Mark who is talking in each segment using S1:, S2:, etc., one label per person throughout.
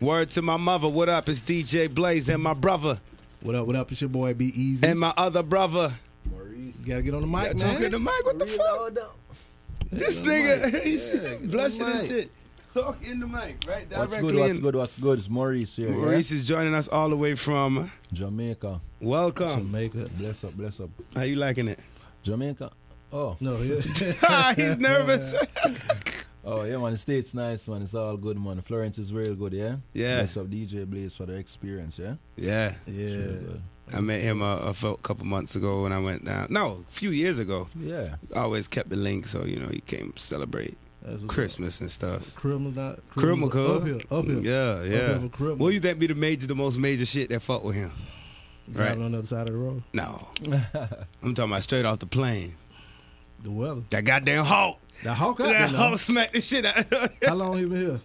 S1: Word to my mother. What up? It's DJ Blaze and my brother
S2: What up? What up? It's your boy Be Easy.
S1: and my other brother.
S2: you gotta get on the mic, man.
S1: Talking to Mike. What the fuck? This nigga, he's blushing and shit. Talk in the mic, right?
S3: What's
S1: Directly
S3: good, what's
S1: in.
S3: good, what's good? It's Maurice here. yeah?
S1: Maurice is joining us all the way from
S3: Jamaica.
S1: Welcome.
S2: Jamaica.
S3: Bless up, bless up.
S1: How you liking it?
S3: Jamaica. Oh,
S2: No, yeah.
S1: Ha, he's nervous.
S3: oh yeah, man. The state's nice, man. It's all good, man. Florence is real good, yeah.
S1: Yeah.
S3: Bless up, DJ Blaze, for the experience, yeah.
S1: yeah.
S2: yeah.
S3: Good.
S1: I met him a, a fo- couple months ago when I went down. No, a few years ago.
S3: Yeah.
S1: Always kept the link, so you know he came celebrate
S2: That's
S3: Mm-hmm.
S2: what's
S1: Christmas and stuff.
S2: up. Criminal, not
S1: Criminal,
S2: criminal. Up
S1: cuz.
S2: here, up here.
S1: Yeah,
S2: Up
S1: yeah.
S2: here for criminal.
S1: What do you think be the major, the most major shit that fuck with him?
S2: Driving
S1: Right.
S2: on the other side of the road.
S1: No, I'm talking about straight off the plane.
S2: The weather.
S1: That goddamn hawk.
S2: The hawk out there
S1: That
S2: now.
S1: hawk smacked the shit out. of
S2: How long he been here?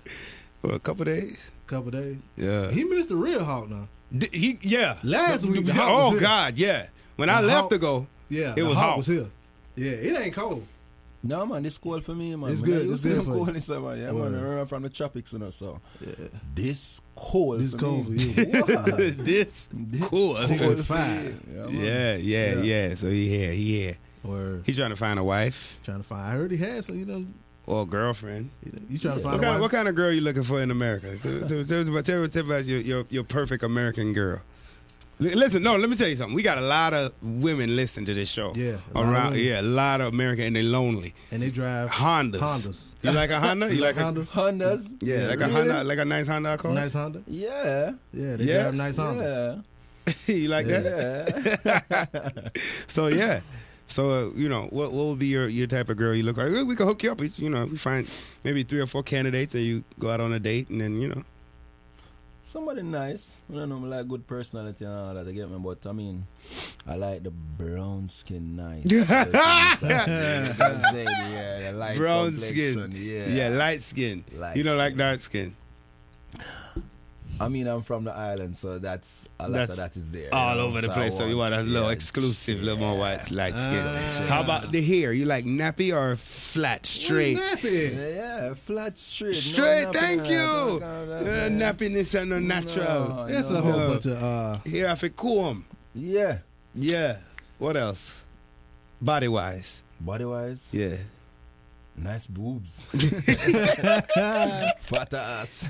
S1: For a couple days.
S2: Couple days.
S1: Yeah.
S2: He missed the real hawk now.
S1: D- he yeah.
S2: Last week, the Hawk was
S1: Oh
S2: here.
S1: God, yeah. When I
S2: The
S1: left
S2: Hawk-
S1: to go,
S2: Yeah,
S1: It
S2: the
S1: was
S2: hawk,
S1: hawk.
S2: was here. Yeah, it ain't cold.
S3: No, man. This cool for me, man.
S2: It's
S3: Man, I
S2: good,
S3: used
S2: it's
S3: to
S2: good
S3: them
S2: for you.
S3: cool, so, man. Yeah, man.
S2: Word.
S3: I remember from the tropics, you know. So
S2: Yeah,
S3: this cold.
S2: This
S3: for
S2: cold
S3: me.
S2: for you.
S3: What?
S1: this
S3: This
S1: cool.
S3: cold for
S2: 45.
S3: you. Yeah, man.
S1: Yeah, yeah, yeah, So he here, he here.
S2: or
S1: He trying to find a wife
S2: trying to find. I heard he had some. You know,
S1: or a girlfriend.
S2: you trying
S1: What
S2: to find. a
S1: kind, of,
S2: wife.
S1: what kind of girl you looking for in America? Tell tell- tell us about- tell us tell us about your, your, your perfect American girl. L- Listen, no, let me tell you something. We got a lot of women listening to this show.
S2: Yeah, a lot of
S1: around
S2: women.
S1: yeah, a lot of American and they lonely.
S2: and they drive
S1: Hondas.
S2: Hondas.
S1: You like a Honda? You like, a
S2: Hondas?
S3: Hondas.
S1: yeah, like a
S3: Really?
S1: Honda, like a nice Honda I call.
S2: Nice Honda.
S3: Yeah.
S2: Yeah, they
S1: Yeah.
S2: drive nice Hondas.
S3: Yeah.
S1: you like that?
S3: Yeah.
S1: So yeah. So uh, you know what? What would be your, your type of girl? You look like "Eh, we can hook you up. You know, we find maybe three or four candidates, and you go out on a date, and then you know.
S3: Somebody nice. I don't know, I like good personality and all that. You get me? But I mean, I like the brown skin nice. That's it, yeah, the light
S1: brown skin,
S3: complexion, Yeah.
S1: yeah, light skin.
S3: Light
S1: you know, like
S3: skin.
S1: dark skin.
S3: I mean, I'm from the island, so that's a lot
S1: That's
S3: of that is there.
S1: all
S3: you know,
S1: over the
S3: I
S1: place. So you want a little
S3: yeah,
S1: exclusive, little more white, light skin.
S2: Ah.
S1: How about the hair? You like nappy or flat, straight?
S2: Nappy.
S3: Yeah, yeah, flat straight.
S1: Straight,
S3: no, nothing
S1: thank
S3: like
S1: you.
S3: that, no, no,
S1: Uh,
S3: no.
S1: nappiness and no natural.
S2: That's a
S3: No.
S2: whole bunch of uh,
S1: Hair off a comb.
S3: Yeah.
S1: Yeah. What else? Body wise.
S3: Body wise,
S1: Yeah.
S3: nice boobs. Fat ass.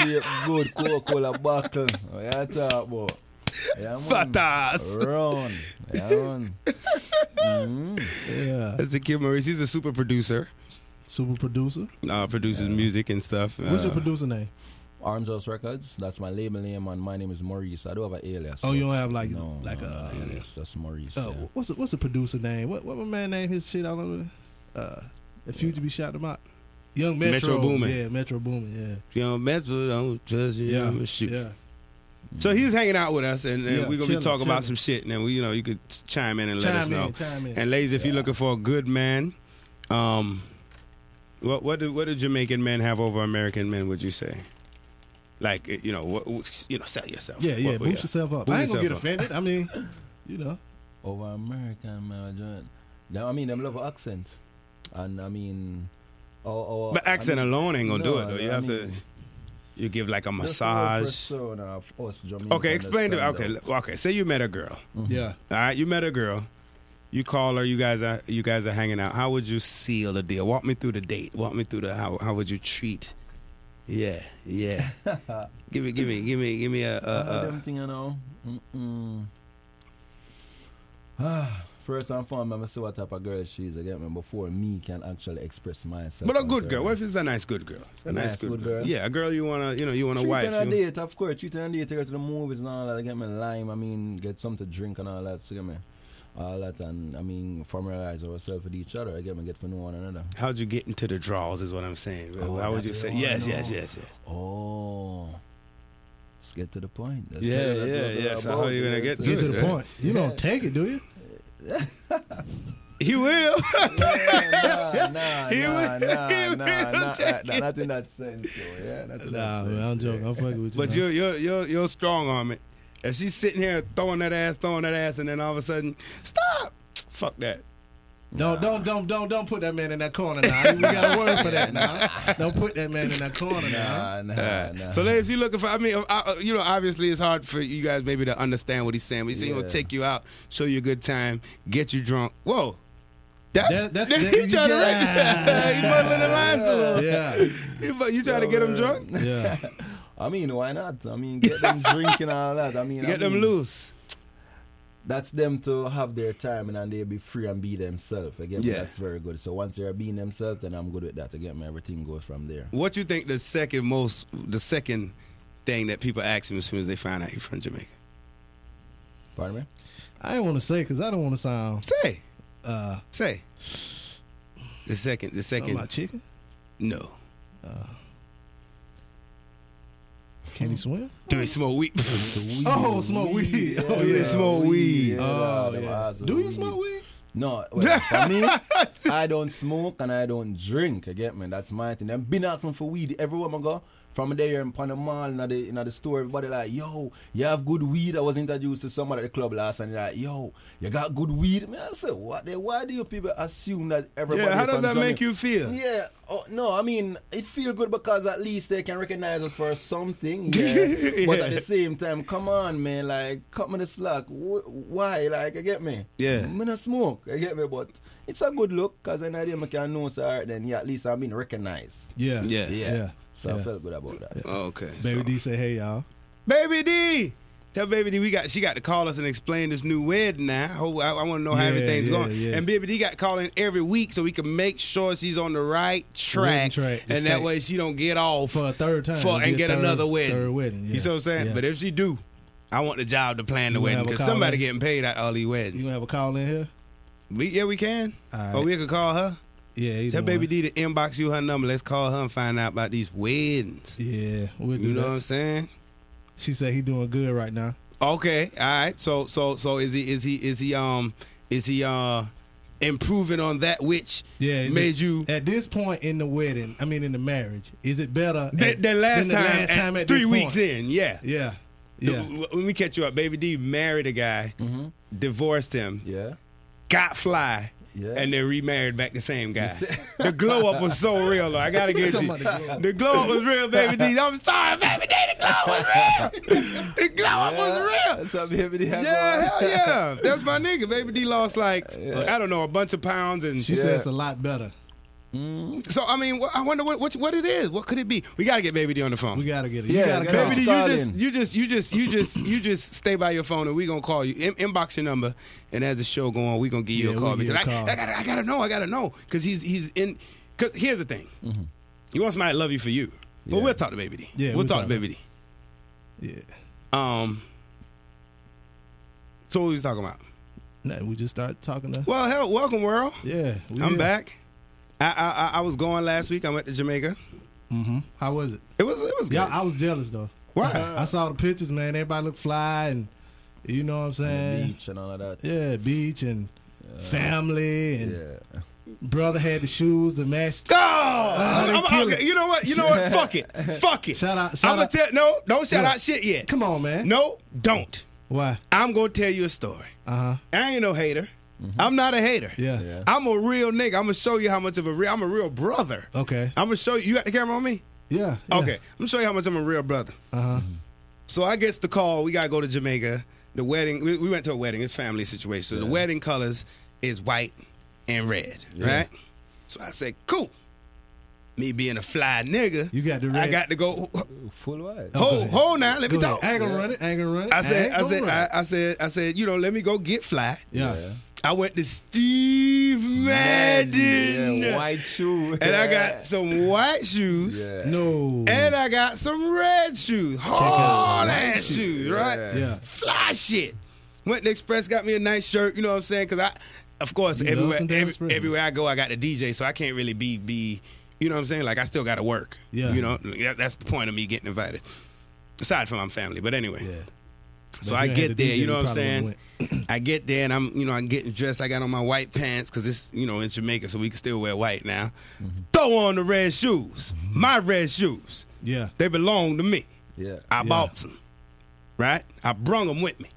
S3: Shape good, Coca-Cola bottle. What you talk about? Yeah,
S2: Mm.
S3: man.
S1: Fat ass.
S3: Round. Yeah, man.
S2: yeah,
S1: That's the kid Maurice. He's a super producer.
S2: super producer.
S1: Uh, produces music and stuff.
S2: What's your
S1: Uh,
S2: producer name?
S3: Arms House Records. That's my label name, and my name is Maurice. I do have an alias.
S2: Oh, you don't
S3: but
S2: have, like-
S3: no,
S2: like
S3: no,
S2: a-
S3: no, no, alias. That's Maurice.
S1: Oh.
S2: Uh,
S3: yeah.
S2: what's the, what's the producer name? What what my man name his shit all over? There? Uh, the future be shouting him out. Young Metro,
S1: Metro Boomin.
S2: Yeah, Metro Boomin. Yeah,
S1: You know, mess with don't trust you.
S2: yeah,
S1: I'ma shoot.
S2: yeah.
S1: So he's hanging out with us, and, and
S2: Yeah,
S1: we're gonna be
S2: chilling,
S1: talking about some
S2: chilling.
S1: shit. And then we, you know, you could chime in and let us
S2: Chime
S1: know.
S2: in, chime in.
S1: And ladies, if you're looking for a good man, um, what what do what do Jamaican men have over American men? Would you say? Like eh, you know, what, what- you know, sell yourself.
S2: yeah, yeah.
S1: What-
S2: Boost yourself up.
S1: Boost
S2: I ain't gonna get
S1: yourself
S2: offended. I mean, you know,
S3: Over American, man. I don't- No, I mean, them love accent, and I mean, our, our,
S1: But
S3: I
S1: accent
S3: mean,
S1: alone ain't gonna do
S3: no,
S1: it though. You
S3: I
S1: have to,
S3: mean,
S1: you give like a
S3: just our
S1: massage.
S3: persona of us Jamaican
S1: Okay, explain to
S3: that's
S1: okay,
S3: kind
S1: l- okay. Say you met a girl.
S2: yeah.
S1: All right, you met a girl. You call her. You guys are you guys are hanging out. How would you seal the deal? Walk me through the date. Walk me through the how how would you treat? Yeah, yeah. give me, give me, give me, give me a.
S3: of- I
S1: a,
S3: don't think, you know. Mm-mm. Ah, First and foremost, I'm gonna see what type of girl she is. I get me before me can actually express
S1: a
S3: myself.
S1: but a
S3: on
S1: good
S3: her.
S1: girl. What if it's a nice good girl? It's a nice, good, girl. Yeah, a girl you wanna you know you wanna
S3: Treat
S1: wife.
S3: on a
S1: you-
S3: date, of course. Treat on a date, take her to the movies and all that. Get me lime. I mean, get something to drink and all that. So get me all that, and I mean, familiarize ourselves with each other. I get me get to know one another.
S1: How'd you get into the draws? Is what I'm saying.
S3: Oh,
S1: how would you
S3: that's what
S1: say?
S3: I wanna
S1: Yes,
S3: know.
S1: yes, yes, yes.
S3: Oh, let's get to the point. Let's
S1: Yeah,
S3: get it. That's
S1: yeah,
S3: what it's
S1: yeah. So how
S3: about.
S1: you gonna
S3: Yeah,
S1: get
S3: so-
S1: Do
S2: Get to
S1: it,
S2: the
S1: right?
S2: point. You don't take it, do you?
S1: He will.
S3: Yeah, nah,
S1: He
S3: nah, nah,
S1: will- he
S3: nah,
S1: will
S3: nah, nah,
S1: take
S3: nah, not in that sense, though. Yeah, not
S2: Nah,
S3: in that
S2: man,
S3: sense.
S2: I'm joking. I'm fucking with you.
S1: But
S2: man.
S1: you're you're you're, you're strong arm it. If she's sitting here throwing that ass, throwing that ass, and then all of a sudden, stop! Fuck that.
S2: Don't don't don't don't don't put that man in that corner now. We got a word for that now. Don't put that man in that corner now.
S3: Nah, nah,
S1: Uh,
S3: nah.
S1: So, ladies, you looking for? I mean, uh, uh, you know, obviously it's hard for you guys maybe to understand what he's saying. But he's saying he'll
S3: Yeah.
S1: take you out, show you a good time, get you drunk. Whoa, that's
S2: That- that's-
S1: you
S2: that-
S1: trying to
S2: yeah.
S1: yeah. you muddling the lines a little.
S2: Yeah,
S1: You, but you trying to get them drunk?
S2: yeah.
S3: I mean, why not? I mean, get them drinking and all that. I mean, I
S1: Get them
S3: mean,
S1: loose.
S3: That's them to have their time and then they be free and be themselves. Again,
S1: Yeah.
S3: that's very good. So once they're being themselves, then I'm good with that. Again, everything goes from there.
S1: What you think the second most, the second thing that people ask him as soon as they find out he's from Jamaica?
S3: Pardon me.
S2: I didn't want to say because I don't want to sound
S1: Say,
S2: uh,
S1: say. The second, the
S2: something
S1: second,
S2: about chicken.
S1: no.
S2: Can he swim?
S1: Do he smoke weed?
S2: Oh, smoke weed. Oh
S1: You
S2: yeah.
S1: didn't smoke weed.
S2: Oh
S3: them
S2: yeah.
S3: eyes of
S2: Do you
S3: weed.
S2: smoke weed?
S3: No, well, for me, I don't smoke and I don't drink. You get me? That's my thing. I've been asking for weed everywhere I go. From there in Panama, in the, in the store, everybody like, yo, you have good weed. I was introduced to someone at the club last and like, yo, you got good weed. Me, I said, what? the- Why do you people assume that everybody?
S1: yeah, how does
S3: from
S1: that make
S3: Jamaica-
S1: you feel?
S3: Yeah, oh, no, I mean, it feel good because at least they can recognize us for something. Yeah. But at the same time, come on, man, like, cut me the slack. Wh- why? Like, you get me?
S1: Yeah.
S3: Me not smoke, you get me? But it's a good look because then I didn't make can know, so all right, then, yeah, at least I'm being recognized.
S2: Yeah.
S1: Yeah.
S3: Yeah.
S2: Yeah.
S3: So
S2: Yeah.
S3: I felt good about that.
S1: Okay.
S2: Baby
S1: so-
S2: D say, "Hey y'all."
S1: Baby D. Tell Baby D we got she got to call us and explain this new wedding now. Ho- I, want to know how
S2: Yeah,
S1: everything's
S2: yeah,
S1: going.
S2: yeah.
S1: And Baby D got calling every week so we can make sure she's on the right track,
S2: track, the
S1: and that
S2: state.
S1: way she don't get off
S2: For a third time.
S1: for- and
S2: it'd be a
S1: get
S2: third-
S1: another wedding.
S2: Third wedding.
S1: You see what I'm saying? But if she do, I want the job to plan the
S2: You gonna
S1: wedding
S2: have a
S1: because
S2: call
S1: somebody
S2: in?
S1: getting paid at all these
S2: you
S1: weddings.
S2: gonna have a call in here?
S1: We, yeah, we can.
S2: All right.
S1: Or we could call her.
S2: Yeah. either
S1: Tell Baby
S2: one.
S1: D to inbox you her number. Let's call her and find out about these weddings.
S2: Yeah, we'll do
S1: You know
S2: that.
S1: what I'm saying?
S2: She said he doing good right now.
S1: Okay, all right. So so so is he is he is he um is he uh improving on that which
S2: Yeah, is
S1: made
S2: it-
S1: you
S2: at this point in the wedding. I mean, in the marriage, is it better
S1: the,
S2: at-
S1: the last
S2: than
S1: time,
S2: the last
S1: at
S2: time at
S1: three
S2: this
S1: weeks
S2: point?
S1: in? Yeah.
S2: Yeah, yeah. Mm-hmm.
S1: When we catch you up, baby D married a guy, divorced him,
S3: Yeah.
S1: got fly.
S3: Yeah.
S1: And then remarried back the same guy. the glow up was so real, though. I gotta give it to you. The glow up was real, baby D. I'm sorry, baby D. The glow was real. the glow up was real.
S3: So baby,
S1: Yeah, hell yeah. That's my nigga. Baby D lost like I don't know a bunch of pounds, and
S2: She said it's a lot better.
S1: so I mean, wh- I wonder what, what what it is. What could it be? We gotta get Baby D on the phone.
S2: We gotta get it.
S3: Yeah,
S2: you gotta
S3: yeah.
S2: call.
S1: Baby D, you
S3: Call
S1: just
S3: in.
S1: you just you just you just you just stay by your phone, and we gonna call you. In- inbox your number, and as the show go on, we gonna give you
S2: Yeah,
S1: a
S2: we
S1: call
S2: give you
S1: because
S2: a
S1: I,
S2: call.
S1: I gotta I gotta know I gotta know because he's he's in. Because here's the thing, you want somebody to love you for you, but
S3: Yeah.
S1: we'll talk to Baby D.
S2: Mm-hmm. Yeah,
S1: we'll,
S2: we'll
S1: talk to
S2: talk.
S1: Baby D.
S2: Yeah,
S1: Um. So what we was talking about?
S2: Nothing, we just start talking to.
S1: Well, hell, welcome world.
S2: Yeah, we
S1: I'm
S2: here.
S1: back. I, I I- I was going last week. I went to Jamaica.
S2: How was it?
S1: It was it was good.
S2: Yeah, I was jealous though.
S1: Why?
S2: I saw the pictures, man. Everybody looked fly, and you know what I'm saying.
S3: Beach and all of that.
S2: Yeah, beach and family, and
S3: Yeah.
S2: brother had the shoes to match.
S1: Oh,
S2: they
S1: I'm- I'm-
S2: kill it.
S1: you know what? You know what? Fuck it. Fuck it.
S2: Shout out-
S1: I'm
S2: shout
S1: gonna
S2: out.
S1: tell. No, don't shout
S2: Yeah.
S1: out shit yet.
S2: Come on, man.
S1: No, don't.
S2: Why?
S1: I'm gonna tell you a story.
S2: Uh huh.
S1: I ain't no hater. I'm not a hater.
S2: Mm-hmm. Yeah.
S3: Yeah.
S1: I'm a real nigga. I'm gonna show you how much of a real. I'm a real brother.
S2: Okay.
S1: I'm gonna show you. You got the camera on me?
S2: Yeah. yeah.
S1: Okay. I'm gonna show you how much I'm a real brother. Mm-hmm.
S2: Uh-huh.
S1: So I gets the call. We gotta go to Jamaica. The wedding. We, we went to a wedding. It's family situation. So the wedding colors is white and red, right? So I said, "Cool." Me being a fly nigga,
S2: You got the
S1: I
S2: red-
S1: got to go.
S3: Full white.
S1: Hold, hold now. Let me
S2: Go ahead.
S1: talk.
S2: I ain't gonna run it. I ain't gonna run it.
S1: I said,
S2: ain't
S1: I
S2: gonna
S1: said,
S2: run
S1: I,
S2: it.
S1: I said, I said, you know, let me go get fly.
S2: yeah.
S3: Yeah.
S1: I went to Steve Madden,
S3: Yeah, white shoe.
S1: and I got some white shoes.
S3: Yeah.
S2: No.
S1: And I got some red shoes, hard
S2: out
S1: ass shoes, right?
S3: Yeah.
S2: yeah.
S1: fly shit. Went to Express, got me a nice shirt. You know what I'm saying? Because I, of course,
S2: You love
S1: everywhere
S2: some damn
S1: every,
S2: Express.
S1: everywhere I go, I got the DJ, so I can't really be be. You know what I'm saying? Like I still got to work.
S2: Yeah.
S1: You know that- that's the point of me getting invited. Aside from I'm family, but anyway.
S2: Yeah.
S1: So
S2: But
S1: I
S2: if you
S1: get
S2: had the
S1: there,
S2: DJ,
S1: you know what I'm
S2: probably
S1: saying?
S2: would've
S1: I get there and I'm, you know, I'm getting dressed. I got on my white pants because it's, you know, in Jamaica, so we can still wear white now.
S2: Mm-hmm.
S1: Throw on the red shoes, my red shoes.
S2: went. Yeah.
S1: They belong to me.
S3: Yeah.
S1: I bought some, right? I brung them with me.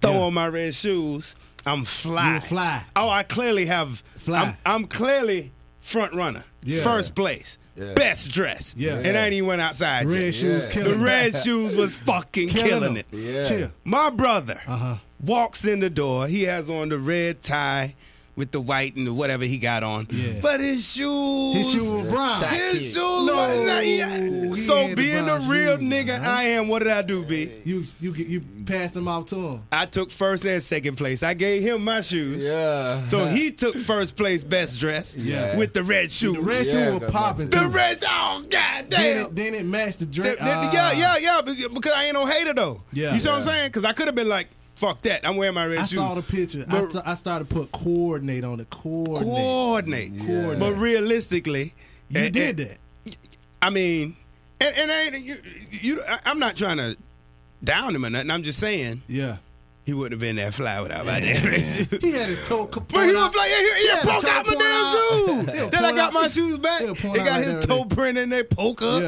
S1: Throw
S2: Yeah.
S1: on my red shoes. I'm fly.
S2: You a fly.
S1: Oh, I clearly have.
S2: Fly.
S1: I'm, I'm clearly front runner.
S2: Yeah.
S1: First place.
S3: Yeah.
S1: Best dress.
S2: Yeah.
S1: And I ain't even went outside
S2: Red
S1: yet.
S2: shoes
S3: Yeah.
S1: The
S2: killing
S1: red shoes was fucking killing,
S2: them.
S1: it.
S3: Yeah.
S2: Chill.
S1: My brother
S2: Uh-huh.
S1: walks in the door. He has on the red tie with the white and the whatever he got on.
S2: Yeah.
S1: But his shoes.
S2: His shoes were brown.
S3: Yeah.
S1: His shoes.
S2: No,
S1: were-
S2: he
S1: So
S2: had the
S1: being the
S2: brown
S1: real
S2: shoes,
S1: nigga
S2: huh?
S1: I am, what did I do, B?
S2: You you get you passed them out to him.
S1: I took first and second place. I gave him my shoes.
S3: Yeah.
S1: So he took first place, best dress.
S2: Yeah.
S1: With the red shoes.
S2: The red
S3: Yeah,
S2: shoe were
S3: that's
S2: popping.
S3: right.
S1: The
S2: too.
S1: red. Oh God
S2: Then
S1: damn.
S2: it, then it matched the
S1: Th-
S2: drink.
S1: th- yeah, yeah, yeah. be- Because I ain't no hater though.
S2: Yeah.
S1: You see what I'm
S3: Yeah.
S1: saying? Because I could have been like, "Fuck that! I'm wearing my red
S2: Ah, I
S1: shoes."
S2: saw the picture. I,
S1: But-
S2: sta- I started to put coordinate on it. Coordinate.
S1: coordinate.
S3: Coordinate.
S1: But realistically,
S2: you
S1: and-
S2: did
S1: and-
S2: that.
S1: I mean, and, and I ain't you, you. I- I'm not trying to down him or nothing. I'm just saying
S2: Yeah.
S1: he wouldn't have been that fly without my damn red shoes.
S2: He had his toe kaput
S1: But he
S2: out.
S1: was like, yeah, he, yeah,
S2: Yeah,
S1: poke
S2: toe
S1: out my
S2: point out.
S1: damn shoe. then
S2: Yeah,
S1: I
S2: point
S1: got
S2: out.
S1: my shoes back.
S2: Yeah, point
S1: They
S2: out
S1: got
S2: right
S1: his
S2: there,
S1: toe
S2: right
S1: print in their poke up.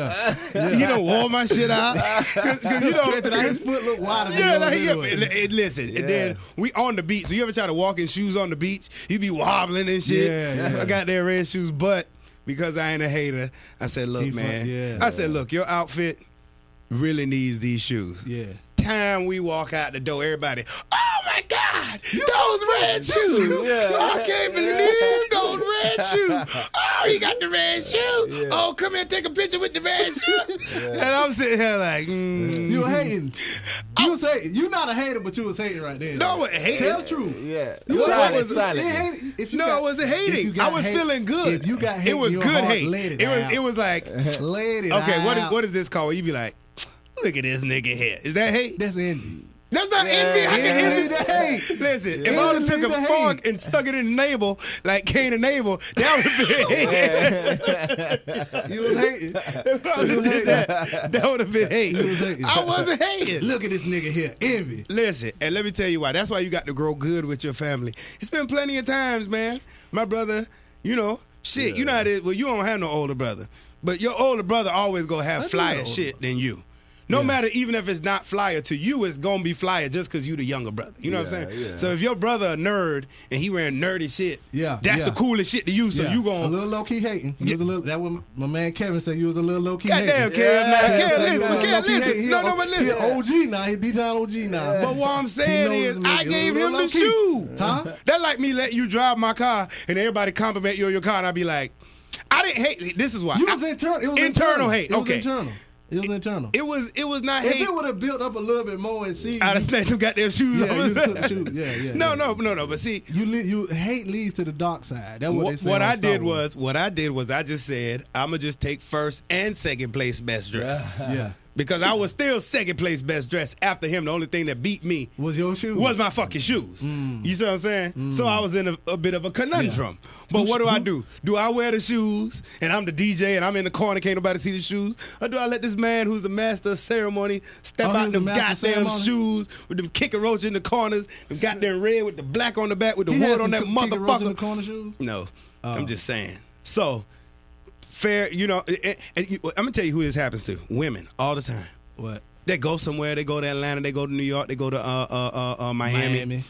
S2: Yeah,
S1: He done wore my shit out. Cause, 'cause you know,
S2: That nice foot look wider than
S1: yeah,
S2: yours
S1: like, yeah,
S2: anyway.
S1: but li- listen, and then we on the beach. So you ever try to walk in shoes on the beach? You be wobbling and shit.
S2: Yeah, yeah.
S1: I got their red shoes, but because I ain't a hater, I said, look,
S2: He fuck-
S1: man.
S2: yeah.
S1: I said, look, your outfit really needs these shoes.
S2: yeah.
S1: Time we walk out the door, everybody, oh my God, those red shoes.
S3: Yeah.
S1: I can't believe those red shoes. Oh, he got the red shoe. Oh, come here, take a picture with the red shoe. And I'm sitting here like, mm.
S2: You were hating. You was hating. You not a hater, but you was hating right there.
S1: no, it hated.
S2: tell the truth.
S3: Yeah.
S2: You was
S1: Silent,
S2: hating.
S3: silent.
S2: It hated- if you
S1: No,
S2: got-
S1: I wasn't
S2: if you
S1: hating. I
S2: got
S1: was
S2: hate-
S1: feeling good.
S2: If you got hate,
S1: it was
S2: your
S1: good
S2: heart,
S1: hate.
S2: Let it,
S1: was
S2: out.
S1: it was like,
S2: Let it
S1: okay, what is
S2: out.
S1: what is this called? You be like, look at this nigga here. Is that hate?
S2: That's envy.
S1: That's not
S3: Yeah.
S1: envy. I
S2: Yeah.
S1: can envy
S2: Envy
S1: that
S2: the
S1: hate.
S2: hate.
S1: Listen, if
S2: Yeah.
S1: I would have
S2: Envy
S1: took a
S2: the
S1: fork
S2: hate.
S1: and stuck it in the navel like Cain and Abel, that would have been hate.
S2: Oh, You was hating.
S1: If I would have did that, that would have been
S2: was
S1: hate.
S2: hating.
S1: I wasn't hating.
S2: Look at this nigga here. Envy.
S1: Listen, and let me tell you why. That's why you got to grow good with your family. It's been plenty of times, man. My brother, you know, shit, you know how it is. Well, you don't have no older brother, but your older brother always gonna have
S2: do
S1: flyer
S2: have an older
S1: shit than you. No matter, even if it's not flyer to you, it's gonna be flyer just because you the younger brother. You know what I'm
S3: Yeah,
S1: saying?
S3: yeah.
S1: So if your brother a nerd and he wearing nerdy shit,
S2: Yeah,
S1: that's
S2: yeah.
S1: the coolest shit to you. So
S2: Yeah.
S1: you
S2: a
S1: gonna
S2: little low key hating. You was a little, that was my man Kevin said you was a little low key hating.
S1: goddamn, Kev,
S3: Yeah.
S1: man, Kev,
S2: Kevin said
S1: listen,
S2: you was a
S1: Kev,
S2: low-key hating.
S1: listen,
S2: He
S1: no,
S2: a-
S1: no, but
S2: He
S1: listen.
S2: a OG now. He D-Town OG now.
S1: But what I'm saying
S2: knows
S1: is,
S2: the
S1: I
S2: nigga.
S1: gave
S2: Little
S1: him the
S2: low-key.
S1: shoe.
S2: Huh?
S1: That like me let you drive my car and everybody compliment you on your car, and I be like, I didn't hate. This is why
S2: You
S1: I-
S2: was internal. It was
S1: Internal
S2: internal,
S1: hate,
S2: It was
S1: okay.
S2: internal. It was internal.
S1: it was it was not
S2: if
S1: hate.
S2: it would have built up a little bit more and see,
S1: I'd have snatched some goddamn shoes.
S2: yeah,
S1: off.
S2: you took the shoe. Yeah, yeah.
S1: no,
S2: yeah.
S1: no, no, no. But see,
S2: You li- you hate leads to the dark side. That's what, they
S1: what,
S2: say
S1: what
S2: on
S1: I
S2: Star
S1: did was
S2: Wars.
S1: what I did was I just said I'm gonna just take first and second place best dress
S2: yeah,
S1: because I was still second place best dress after him. The only thing that beat me
S2: was your shoe?
S1: was my fucking shoes.
S2: Mm.
S1: You see what I'm saying? So I was in a, a bit of a conundrum. But what do I do? Do I wear the shoes and I'm the DJ and I'm in the corner, can't nobody see the shoes? Or do I let this man who's the master of ceremony step
S2: Oh, he
S1: out
S2: was the
S1: them
S2: master
S1: goddamn
S2: of ceremony?
S1: shoes with them kicker roach in the corners, them goddamn red with the black on the back with the
S2: He had
S1: wood on that
S2: some kick- kick and roll in the
S1: motherfucker?
S2: corner Oh. shoes?
S1: No, I'm just saying. So fair, you know, and, and- and you, I'm gonna tell you who this happens to: women all the time.
S2: What?
S1: They go somewhere. They go to Atlanta. They go to New York. They go to uh, uh, uh, uh, Miami.
S2: Miami.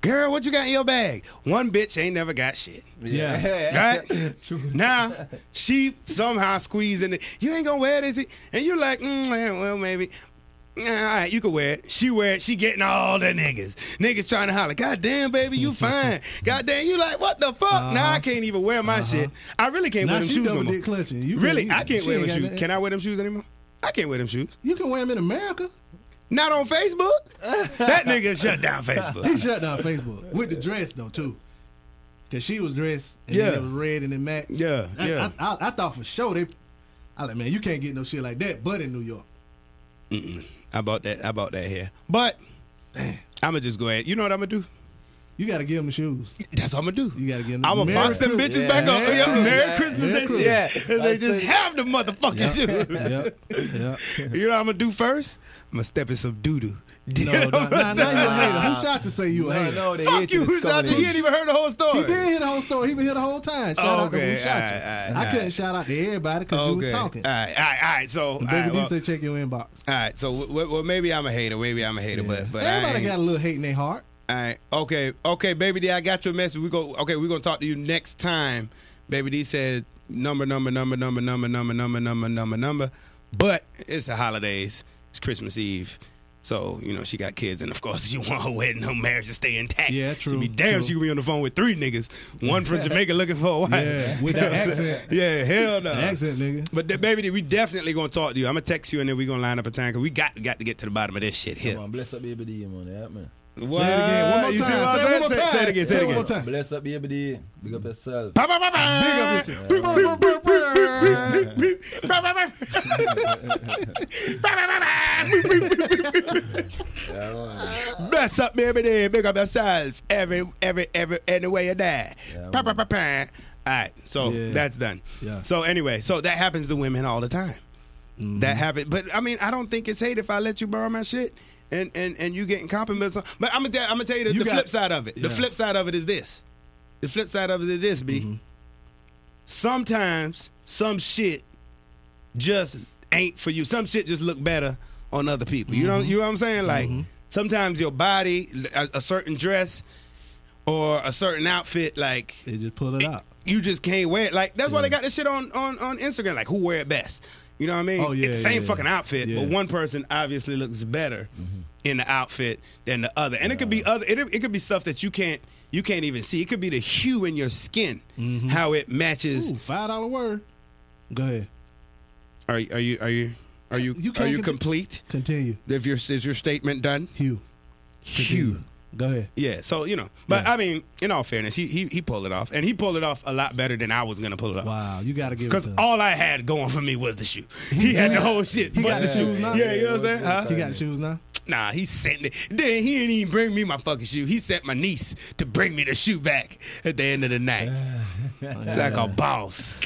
S1: Girl, what you got in your bag? One bitch ain't never got shit.
S3: Yeah.
S1: Right? now, she somehow squeezing it. You ain't gonna wear this. And you're like, mm, eh, well, maybe. Nah, all right, you can wear it. She wear it. She getting all the niggas. Niggas trying to holler, God damn, baby, you fine. God damn, you like, what the fuck? Now I can't even wear my shit. I really can't
S2: Now
S1: wear them
S2: Uh-huh. she
S1: shoes no
S2: double
S1: more.
S2: dick clutching. You
S1: really,
S2: can't-
S1: I can't
S2: she
S1: wear
S2: ain't
S1: them
S2: got
S1: shoes.
S2: nothing.
S1: Can I wear them shoes anymore? I can't wear them shoes.
S2: You can wear them in America.
S1: Not on Facebook. that nigga shut down Facebook.
S2: He shut down Facebook with the dress though too, cause she was dressed and
S1: Yeah.
S2: then it was red and it matched.
S1: Yeah,
S2: I,
S1: yeah.
S2: I, I, I thought for sure they. I like man, you can't get no shit like that, but in New York.
S1: I bought that. I bought that hair. But I'm gonna just go ahead. You know what I'm gonna do?
S2: You gotta give them the shoes.
S1: That's what I'm gonna do.
S2: You gotta give them.
S1: I'm gonna
S2: Merry
S1: box them
S2: Christmas.
S1: bitches
S3: Yeah.
S1: back up. Yeah,
S3: Yeah.
S1: Merry
S3: Yeah.
S1: Christmas
S2: Merry
S1: that
S2: Christmas.
S1: shit.
S3: Yeah.
S1: 'Cause they just have the motherfucking
S2: Yep. Yep.
S1: shoes. You know what I'm gonna do first? I'm gonna step in some doo doo.
S2: No, no, no, no, you a hater. Who shot to say you a
S3: No,
S2: hater?
S3: no, they
S1: Fuck
S3: hit
S1: you,
S3: to the
S1: who's out
S3: stomach.
S1: there? You ain't even heard the whole story.
S2: He did hear the whole story. He been here the whole time. Shout out to
S1: Okay,
S2: who shot you.
S1: alright, alright,
S2: I couldn't
S1: alright.
S2: shout out to everybody because you
S1: Okay.
S2: was talking.
S1: All right, all right, all right. So, all
S2: Baby
S1: right,
S2: D
S1: well,
S2: said check your inbox.
S1: all right. So, w- w- well, maybe I'm a hater. Maybe I'm a hater, but but I
S2: Everybody
S1: ain't-
S2: got a little hate in their heart.
S1: All right. Okay. Okay, baby D, I got your message. We go okay, we're gonna talk to you next time. Baby D said number, number, number, number, number, number, number, number, number, number. But it's the holidays. It's Christmas Eve. So, you know, she got kids and of course she want her wedding, her marriage to stay intact.
S2: Yeah,
S1: She'd
S2: true,
S1: be damn
S2: true.
S1: she could be on the phone with three niggas. One from Jamaica looking for a wife.
S2: Yeah, with that accent.
S1: Yeah, hell no.
S2: Accent, nigga.
S1: But de- baby, we definitely gonna talk to you. I'm gonna text you and then we gonna line up a time because we got got to get to the bottom of this shit here.
S3: Come on, bless up baby D, man. Yeah, man.
S1: What?
S2: Say it again. One more
S1: You see
S2: time.
S1: what I'm
S2: Say it
S1: saying?
S2: one more
S1: Say- Say it
S2: time.
S1: again.
S2: Say
S1: Say
S2: it
S1: it
S2: one
S1: again.
S2: more time.
S3: Bless up baby D. Big up yourself.
S1: Ba, ba, ba, ba.
S2: Big up
S1: Beep, beep, beep, beep, beep, beep, beep. Ba, ba, ba. Ba, ba, ba, ba. Beep, beep, beep, beep,
S3: Yeah, man.
S1: beep. Bless up, baby. Day. Big up yourselves. Every, every, every, any way you die.
S3: Yeah,
S1: Pa, pa,
S3: man.
S1: pa, pa. All right, so
S2: Yeah.
S1: that's done.
S2: Yeah. Mm-hmm.
S1: So anyway, so that happens to women all the time. That happens, but I mean, I don't think it's hate if I let you borrow my shit and and and you getting compliments. on- But I'm gonna tell, I'm gonna tell you the,
S2: You
S1: the
S2: got-
S1: flip side of it. The
S2: Yeah.
S1: flip side of it is this. The flip side of it is this,
S2: Mm-hmm.
S1: B. Sometimes some shit just ain't for you. Some shit just look better on other people. You know, you know what I'm saying? Like
S2: Mm-hmm.
S1: sometimes your body, a, a certain dress, or a certain outfit, like
S2: They just pull it out.
S1: you just can't wear it. Like that's why they got this shit on on on Instagram. Like who wear it best? You know what I mean?
S2: Oh, yeah,
S1: It's the same
S2: yeah,
S1: fucking outfit,
S2: yeah. Mm-hmm.
S1: but one person obviously looks better in the outfit than the other, and it could be other. It, it could be stuff that you can't you can't even see. It could be the hue in your skin, how it matches.
S2: Mm-hmm. Ooh, five dollar word. Go ahead.
S1: Are are you are you are you,
S2: You
S1: are
S2: can't
S1: you
S2: get-
S1: complete?
S2: Continue.
S1: If your is your statement done?
S2: Hugh.
S1: Hue.
S2: Go ahead.
S1: Yeah, so you know, but I mean, in all fairness, he he he pulled it off, and he pulled it off a lot better than I was gonna pull it off.
S2: Wow, you gotta give it
S1: Because
S2: to him.
S1: all I had going for me was the shoe. He had the whole shit.
S2: He
S1: but
S2: got the shoes now?
S1: Yeah, you know what I'm saying? Huh?
S2: he got the shoes now.
S1: Nah, he sent it. Then he didn't even bring me my fucking shoe. He sent my niece to bring me the shoe back at the end of the night. It's like a boss.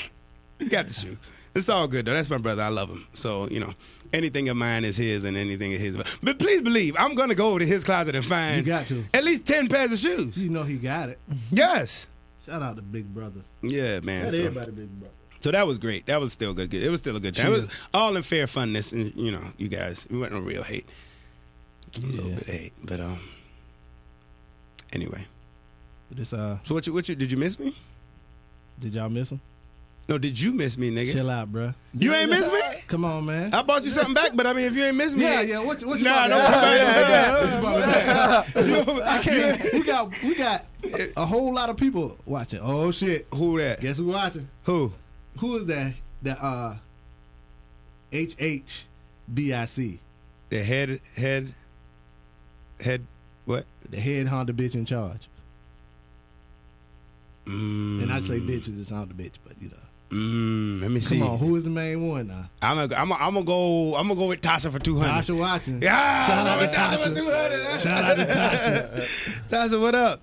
S1: He got the shoe. It's all good though. That's my brother. I love him. So you know, anything of mine is his, and anything of his. But please believe, I'm gonna go over to his closet and find
S2: You got to.
S1: at least ten pairs of shoes.
S2: You know he got it.
S1: Yes.
S2: Shout out to Big Brother.
S1: Yeah, man.
S2: Not
S1: So,
S2: everybody Big Brother.
S1: so that was great. That was still good. good. It was still a good time. It
S2: Chill.
S1: was all in fair funness, and you know, you guys, we weren't no real hate. A little bit of hate, but um. Anyway,
S2: This uh,
S1: so what you what you did you miss me?
S2: did y'all miss him?
S1: No, did you miss me, nigga?
S2: Chill out, bruh.
S1: You ain't miss me.
S2: Come on, man.
S1: I bought you something back, but I mean, if you ain't miss me,
S2: yeah, yeah. What, you- what you
S1: Oh, Nah,
S2: bought
S1: don't
S2: back?
S1: worry about that.
S2: What you bought back?
S1: I can't.
S2: we got we got a- a whole lot of people watching. Oh shit!
S1: Who that?
S2: Guess who watching?
S1: Who?
S2: Who is that? That uh, H H B I C,
S1: The head head head what?
S2: the head Honda bitch in charge.
S1: Mm,
S2: And I say bitches, it's Honda bitch, but you know.
S1: mm, let me see.
S2: Come on, who is the main one now?
S1: I'm gonna I'm gonna I'm gonna go I'm gonna go with Tasha for two hundred.
S2: Tasha watching.
S1: Yeah,
S2: Shout
S1: I
S2: out to
S1: love it, Tasha. 200.
S2: Tasha. Shout out to Tasha.
S1: Tasha, what up?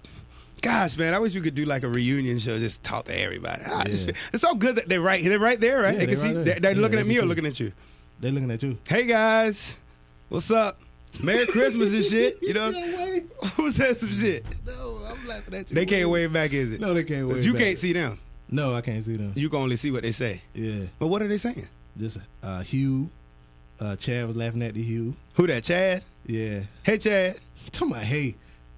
S1: Gosh, man, I wish we could do like a reunion show, just talk to everybody. I just
S2: Yeah.
S1: feel- it's so good that they're right. They're right there, right?
S2: Yeah,
S1: they can
S2: they're
S1: see.
S2: right there.
S1: They're, they're
S2: Yeah,
S1: looking
S2: they
S1: at me
S2: can
S1: or
S2: see.
S1: looking at you.
S2: They looking at you.
S1: Hey guys, what's up? Merry Christmas and shit. You know,
S2: No way.
S1: who said some shit?
S2: No, I'm laughing at you.
S1: They can't wave back, is it?
S2: No, they can't wait.
S1: you
S2: back.
S1: can't see them.
S2: No, I can't see them.
S1: You can only see what they say.
S2: Yeah,
S1: But what are they saying?
S2: just uh, Hugh. Uh, Chad was laughing at the Hugh.
S1: Who that? Chad?
S2: Yeah,
S1: Hey, Chad.
S2: talking about hey,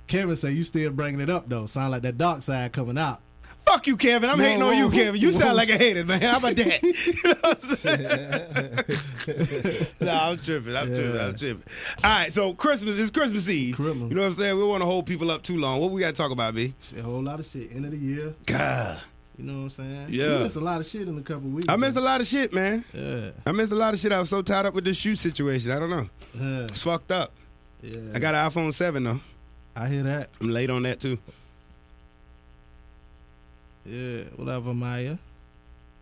S2: Kevin say you still bringing it up though. Sound like that dark side coming out.
S1: Fuck you, Kevin. I'm
S2: Whoa,
S1: hating on
S2: whoa,
S1: you,
S2: who-
S1: Kevin. You sound
S2: whoa.
S1: like a hater, man. How about that? you know what I'm saying? nah, I'm tripping. I'm tripping. I'm
S2: Yeah.
S1: tripping. All right, so Christmas is Christmas Eve.
S2: Christmas.
S1: You know what I'm saying? We don't want to hold people up too long. What we got to talk about, B?
S2: Shit, A whole lot of shit. End of the year.
S1: God.
S2: You know what I'm saying?
S1: Yeah.
S2: You missed a lot of shit in a couple weeks.
S1: I missed a lot of shit, man.
S2: Yeah.
S1: I missed a lot of shit. I was so tied up with this shoe situation. I don't know.
S2: Yeah.
S1: It's fucked up.
S2: yeah.
S1: I got an iPhone 7, though.
S2: I hear that.
S1: I'm late on that, too.
S2: Yeah. Whatever, Maya.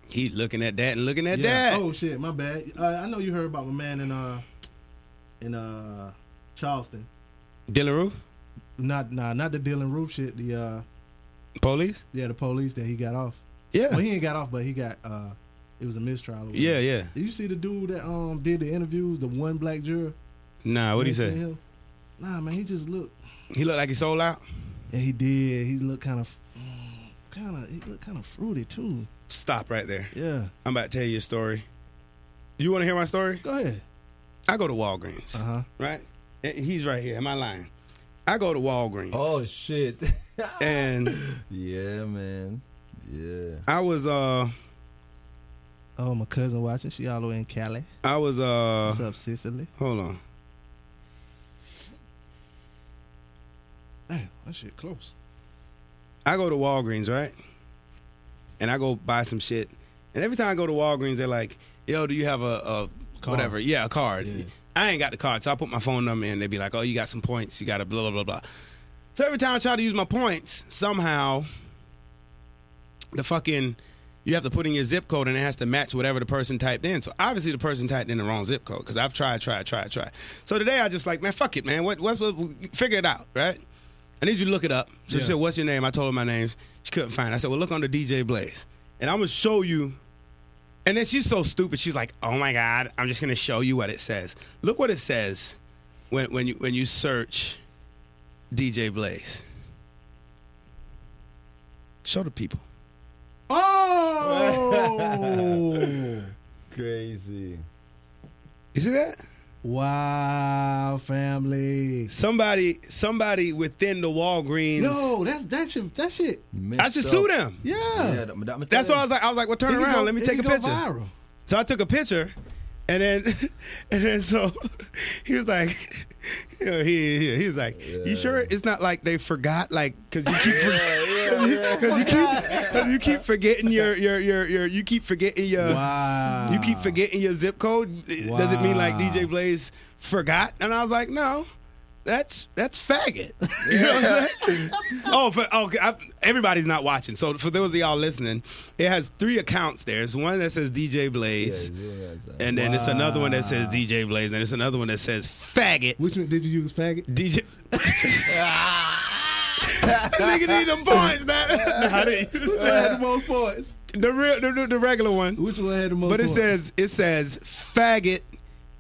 S1: He's looking at that and looking at
S2: Yeah.
S1: that.
S2: Oh shit, my bad. Uh, I know you heard about my man in uh in uh Charleston.
S1: Dillaroo?
S2: Not nah, not the Dylan Roof shit. The uh
S1: Police?
S2: yeah, the police that he got off.
S1: Yeah.
S2: Well, he ain't got off, but he got uh it was a mistrial. or whatever.
S1: yeah, yeah.
S2: Did you see the dude that um did the interviews? The one black juror.
S1: Nah, what'd he
S2: Next to
S1: say?
S2: him? Nah, man, he just looked.
S1: He looked like he sold out.
S2: Yeah, he did. He looked kind of, kind of. He looked kind of fruity too.
S1: Stop right there.
S2: Yeah.
S1: I'm about to tell you a story. You want to hear my story?
S2: Go ahead.
S1: I go to Walgreens,
S2: Uh huh.
S1: right? And He's right here. Am I lying? I go to Walgreens,
S3: Oh shit.
S1: and
S3: yeah, man. Yeah.
S1: I was uh,
S2: Oh, my cousin watching. She all the way in Cali.
S1: I was uh,
S2: What's up, Sicily?
S1: hold on.
S2: Damn, that shit close.
S1: I go to Walgreens, right? And I go buy some shit. And every time I go to Walgreens, they're like, yo, do you have a, a
S2: Card.
S1: whatever? Yeah, a card.
S2: Yeah.
S1: I ain't got the card. So I put my phone number in. They'd be like, oh, you got some points. You got a blah, blah, blah, blah. So every time I try to use my points, somehow the fucking, you have to put in your zip code and it has to match whatever the person typed in. So obviously the person typed in the wrong zip code because I've tried, tried, tried, tried. So today I just like, man, fuck it, man. What, what's, what, figure it out, right? I need you to look it up. So she
S2: Yeah.
S1: said, What's your name? I told her my name. She couldn't find it. I said, Well, look on the DJ Blaze. And I'm going to show you. And then she's so stupid. She's like, Oh my God, I'm just going to show you what it says. Look what it says when, when, you, when you search DJ Blaze. Show the people.
S2: Oh!
S3: Crazy.
S1: You see that?
S2: wow, family.
S1: Somebody, somebody within the Walgreens.
S2: Yo, that's that shit. That shit.
S1: I should sue them.
S2: Yeah.
S1: That's why I was like, I was like, well, turn
S2: It could
S1: around.
S2: go-
S1: Let me
S2: it
S1: take a
S2: could go
S1: picture.
S2: viral.
S1: So I took a picture, and then, and then so he was like, you know, he, he, he was like, you sure it's not like they forgot, like, cause you keep, for- cause you, cause you keep, cause you keep forgetting your, your, your, your, you keep forgetting your,
S2: Wow.
S1: you keep forgetting your zip code. Does it mean like
S2: Uh, Wow.
S1: DJ Blaze forgot? And I was like, no. That's that's faggot. You know what I'm saying? oh, for, oh, I, everybody's not watching. So for those of y'all listening, it has three accounts. There's one that says DJ Blaze, and then it's another one that says DJ Blaze, and it's another one that says faggot.
S2: Which one did you use, faggot?
S1: DJ. Nigga need them points, man. Nah, I didn't use
S2: Which one had
S1: that.
S2: the most points?
S1: The real, the, the regular one.
S2: Which one had the most
S1: But it
S2: points?
S1: says it says faggot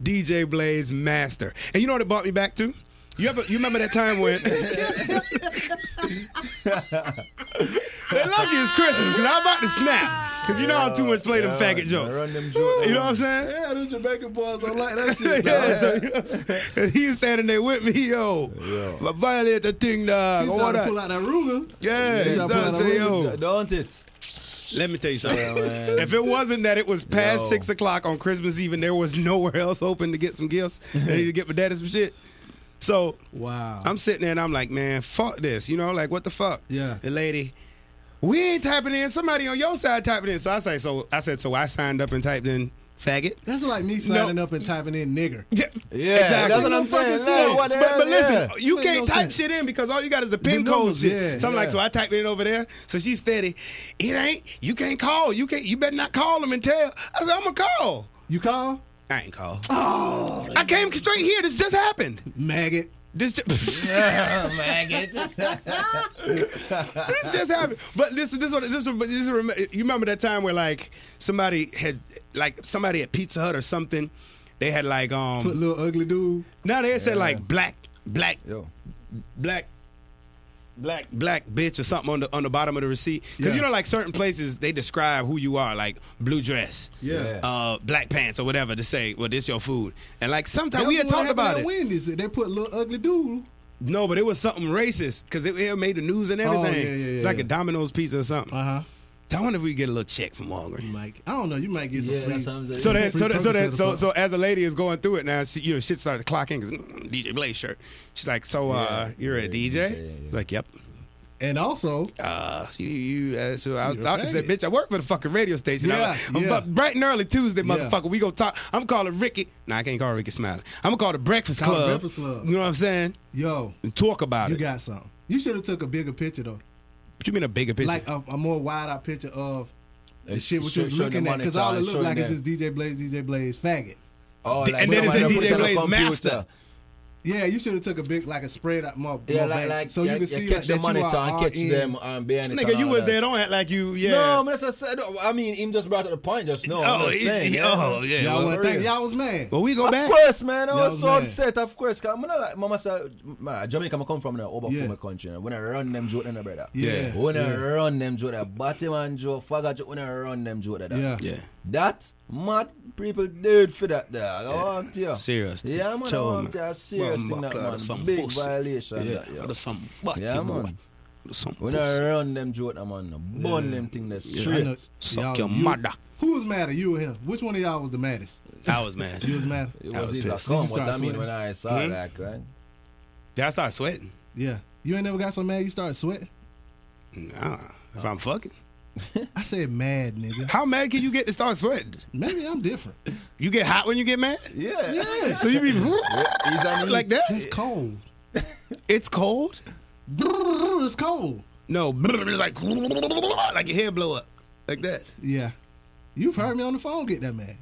S1: DJ Blaze master. And you know what it brought me back to? You ever you remember that time when They lucky it's Christmas because I'm about to snap because you know I'm too much play them faggot jokes. You know what I'm saying?
S2: Yeah, those Jamaican boys, I like that shit.
S1: Yeah, so, and he was standing there with me, yo.
S3: Yeah.
S1: But violate the thing, dog.
S2: He's
S1: What
S2: to
S1: up?
S2: pull out that Ruger.
S1: Yeah,
S2: He's
S1: he
S2: not
S1: started
S2: pulling
S1: saying,
S2: out a
S1: yo.
S3: Don't it?
S1: Let me tell you something.
S3: man.
S1: if it wasn't that it was past
S3: Yo.
S1: six o'clock on Christmas Eve and there was nowhere else open to get some gifts, I needed to get my daddy some shit. So
S2: Wow.
S1: I'm sitting there and I'm like, man, fuck this. You know, like what the fuck?
S2: Yeah.
S1: The lady, we ain't typing in. Somebody on your side typing in. So I say, so I said, so I signed up and typed in faggot.
S2: That's like me signing up and typing in nigger.
S1: Yeah,
S3: Yeah,
S1: exactly.
S3: that's what I'm
S2: Fucking say.
S3: saying. Like, what the
S1: but,
S3: hell,
S1: but listen,
S3: yeah.
S1: you
S2: Make
S1: can't
S2: no
S1: type
S2: sense.
S1: shit in because all you got is the pin code
S2: numbers,
S1: shit.
S2: yeah,
S1: so I'm like,
S3: yeah.
S1: so I typed it in over there. So she's steady. It ain't. You can't call. You can't. You better not call them and tell. I said, I'm gonna call.
S2: You call?
S1: I ain't call.
S3: Oh.
S1: I came straight here. This just happened.
S2: Maggot.
S1: This just,
S3: Oh,
S1: this just happened. But this this what this, what- this, is rem- you remember that time where like somebody had like somebody at Pizza Hut or something, they had like um
S2: Put little ugly dude.
S1: now they said
S3: Yeah.
S1: like black black
S3: Yo.
S1: black black black bitch or something on the on the bottom of the receipt because
S2: Yeah.
S1: you know like certain places they describe who you are like blue dress
S2: Yeah.
S3: Yeah.
S1: uh black pants or whatever to say well this your food and like sometimes
S2: That
S1: we
S2: was
S1: had
S2: what
S1: talked
S2: happened
S1: about
S2: at
S1: it
S2: Wendy's. They put little ugly dude.
S1: no but it was something racist because it, it made the news and everything
S2: yeah, yeah,
S1: it's
S2: yeah,
S1: like a
S2: yeah.
S1: domino's pizza or something
S2: Uh huh.
S1: so i wonder if we get a little check from walgreens
S2: You might. I don't know. You might get some
S3: Yeah,
S2: free.
S3: that's what I'm saying.
S1: so then,
S2: Free
S1: so then, so then,
S2: Percocet or
S1: so so
S2: something.
S1: as a lady is going through it now, she you know shit started to clock in mm, because DJ Blaze shirt. She's like, so uh,
S3: Yeah,
S1: you're a
S3: yeah,
S1: DJ?
S3: yeah, yeah.
S1: Like, yep.
S2: and also,
S1: uh, you, you, uh, so I was
S2: You're
S1: talking, I said,
S2: faggot.
S1: bitch, I work for the fucking radio station. I'm
S2: Yeah,
S1: like, I'm
S2: yeah.
S1: bu- bright and early Tuesday, motherfucker. We gonna talk. I'm calling Ricky. Nah, I can't call Ricky Smiley. I'm gonna call the Breakfast
S2: Call the
S1: Club.
S2: Breakfast Club.
S1: You know what I'm saying?
S2: yo,
S1: And talk about
S2: you
S1: it.
S2: got something. You should have took a bigger picture though,
S1: what you mean a bigger picture?
S2: like a, a more wide out picture of the
S3: It's-
S2: shit what
S3: show-
S2: you was
S3: show the
S2: looking at. Because all it
S3: monitor,
S2: looked
S3: show
S2: like
S3: them
S2: is just DJ Blaze, DJ Blaze, faggot.
S3: Oh,
S1: And then
S3: somebody
S1: it's a
S3: put
S1: DJ
S3: on a
S1: Blaze
S3: computer.
S1: master.
S2: Yeah, you should have took a big like a spread out more.
S3: Yeah,
S2: more
S3: like,
S2: back,
S3: like
S2: so you
S3: yeah,
S2: can see
S3: catch
S2: like,
S3: the
S2: that you
S3: monitor
S2: are
S3: and catch
S2: in.
S3: them um, behind it.
S1: Nigga,
S3: and
S1: you
S3: all
S1: was
S3: that.
S1: there. Don't act like you. Yeah.
S3: No, but that's what I said. I mean, him just brought up the point just now. I'm
S1: oh,
S3: just
S1: he-
S3: saying,
S1: he-
S3: yeah.
S1: oh, yeah.
S2: Y'all
S1: well,
S2: wasn't thinking. Y'all was mad.
S1: well, we go
S3: Of
S1: back.
S3: course, man. I
S2: Yeah,
S3: was so
S2: man.
S3: upset, of course. Cause I'm not like, mama said, man, Jamaica, I come from an over
S2: Yeah.
S3: from my country. And when I run them joke, then I brother.
S2: Yeah,
S3: When I
S2: yeah.
S3: run them joke, that bottom and joke, faggot joke, when I run them joke, that.
S2: Yeah.
S1: Yeah.
S3: That mad people did for that dog. I want to you.
S1: Serious.
S3: Yeah, man, I
S1: Tell
S3: want
S1: him.
S3: to you.
S1: Well,
S3: serious thing, that,
S1: buckler,
S3: man.
S1: the some
S3: Big
S1: pussy.
S3: violation,
S1: Yeah,
S3: that, yo.
S1: the some bucky
S3: Yeah,
S1: boy.
S3: man.
S1: The some
S3: We
S1: pussy.
S3: don't run them joke, no, man. No. Burn them thing that's
S2: I know-
S3: straight.
S1: Suck
S2: y'all-
S1: your
S2: you-
S1: mother.
S2: Who was mad at you or him? Which one of y'all was the maddest?
S1: I was mad.
S2: You was mad.
S3: It
S1: I
S3: was
S1: was
S3: either
S1: pissed.
S3: come,
S2: You
S3: what
S2: start
S3: I mean
S2: sweating.
S3: when I saw
S1: Hmm?
S3: that, right?
S1: Did I start sweating?
S2: Yeah. You ain't never got so mad you started sweating.
S1: Nah. If
S2: Oh.
S1: I'm fucking.
S2: I said mad, nigga.
S1: How mad can you get to start sweating?
S2: Maybe I'm different.
S1: You get hot when you get mad?
S3: Yeah.
S2: Yeah.
S1: So you be
S3: He's an
S1: like that?
S2: That's cold.
S1: It's cold?
S2: Brrr, It's cold.
S1: No, it's like like your hair blow up. Like that.
S2: Yeah. You've heard me on the phone get that mad.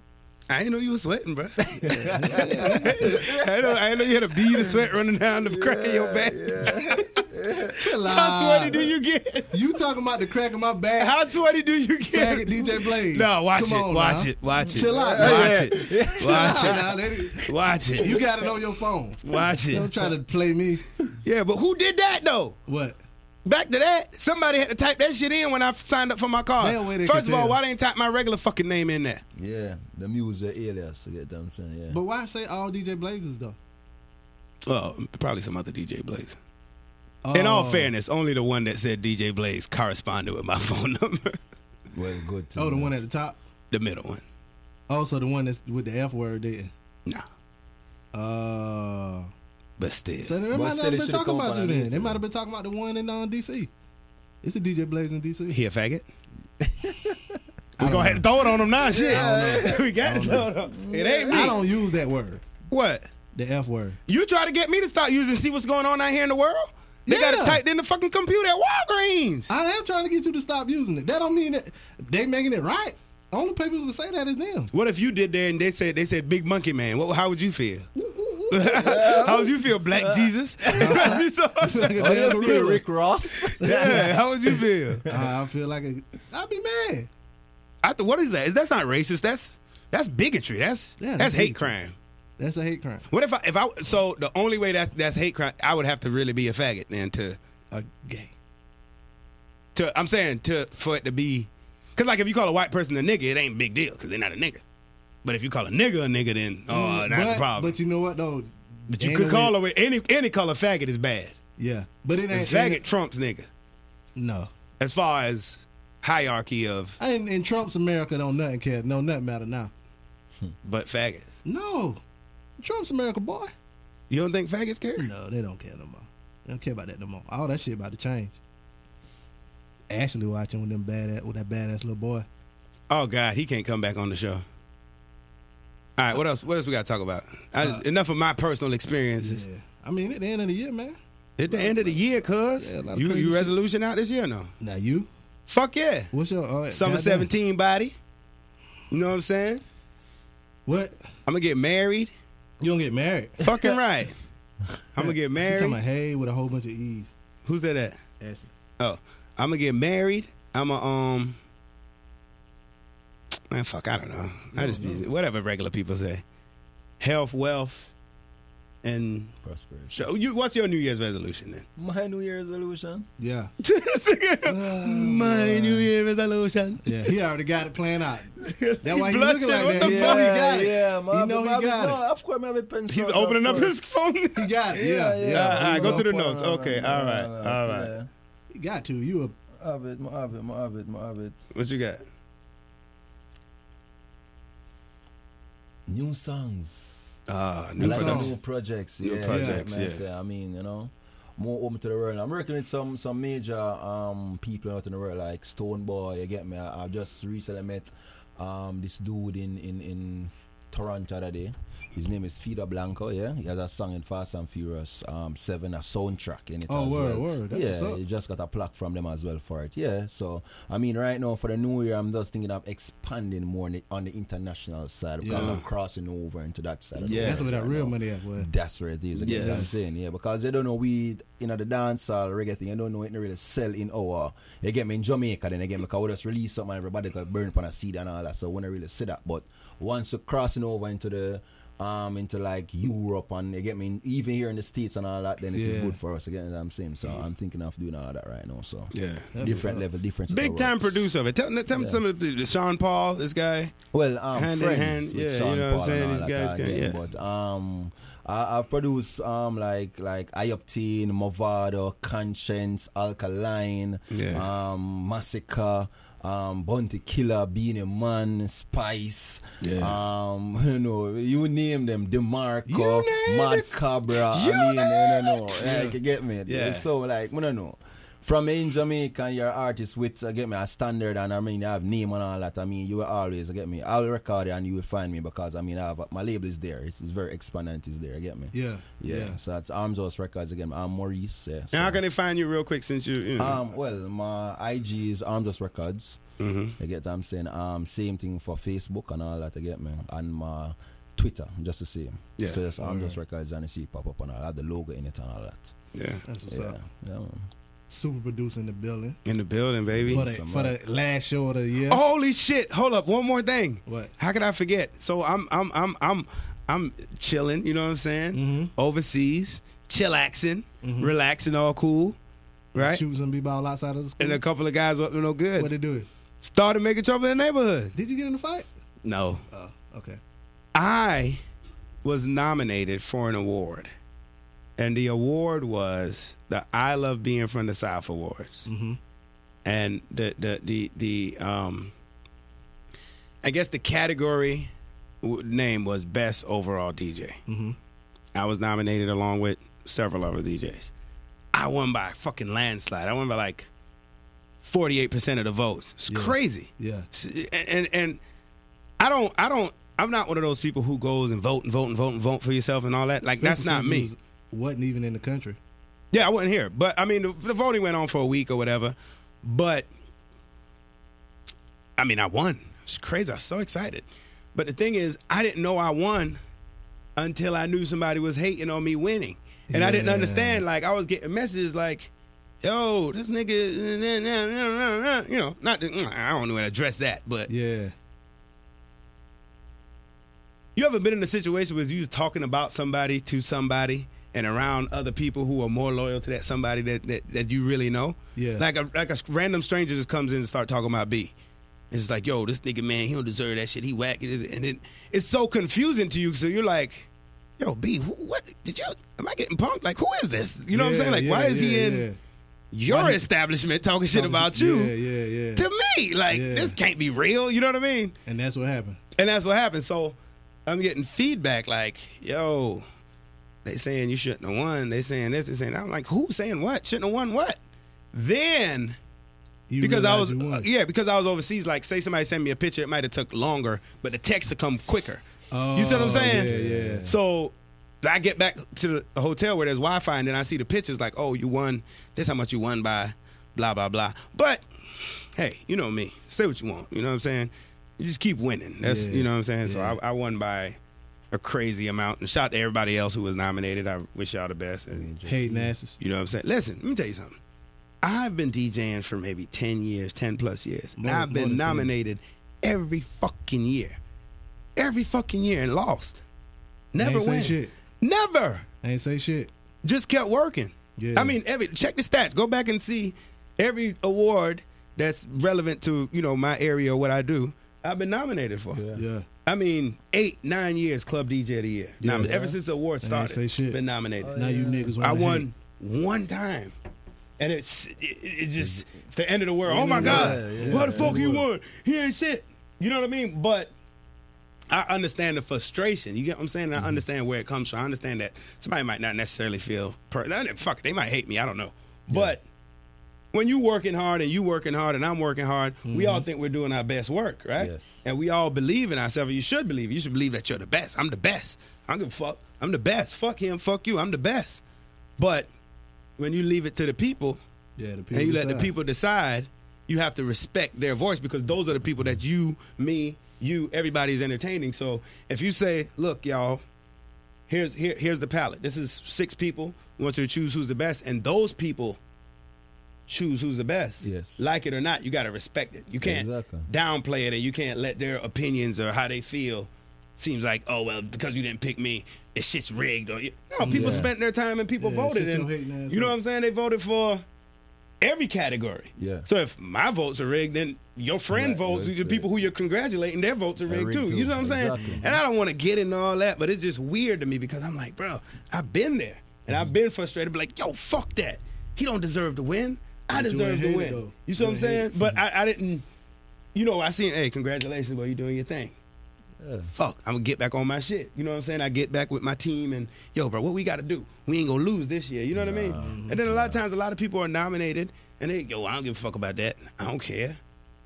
S1: I didn't know you was sweating, bro. I didn't know, I didn't know you had a bead of sweat running down the crack of your back.
S2: Chill out.
S1: How sweaty do you get?
S2: You talking about the crack of my back?
S1: How sweaty do you
S2: Back at
S1: get?
S2: DJ Blaze.
S1: No, watch
S2: Come
S1: it,
S2: on
S1: watch
S2: now.
S1: it, watch it,
S2: Chill out.
S1: watch
S3: Yeah.
S1: it,
S2: Chill
S1: watch
S2: out now, that-
S1: it, watch
S2: You
S1: it,
S2: got it on your phone.
S1: watch
S2: Don't
S1: it.
S2: try to play me.
S1: Yeah, but who did that though?
S2: What?
S1: Back to that, somebody had to type that shit in when I signed up for my car.
S2: Damn way they
S1: First of
S2: can
S1: all,
S2: tell.
S1: why they ain't type my regular fucking name in there?
S3: Yeah, the music alias, you get what I'm saying? Yeah.
S2: But why say all DJ Blazers though?
S1: Well, probably some other DJ Blaze. In all
S2: Oh.
S1: fairness, only the one that said DJ Blaze corresponded with my phone number,
S3: well, good.
S2: Oh, the
S3: too.
S2: one at the top.
S1: the middle one.
S2: Also, the one that's with the F word there.
S1: Nah,
S2: Uh,
S1: but still.
S2: so they might
S3: Boy said
S2: not have
S3: it
S2: been
S3: should've
S2: talking
S3: come
S2: about
S3: from
S2: you then.
S3: underneath
S2: They
S3: it.
S2: might have been talking about the one in uh, DC. It's a DJ Blaze in DC.
S1: He a faggot. we go ahead and throw it on him now. Shit, we got to throw it on. him. It ain't
S2: I
S1: me.
S2: don't use that word,
S1: What?
S2: the F word.
S1: You try to get me to stop using see what's going on out here in the world? They got
S2: Yeah.
S1: it typed in the fucking computer at Walgreens.
S2: I am trying to get you to stop using it. That don't mean that they making it right. Only people who say that is them.
S1: what if you did that and they said they said Big Monkey Man? What, how would you feel? how would you feel, Black
S2: Uh,
S1: Jesus? So-
S3: Oh, you don't feel Rick Ross?
S1: yeah, how would you feel?
S2: I I feel like a, I'd be mad.
S1: I th- what is that? That's not racist. That's that's bigotry. That's
S2: Yeah, it's
S1: that's hate
S2: bigotry.
S1: crime.
S2: That's a hate crime.
S1: What if I if I so the only way that's that's hate crime I would have to really be a faggot then to a gay. To I'm saying to for it to be, cause like if you call a white person a nigga, it ain't big deal cause they're not a nigga. But if you call a nigga a nigga, then oh that's
S2: Mm, but,
S1: a problem. But
S2: But you know what though?
S1: you, could
S2: Ain't
S1: call
S2: no way-
S1: away any any color faggot is bad.
S2: Yeah, but it
S1: And
S2: ain't
S1: faggot
S2: ain't-
S1: trumps nigga
S2: No,
S1: as far as hierarchy of
S2: I in, in Trump's America don't nothing care. No, nothing matter now.
S1: but faggots.
S2: No, Trump's America boy.
S1: You don't think faggots care?
S2: No, they don't care no more. They don't care about that no more. All that shit about to change. Ashley watching with them badass with that badass little boy.
S1: Oh God, he can't come back on the show. All right, what else? What else we got to talk about? I,
S2: Uh,
S1: enough of my personal experiences.
S2: Yeah, I mean at the end of the year, man.
S1: At the end of the year, cuz
S2: Yeah, a lot of
S1: you
S2: crazy
S1: you
S2: shit.
S1: resolution out this year no?
S2: Now you,
S1: Fuck yeah,
S2: what's your uh,
S1: summer
S2: goddamn-
S1: seventeen body. You know what I'm saying?
S2: What?
S1: I'm gonna get married.
S2: You don't get married? You
S1: Fucking right. I'm gonna get
S2: talking
S1: married.
S2: about hey with a whole bunch of e's.
S1: Who's that? At?
S2: Ashley.
S1: Oh, I'm gonna get married. I'm a um. Man, fuck, I don't know. I just be whatever regular people say. Health, wealth, and
S3: Prosperous.
S1: So you, what's your New Year's resolution then?
S3: My New Year resolution?
S2: Yeah,
S1: My New Year resolution.
S2: yeah. He already got it planned out. That's why he
S1: blushing,
S2: looking like
S1: what
S2: that.
S1: the
S2: he
S1: fuck?
S2: know he got it.
S3: Yeah, man.
S2: he know
S3: man,
S2: he got
S3: no,
S2: it.
S3: Of course, man, I have a pencil.
S1: He's
S3: of
S1: opening up
S3: course.
S1: his phone.
S2: He got it. Yeah, yeah.
S1: yeah. All right, go
S2: We
S1: to the
S2: gonna-
S1: notes. Okay, all right, all right.
S2: You got to. You a
S3: Yeah. Have it, have it, have it, have it.
S1: what you got?
S3: New songs.
S1: Ah, new
S2: like
S1: products.
S3: New projects.
S1: New
S3: yeah,
S1: projects,
S3: man,
S1: yeah.
S3: so, I mean, you know, more open to the world. I'm working with some some major um people out in the world, like Stone Boy. You get me? I, I just recently met um this dude in in in Toronto today. His name is Fida Blanco. Yeah, he has a song in Fast and Furious um Seven, a soundtrack in it.
S2: Oh,
S3: as
S2: word,
S3: well.
S2: word. That's what's
S3: Yeah,
S2: up.
S3: you just got a plaque from them as well for it. Yeah. So I mean, right now for the new year, I'm just thinking of expanding more on the, on the international side because
S1: Yeah.
S3: I'm crossing over into that side. of the
S1: Yeah.
S3: world
S2: That's where that
S3: right
S2: real
S3: now.
S2: money at, boy.
S3: That's where it is. you get what I'm
S1: Yes.
S3: saying, yeah, because they don't know we, you know, the dancehall reggae thing. You don't know it really sell in our. You get me in Jamaica, then again because we just release something, everybody got burn upon a seed and all that. So we don't really see that. But once you're crossing over into the um into like Europe and you get me in- even here in the States and all that, then it is
S2: Yeah.
S3: good for us. You get what I'm saying? So I'm thinking of doing all that right now. So
S1: Yeah.
S3: different level difference. of
S1: Big
S3: the
S1: time
S3: ropes.
S1: producer of it. Tell, tell me some of the, the Sean Paul, this guy.
S3: Well, um,
S1: Hand in
S3: friends
S1: hand,
S3: with
S1: yeah, you
S3: Sean
S1: know what I'm
S3: Paul
S1: saying?
S3: and all
S1: These
S3: that
S1: guys
S3: all
S1: can-
S3: day,
S1: yeah.
S3: But um, I, I've produced um like like Ioptine, Movado, Conscience, Alkaline,
S1: Yeah.
S3: um, Massacre. Um, Bounty Killer, Being a Man, Spice,
S1: Yeah.
S3: um, you know, you name them, DeMarco,
S1: You name
S3: Mad
S1: it.
S3: Cabra, I
S1: You
S3: mean, I don't know,
S1: name it.
S3: like, you get me?
S1: Yeah.
S3: So, like, I don't know. From in Jamaica, you're artist with, uh, get me, a standard, and I mean, I have name and all that. I mean, you will always, uh, get me, I'll record it and you will find me because, I mean, I have, my label is there. It's, it's very exponent is there, you get me?
S2: Yeah.
S3: Yeah. So that's Arms House Records, again. I'm Maurice, yeah.
S1: And
S3: so-
S1: how can they find you real quick since you, you know,
S3: um, well, my IG is Arms House Records.
S1: mhm.
S3: You get what I'm saying? Um, same thing for Facebook and all that, you get me? And my Twitter, just the same.
S1: Yeah. Mm-hmm.
S3: So that's Arms House Records, and you see it pop up, and I have the logo in it and all that.
S1: yeah.
S2: That's what's
S3: Yeah.
S2: up.
S3: yeah man.
S2: Super producer in the building.
S1: In the building, baby.
S2: For the, for the last show of the year.
S1: Holy shit! Hold up, one more thing.
S2: What?
S1: How could I forget? So I'm I'm I'm I'm I'm chilling. You know what I'm saying? Overseas, chillaxing, relaxing, all cool, right?
S2: Shooting some people all outside of the school.
S1: And a couple of guys up to no
S2: what
S1: good
S2: they do?
S1: started making trouble in the neighborhood.
S2: Did you get in the fight?
S1: No,
S2: Oh, okay.
S1: I was nominated for an award, and the award was the "I Love Being from the South" awards, and the the the the um, I guess the category w- name was Best Overall DJ. I was nominated along with several other DJs. I won by a fucking landslide. I won by like forty eight percent of the votes. It's crazy.
S2: Yeah.
S1: S- and and- and I don't I don't I'm not one of those people who goes and vote and vote and vote and vote for yourself and all that. Like that's
S2: People
S1: not
S2: said you
S1: me.
S2: was- Wasn't even in the country.
S1: Yeah, I wasn't here, but I mean the, the voting went on for a week or whatever. But I mean I won. It's crazy. I was so excited. But the thing is, I didn't know I won until I knew somebody was hating on me winning, and I didn't
S2: Yeah.
S1: understand. Like I was getting messages like. Yo, this nigga, you know, not, I don't know how to address that, but
S2: Yeah.
S1: You ever been in a situation where you was talking about somebody to somebody and around other people who are more loyal to that somebody that that, that you really know?
S2: Yeah.
S1: Like a like a random stranger just comes in and start talking about B. It's just like, yo, this nigga man, he don't deserve that shit. He whack it, and it, it's so confusing to you. So you're like, yo, B, who, what did you? Am I getting punked? Like, who is this? You know what I'm
S2: Yeah,
S1: saying? Like,
S2: yeah,
S1: why is he
S2: yeah,
S1: in
S2: yeah.
S1: your
S2: Why he-
S1: establishment talking shit about you?
S2: Yeah, yeah, yeah.
S1: To me, like
S2: Yeah.
S1: this can't be real. You know what I mean?
S2: and that's what happened.
S1: And that's what happened. So I'm getting feedback like, yo, they saying you shouldn't have won. They saying this, they saying that. I'm like, who saying what? Shouldn't have won what? Then
S2: You
S1: because I
S2: realized
S1: was uh,
S2: you won.
S1: yeah, because I was overseas, like say somebody sent me a picture, it might have took longer, but the text would come quicker. you see what
S2: Oh,
S1: I'm saying?
S2: yeah, yeah.
S1: So I get back to the hotel where there's Wi Fi and then I see the pictures like, oh, you won this how much you won by blah blah blah. But hey, you know me. Say what you want. You know what I'm saying? You just keep winning. That's
S2: Yeah.
S1: you know what I'm saying? So
S2: Yeah.
S1: I, I won by a crazy amount. And shout out to everybody else who was nominated. I wish y'all the best. And
S2: Hey, Nassus.
S1: you know what I'm saying? Listen, let me tell you something. I've been DJing for maybe 10 years, 10 plus years.
S2: More-
S1: and I've
S2: more than
S1: been
S2: 10.
S1: nominated every fucking year. Every fucking year and lost. Never
S2: ain't say
S1: win.
S2: shit.
S1: Never.
S2: I ain't say shit.
S1: Just kept working.
S2: Yeah.
S1: I mean, every check the stats. Go back and see every award that's relevant to, you know, my area or what I do. I've been nominated for.
S2: Yeah.
S1: I mean, eight, nine years club DJ of the year. Nom- Ever since the award started,
S2: say shit.
S1: been nominated.
S2: Now you niggas want
S1: I won one time. And it's it, it just it's the end of the world. Oh my God!
S3: yeah,
S1: Why the fuck you won? He ain't shit. You know what I mean? But I understand the frustration. You get what I'm saying? And
S3: Mm-hmm.
S1: I understand where it comes from. I understand that somebody might not necessarily feel per- nah, fuck. it, They might hate me. I don't know. But when you working hard and you working hard and I'm working hard, we all think we're doing our best work, right?
S3: Yes.
S1: And we all believe in ourselves. You should believe. You should believe that you're the best. I'm the best. I don't give a fuck. I'm the best. Fuck him. Fuck you. I'm the best. But when you leave it to the people
S2: Yeah, the people.
S1: and you let the
S2: decide.
S1: people decide, you have to respect their voice because those are the people that you, me, you, everybody's entertaining. So if you say, look, y'all, here's here, here's the palette. This is six people. We want you to choose who's the best, and those people choose who's the best.
S3: Yes.
S1: Like it or not, you gotta respect it. You can't
S3: Exactly.
S1: downplay it and you can't let their opinions or how they feel seems like oh well because you didn't pick me, it shit's rigged. Or no, people
S3: Yeah.
S1: spent their time and people
S2: Yeah,
S1: voted,
S2: shit you
S1: and
S2: hating ass
S1: you know
S2: up.
S1: what I'm saying? They voted for every category.
S3: Yeah.
S1: So if my votes are rigged, then your friend
S3: Yeah,
S1: votes,
S3: that's
S1: the
S3: it.
S1: people who you're congratulating, their votes are
S3: They're
S1: rigged,
S3: rigged
S1: too.
S3: too.
S1: You know what I'm saying?
S3: Exactly.
S1: And I don't want to get into all that, but it's just weird to me because I'm like, bro, I've been there and
S3: Mm-hmm.
S1: I've been frustrated. Be like, yo, fuck that. He don't deserve to win. I
S2: But you
S1: deserve
S2: ain't
S1: to
S2: hate it,
S1: win.
S2: though.
S1: you see
S2: You
S1: what I'm
S2: ain't hate
S1: saying? But I, I didn't. You know, I seen. Hey, congratulations, boy. You doing your thing.
S3: Yeah.
S1: Fuck, I'm gonna get back on my shit. You know what I'm saying? I get back with my team and yo, bro, what we gotta do? We ain't gonna lose this year. You know what I mean? And then a lot of times, a lot of people are nominated and they go, I don't give a fuck about that. I don't care.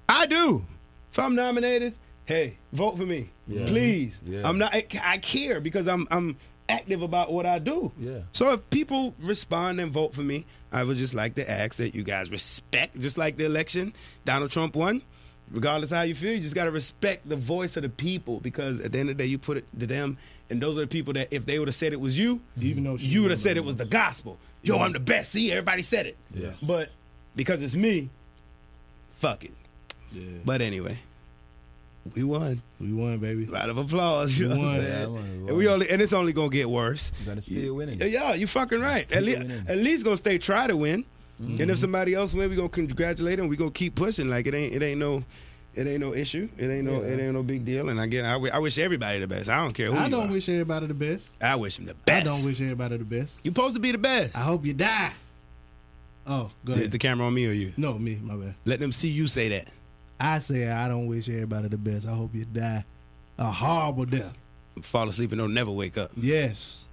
S1: I do. If I'm nominated, hey, vote for me,
S3: Yeah.
S1: please.
S3: Yeah.
S1: I'm not. I, I care because I'm I'm active about what I do.
S3: Yeah.
S1: So if people respond and vote for me, I would just like to ask that you guys respect, just like the election, Donald Trump won. Regardless how you feel, you just gotta respect the voice of the people because at the end of the day, you put it to them, and those are the people that if they would have said it was you,
S2: Even though she
S1: you would have
S2: don't
S1: said
S2: know.
S1: it was the gospel. Yo, I'm the best. See, everybody said it.
S3: Yes.
S1: But because it's me, fuck it.
S2: Yeah.
S1: But anyway, we won.
S2: We won, baby.
S1: Round of applause. You know what I'm
S2: won.
S1: saying?
S3: Yeah, I won, we
S1: and we
S3: won.
S1: only and it's only gonna get worse.
S3: Gonna still winning.
S1: Yeah, you fucking right. At least
S3: winning.
S1: at least gonna stay try to win.
S2: Mm-hmm.
S1: And if somebody else win, we gonna congratulate them. We gonna keep pushing. Like it ain't it ain't no it ain't no issue. It ain't no it ain't no big deal. And again, I, wi- I wish everybody the best. I don't care who
S2: I
S1: you
S2: don't
S1: are.
S2: wish everybody the best.
S1: I wish them the best.
S2: I don't wish everybody the best.
S1: you supposed to be the best.
S2: I hope you die. Oh, go
S1: Is
S2: ahead.
S1: the camera on me or you?
S2: no, me, my bad.
S1: Let them see you say that.
S2: I say I don't wish everybody the best. I hope you die a horrible death.
S1: Fall asleep and don't never wake up.
S2: Yes.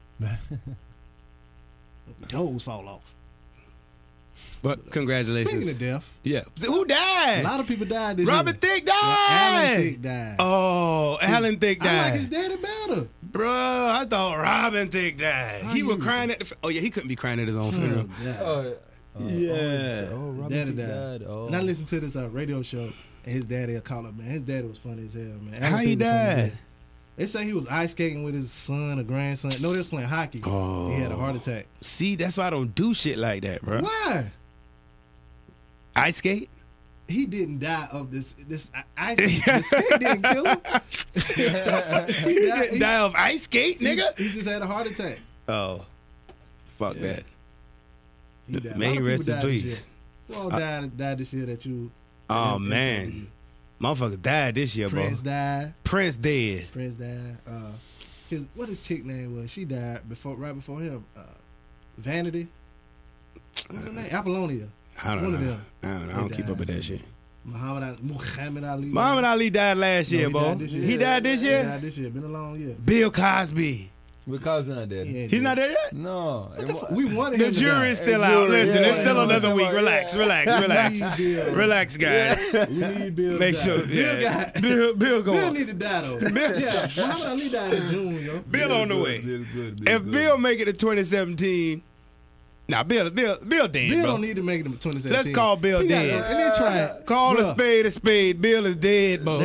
S2: Toes fall off.
S1: But
S2: Speaking of
S1: congratulations.
S2: death,
S1: Yeah. Who
S2: a
S1: died?
S2: lot of people died this
S1: Robert
S2: year.
S1: Thicke
S2: Alan
S1: died.
S2: Thicke died.
S1: Oh, Alan Thicke
S2: I'm like,
S1: died.
S2: his daddy better.
S1: Bro, I thought Robin Thicke died.
S2: How
S1: he
S2: you-
S1: was crying at the. F- oh yeah, he couldn't be crying at his own funeral.
S2: Oh,
S3: Oh, uh,
S1: Yeah.
S3: Oh, oh Robert
S2: daddy
S3: T.
S2: died.
S3: died. Oh.
S2: And I listened to this uh, radio show, and his daddy will call up, man. His daddy was funny as hell, man. Alan
S1: How he
S2: Thicke was funny as
S1: died?
S2: hell. They say he was ice skating with his son or grandson. No, they was playing hockey.
S1: Oh.
S2: He had a heart attack.
S1: See, that's why I don't do shit like that, bro.
S2: Why?
S1: Ice skate?
S2: He didn't die of this. This I, I this skate didn't kill him. he,
S1: You
S2: died-
S1: didn't die of ice skate,
S2: he-
S1: nigga?
S2: He just had a heart attack.
S1: Oh, fuck that.
S2: He died. A
S1: May
S2: lot
S1: he
S2: of
S1: rest
S2: people
S1: in
S2: died this
S1: peace.
S2: year. We all died, died this year that you.
S1: Oh
S2: that- that-
S1: man, motherfucker died this year, bro.
S2: Prince
S1: Prince,
S2: died.
S1: dead.
S2: Prince died. Uh, his what his chick name was? She died before, right before him. Uh, Vanity. What's her name? Apollonia.
S1: I don't
S2: One of
S1: know.
S2: them.
S1: I don't, know. I don't keep up with that shit.
S2: Muhammad Ali. Muhammad Ali.
S1: Muhammad Ali died last
S2: No,
S1: year,
S2: he
S1: bro.
S2: died this year.
S1: He died this
S2: He
S1: year.
S2: died this year. Been a long year.
S1: Bill Cosby.
S3: Because we're not dead.
S2: He ain't
S1: He's
S2: dead.
S1: not there yet.
S3: No.
S2: What the fuck? We wanted
S1: The
S2: him to
S1: jury
S2: die.
S1: is still
S3: Hey,
S1: out.
S3: jury,
S1: Listen,
S3: yeah,
S1: it's still
S3: yeah,
S1: another
S3: yeah.
S1: week. Relax, relax, relax,
S2: Bill.
S1: relax, guys.
S2: We need Bill.
S1: Make
S2: to
S1: sure.
S2: die. Bill
S1: Yeah.
S2: got-
S1: Bill, Bill, go
S2: Bill
S1: on.
S2: need to die though. yeah, Muhammad Ali died in June, yo.
S1: Bill on the
S3: Good,
S1: way.
S3: good, good, good,
S1: If
S3: good.
S1: Bill make it to 2017, nah, Bill, Bill, Bill dead,
S2: Bill
S1: bro.
S2: don't need to make it to 2017.
S1: Let's call Bill
S2: He got-
S1: dead.
S2: And they try.
S1: Call
S2: Bruh,
S1: a spade a spade. Bill is dead, bro.
S2: They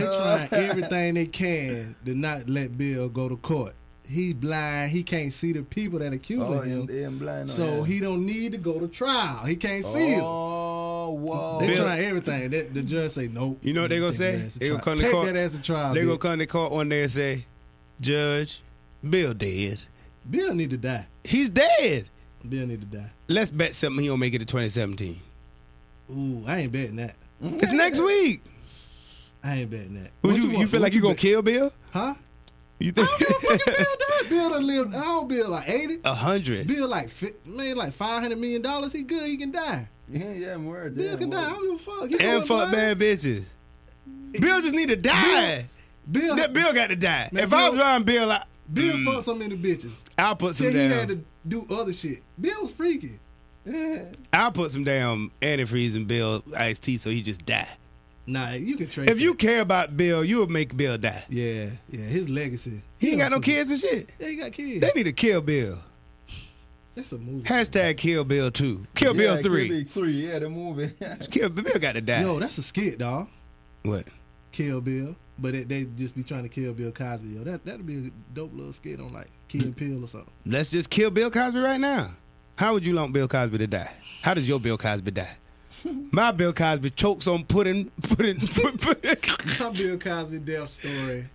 S2: trying everything they can to not let Bill go to court. He's blind. He can't see the people that accusing
S3: Oh,
S2: him.
S3: him, him blind. oh,
S2: so
S3: yeah.
S2: he don't need to go to trial. He can't see him.
S3: Oh, whoa.
S2: They
S1: Bill-
S2: trying everything. They, the judge say nope.
S1: You know what they gonna
S2: Take
S1: say?
S2: that ass to
S1: They gonna
S2: trial.
S1: come to
S2: Take
S1: court.
S2: that as a trial.
S1: They
S2: bitch.
S1: gonna come to court one day and say, Judge, Bill dead.
S2: Bill need to die.
S1: He's dead.
S2: Bill need to die.
S1: Let's bet something he don't make it to 2017.
S2: Ooh, I ain't betting that.
S1: It's next week.
S2: I ain't betting that.
S1: Would
S2: What
S1: you, you,
S2: want-
S1: feel
S2: what
S1: like you gonna
S2: bet-
S1: kill Bill?
S2: Huh?
S1: You think
S2: Bill done lived. I don't Bill like eighty.
S1: a hundred?
S2: Bill like fi- man like five hundred million dollars. He good. He can die.
S3: Yeah, yeah, I'm worried.
S2: Bill
S3: yeah,
S2: can
S3: I'm
S2: die. I
S3: worried.
S2: don't give a fuck. He
S1: And
S2: going
S1: fuck
S2: blind.
S1: bad bitches. Bill just need to die.
S2: Bill.
S1: That Bill got to die.
S2: Man,
S1: if I was
S2: Bill-
S1: around Bill, I,
S2: Bill fucked so many bitches.
S1: I'll put some
S2: Said he had
S1: down.
S2: to do other shit. Bill was freaky.
S1: I'll put some damn antifreeze in Bill iced tea so he just die.
S2: Nah, you can trade.
S1: If you
S2: that.
S1: care about Bill, you'll make Bill die.
S2: yeah, yeah, his legacy.
S1: He ain't
S2: Yeah,
S1: got no
S2: fuck-
S1: kids and shit.
S2: Yeah, he got kids.
S1: They need to kill Bill.
S2: That's a movie.
S1: Hashtag kill Bill two. Kill
S3: Yeah,
S1: Bill
S3: Kill
S1: three.
S3: Bill three. Yeah, the movie.
S1: Kill Bill got to die.
S2: Yo, that's a skit, dog.
S1: What?
S2: Kill Bill, but it, they just be trying to kill Bill Cosby. Yo, that that'd be a dope little skit on like
S1: Mm.
S2: Kill Bill or something.
S1: Let's just kill Bill Cosby right now. How would you want Bill Cosby to die? How does your Bill Cosby die? My Bill Cosby chokes on pudding, pudding, pudding.
S2: My Bill Cosby death story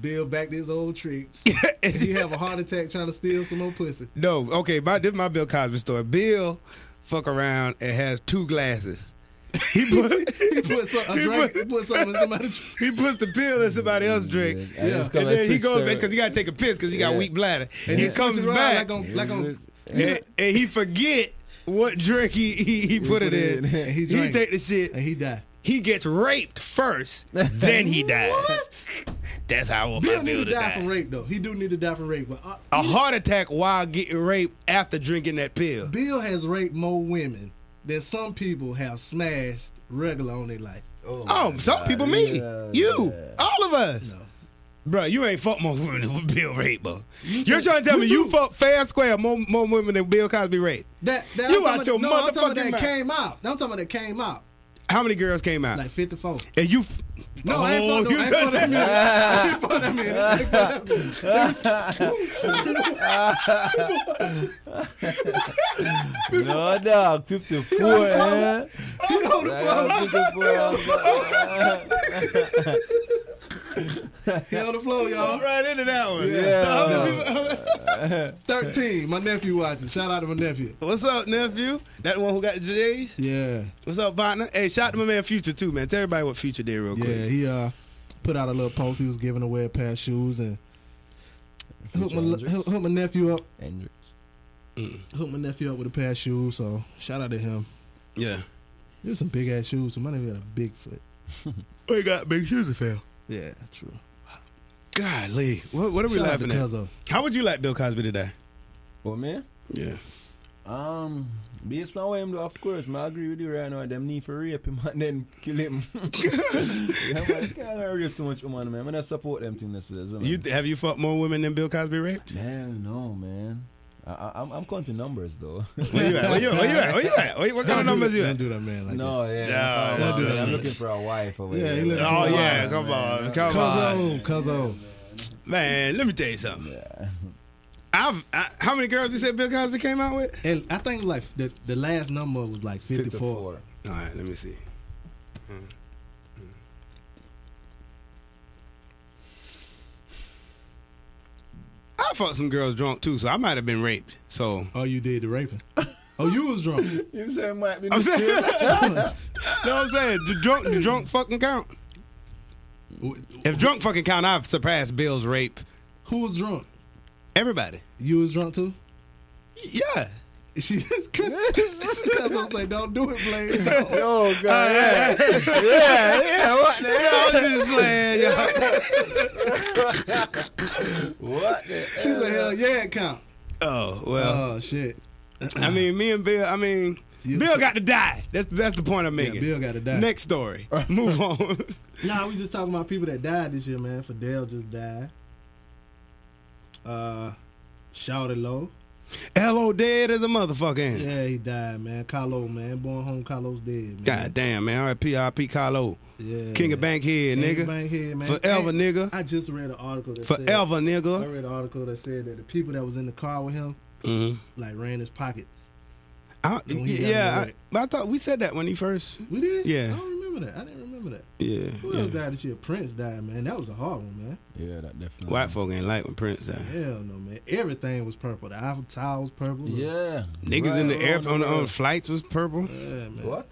S2: Bill back to his old tricks. and he have a heart attack trying to steal some more pussy.
S1: No, okay, my, this is my Bill Cosby story. Bill fuck around and has two glasses. He put,
S2: He put, some, a
S1: He
S2: drink,
S1: put-
S2: he put something in somebody's drink.
S1: he puts the pill in somebody else's drink.
S3: Yeah, I
S1: And
S3: just call
S1: then
S3: my
S1: he goes
S3: sister-
S1: because he got to take a piss because he got
S3: Yeah.
S1: weak bladder. And
S2: he
S1: he comes
S2: switch around
S1: back
S2: Like on, like on,
S1: and, and he forget what drink he, he, he put it
S3: put it
S1: in.
S3: in.
S2: and he
S1: He,
S2: drank.
S1: take the shit.
S2: and he died.
S1: He gets raped first, then he dies. That's how I want
S2: Bill
S1: my
S2: need
S1: Bill
S2: to die, from
S1: die.
S2: rape though. He do need to die from rape, but uh,
S1: A heart attack while getting raped after drinking that pill.
S2: Bill has raped more women than some people have smashed regular on their life.
S1: Oh, some people, me,
S3: Yeah,
S1: you,
S3: yeah.
S1: all of us.
S2: No.
S1: Bruh, you ain't fuck more women than Bill raped, bro. You're
S2: think-
S1: trying to tell
S2: you
S1: me you
S2: do.
S1: fuck fair and square more, more women than Bill Cosby raped.
S2: That, that
S1: You
S2: I'm talking
S1: out your
S2: about- no, I'm talking
S1: motherfucking
S2: about that
S1: mind.
S2: came out. No, I'm talking about that came out
S1: How many girls came out?
S2: like 54.
S1: and you. F-
S2: No, I ain't fucking
S1: Oh, you
S2: no, I ain't
S1: said
S2: fucking that
S1: that.
S2: many. I ain't fucking that many. I ain't fucking that many.
S3: No, dog. 54, eh?
S2: You know the
S3: Dog,
S2: flow.
S3: 54. I'm like,
S2: He on the floor,
S1: I'm
S2: y'all.
S1: right into that one.
S3: Yeah.
S1: So how many people-
S2: 13. My nephew watching. Shout out to my nephew.
S1: What's up, nephew? That one who got the J's?
S2: Yeah.
S1: What's up, partner? Hey, shout out to my man Future, too, man. Tell everybody what Future did real
S2: Yeah,
S1: quick.
S2: he uh put out a little post. He was giving away a pair of shoes and hooked my,
S3: Hendrix.
S2: hooked hooked my nephew up.
S3: Hendrix.
S2: Hooked my nephew up with a pair of shoes. So shout out to him.
S1: Yeah.
S2: There's some big ass shoes. So my nephew had a big foot.
S1: We got big shoes to fill.
S2: Yeah, true.
S1: Golly. What, what are we
S2: Shout out to
S1: laughing at?
S2: Cuzzo.
S1: How would you like Bill Cosby today?
S3: What, man?
S1: Yeah.
S3: Um, based on what him do, of course, man, I agree with you right now. Them need for rape him and then kill him. yeah, man, you can't rape so much woman, man. I support them thing this is, man.
S1: You Have you fucked more women than Bill Cosby raped?
S3: man, no, man. I, I, I'm, I'm counting numbers though.
S1: Where you at? Where you at? Where you at? Where you at? Where you- What kind of
S2: Don't do
S1: numbers
S2: that-
S1: you
S2: Don't
S1: at?
S2: do that, man. Like
S3: no,
S1: No,
S3: yeah, no,
S1: don't do
S3: man, I'm
S1: that.
S3: looking for a wife over
S2: Yeah,
S3: there.
S2: he looking
S1: Oh,
S2: Come
S1: yeah.
S3: on,
S1: Come
S3: man.
S1: on. Come on.
S2: that. Cuzzo, Cuzzo.
S1: Man, let me tell you something.
S3: Yeah.
S1: I've I, How many girls you said Bill Cosby came out with?
S2: And I think like the, the last number was like 54.
S3: 54.
S1: All right, let me see. Mm. Mm. I fucked some girls drunk too, so I might have been raped. So
S2: Oh, you did the raping. Oh, you was drunk.
S3: You saying might be
S1: I'm saying, no, I'm saying, the drunk, the drunk fucking count. If drunk fucking count, I've surpassed Bill's rape.
S2: Who was drunk?
S1: Everybody,
S2: You was drunk too.
S1: yeah.
S2: She Cuzzo say, "Don't do it, Blaze."
S3: Yo, Oh, God, yeah. yeah, yeah, what the
S1: I
S3: hell?
S1: was just playing, y'all.
S3: What the hell?
S2: She said, "Hell yeah, it count."
S1: Oh well,
S2: Oh shit.
S1: I mean, me and Bill. I mean,
S2: You-
S1: Bill got to die. That's that's the point I'm making.
S2: Bill gotta die.
S1: Next story. Move on.
S2: Nah, we just talking about people that died this year, man. Fidel just died. Uh, Shouted low.
S1: L.O. dead as a motherfucker. Ain't it?
S2: Yeah, he died, man. Carlo, man. Born home, Carlo's dead, man.
S1: God damn, man. All right, P.R.P. Carlo.
S2: Yeah.
S1: King of Bankhead,
S2: King
S1: nigga.
S2: of Bankhead, man.
S1: Forever,
S2: And
S1: nigga.
S2: I just read an article that said
S1: Forever,
S2: I
S1: nigga.
S2: read an article that said that the people that was in the car with him
S1: Mm-hmm.
S2: like ran his pockets.
S1: I,
S2: When he got
S1: yeah, I,
S2: away.
S1: but I thought we said that when he first.
S2: We did?
S1: Yeah.
S2: I don't remember that. I didn't remember that.
S1: Yeah.
S2: Who
S1: yeah.
S2: else died this year? Prince died, man. That was a hard one, man.
S3: Yeah, that definitely.
S1: White folk ain't like when Prince died.
S2: Hell no, man. Everything was purple. The Eiffel Tower was purple.
S3: Yeah.
S1: Niggas in the
S3: Right
S1: air
S3: around
S1: on, on
S3: world.
S1: flights was purple.
S2: Yeah, man.
S3: What?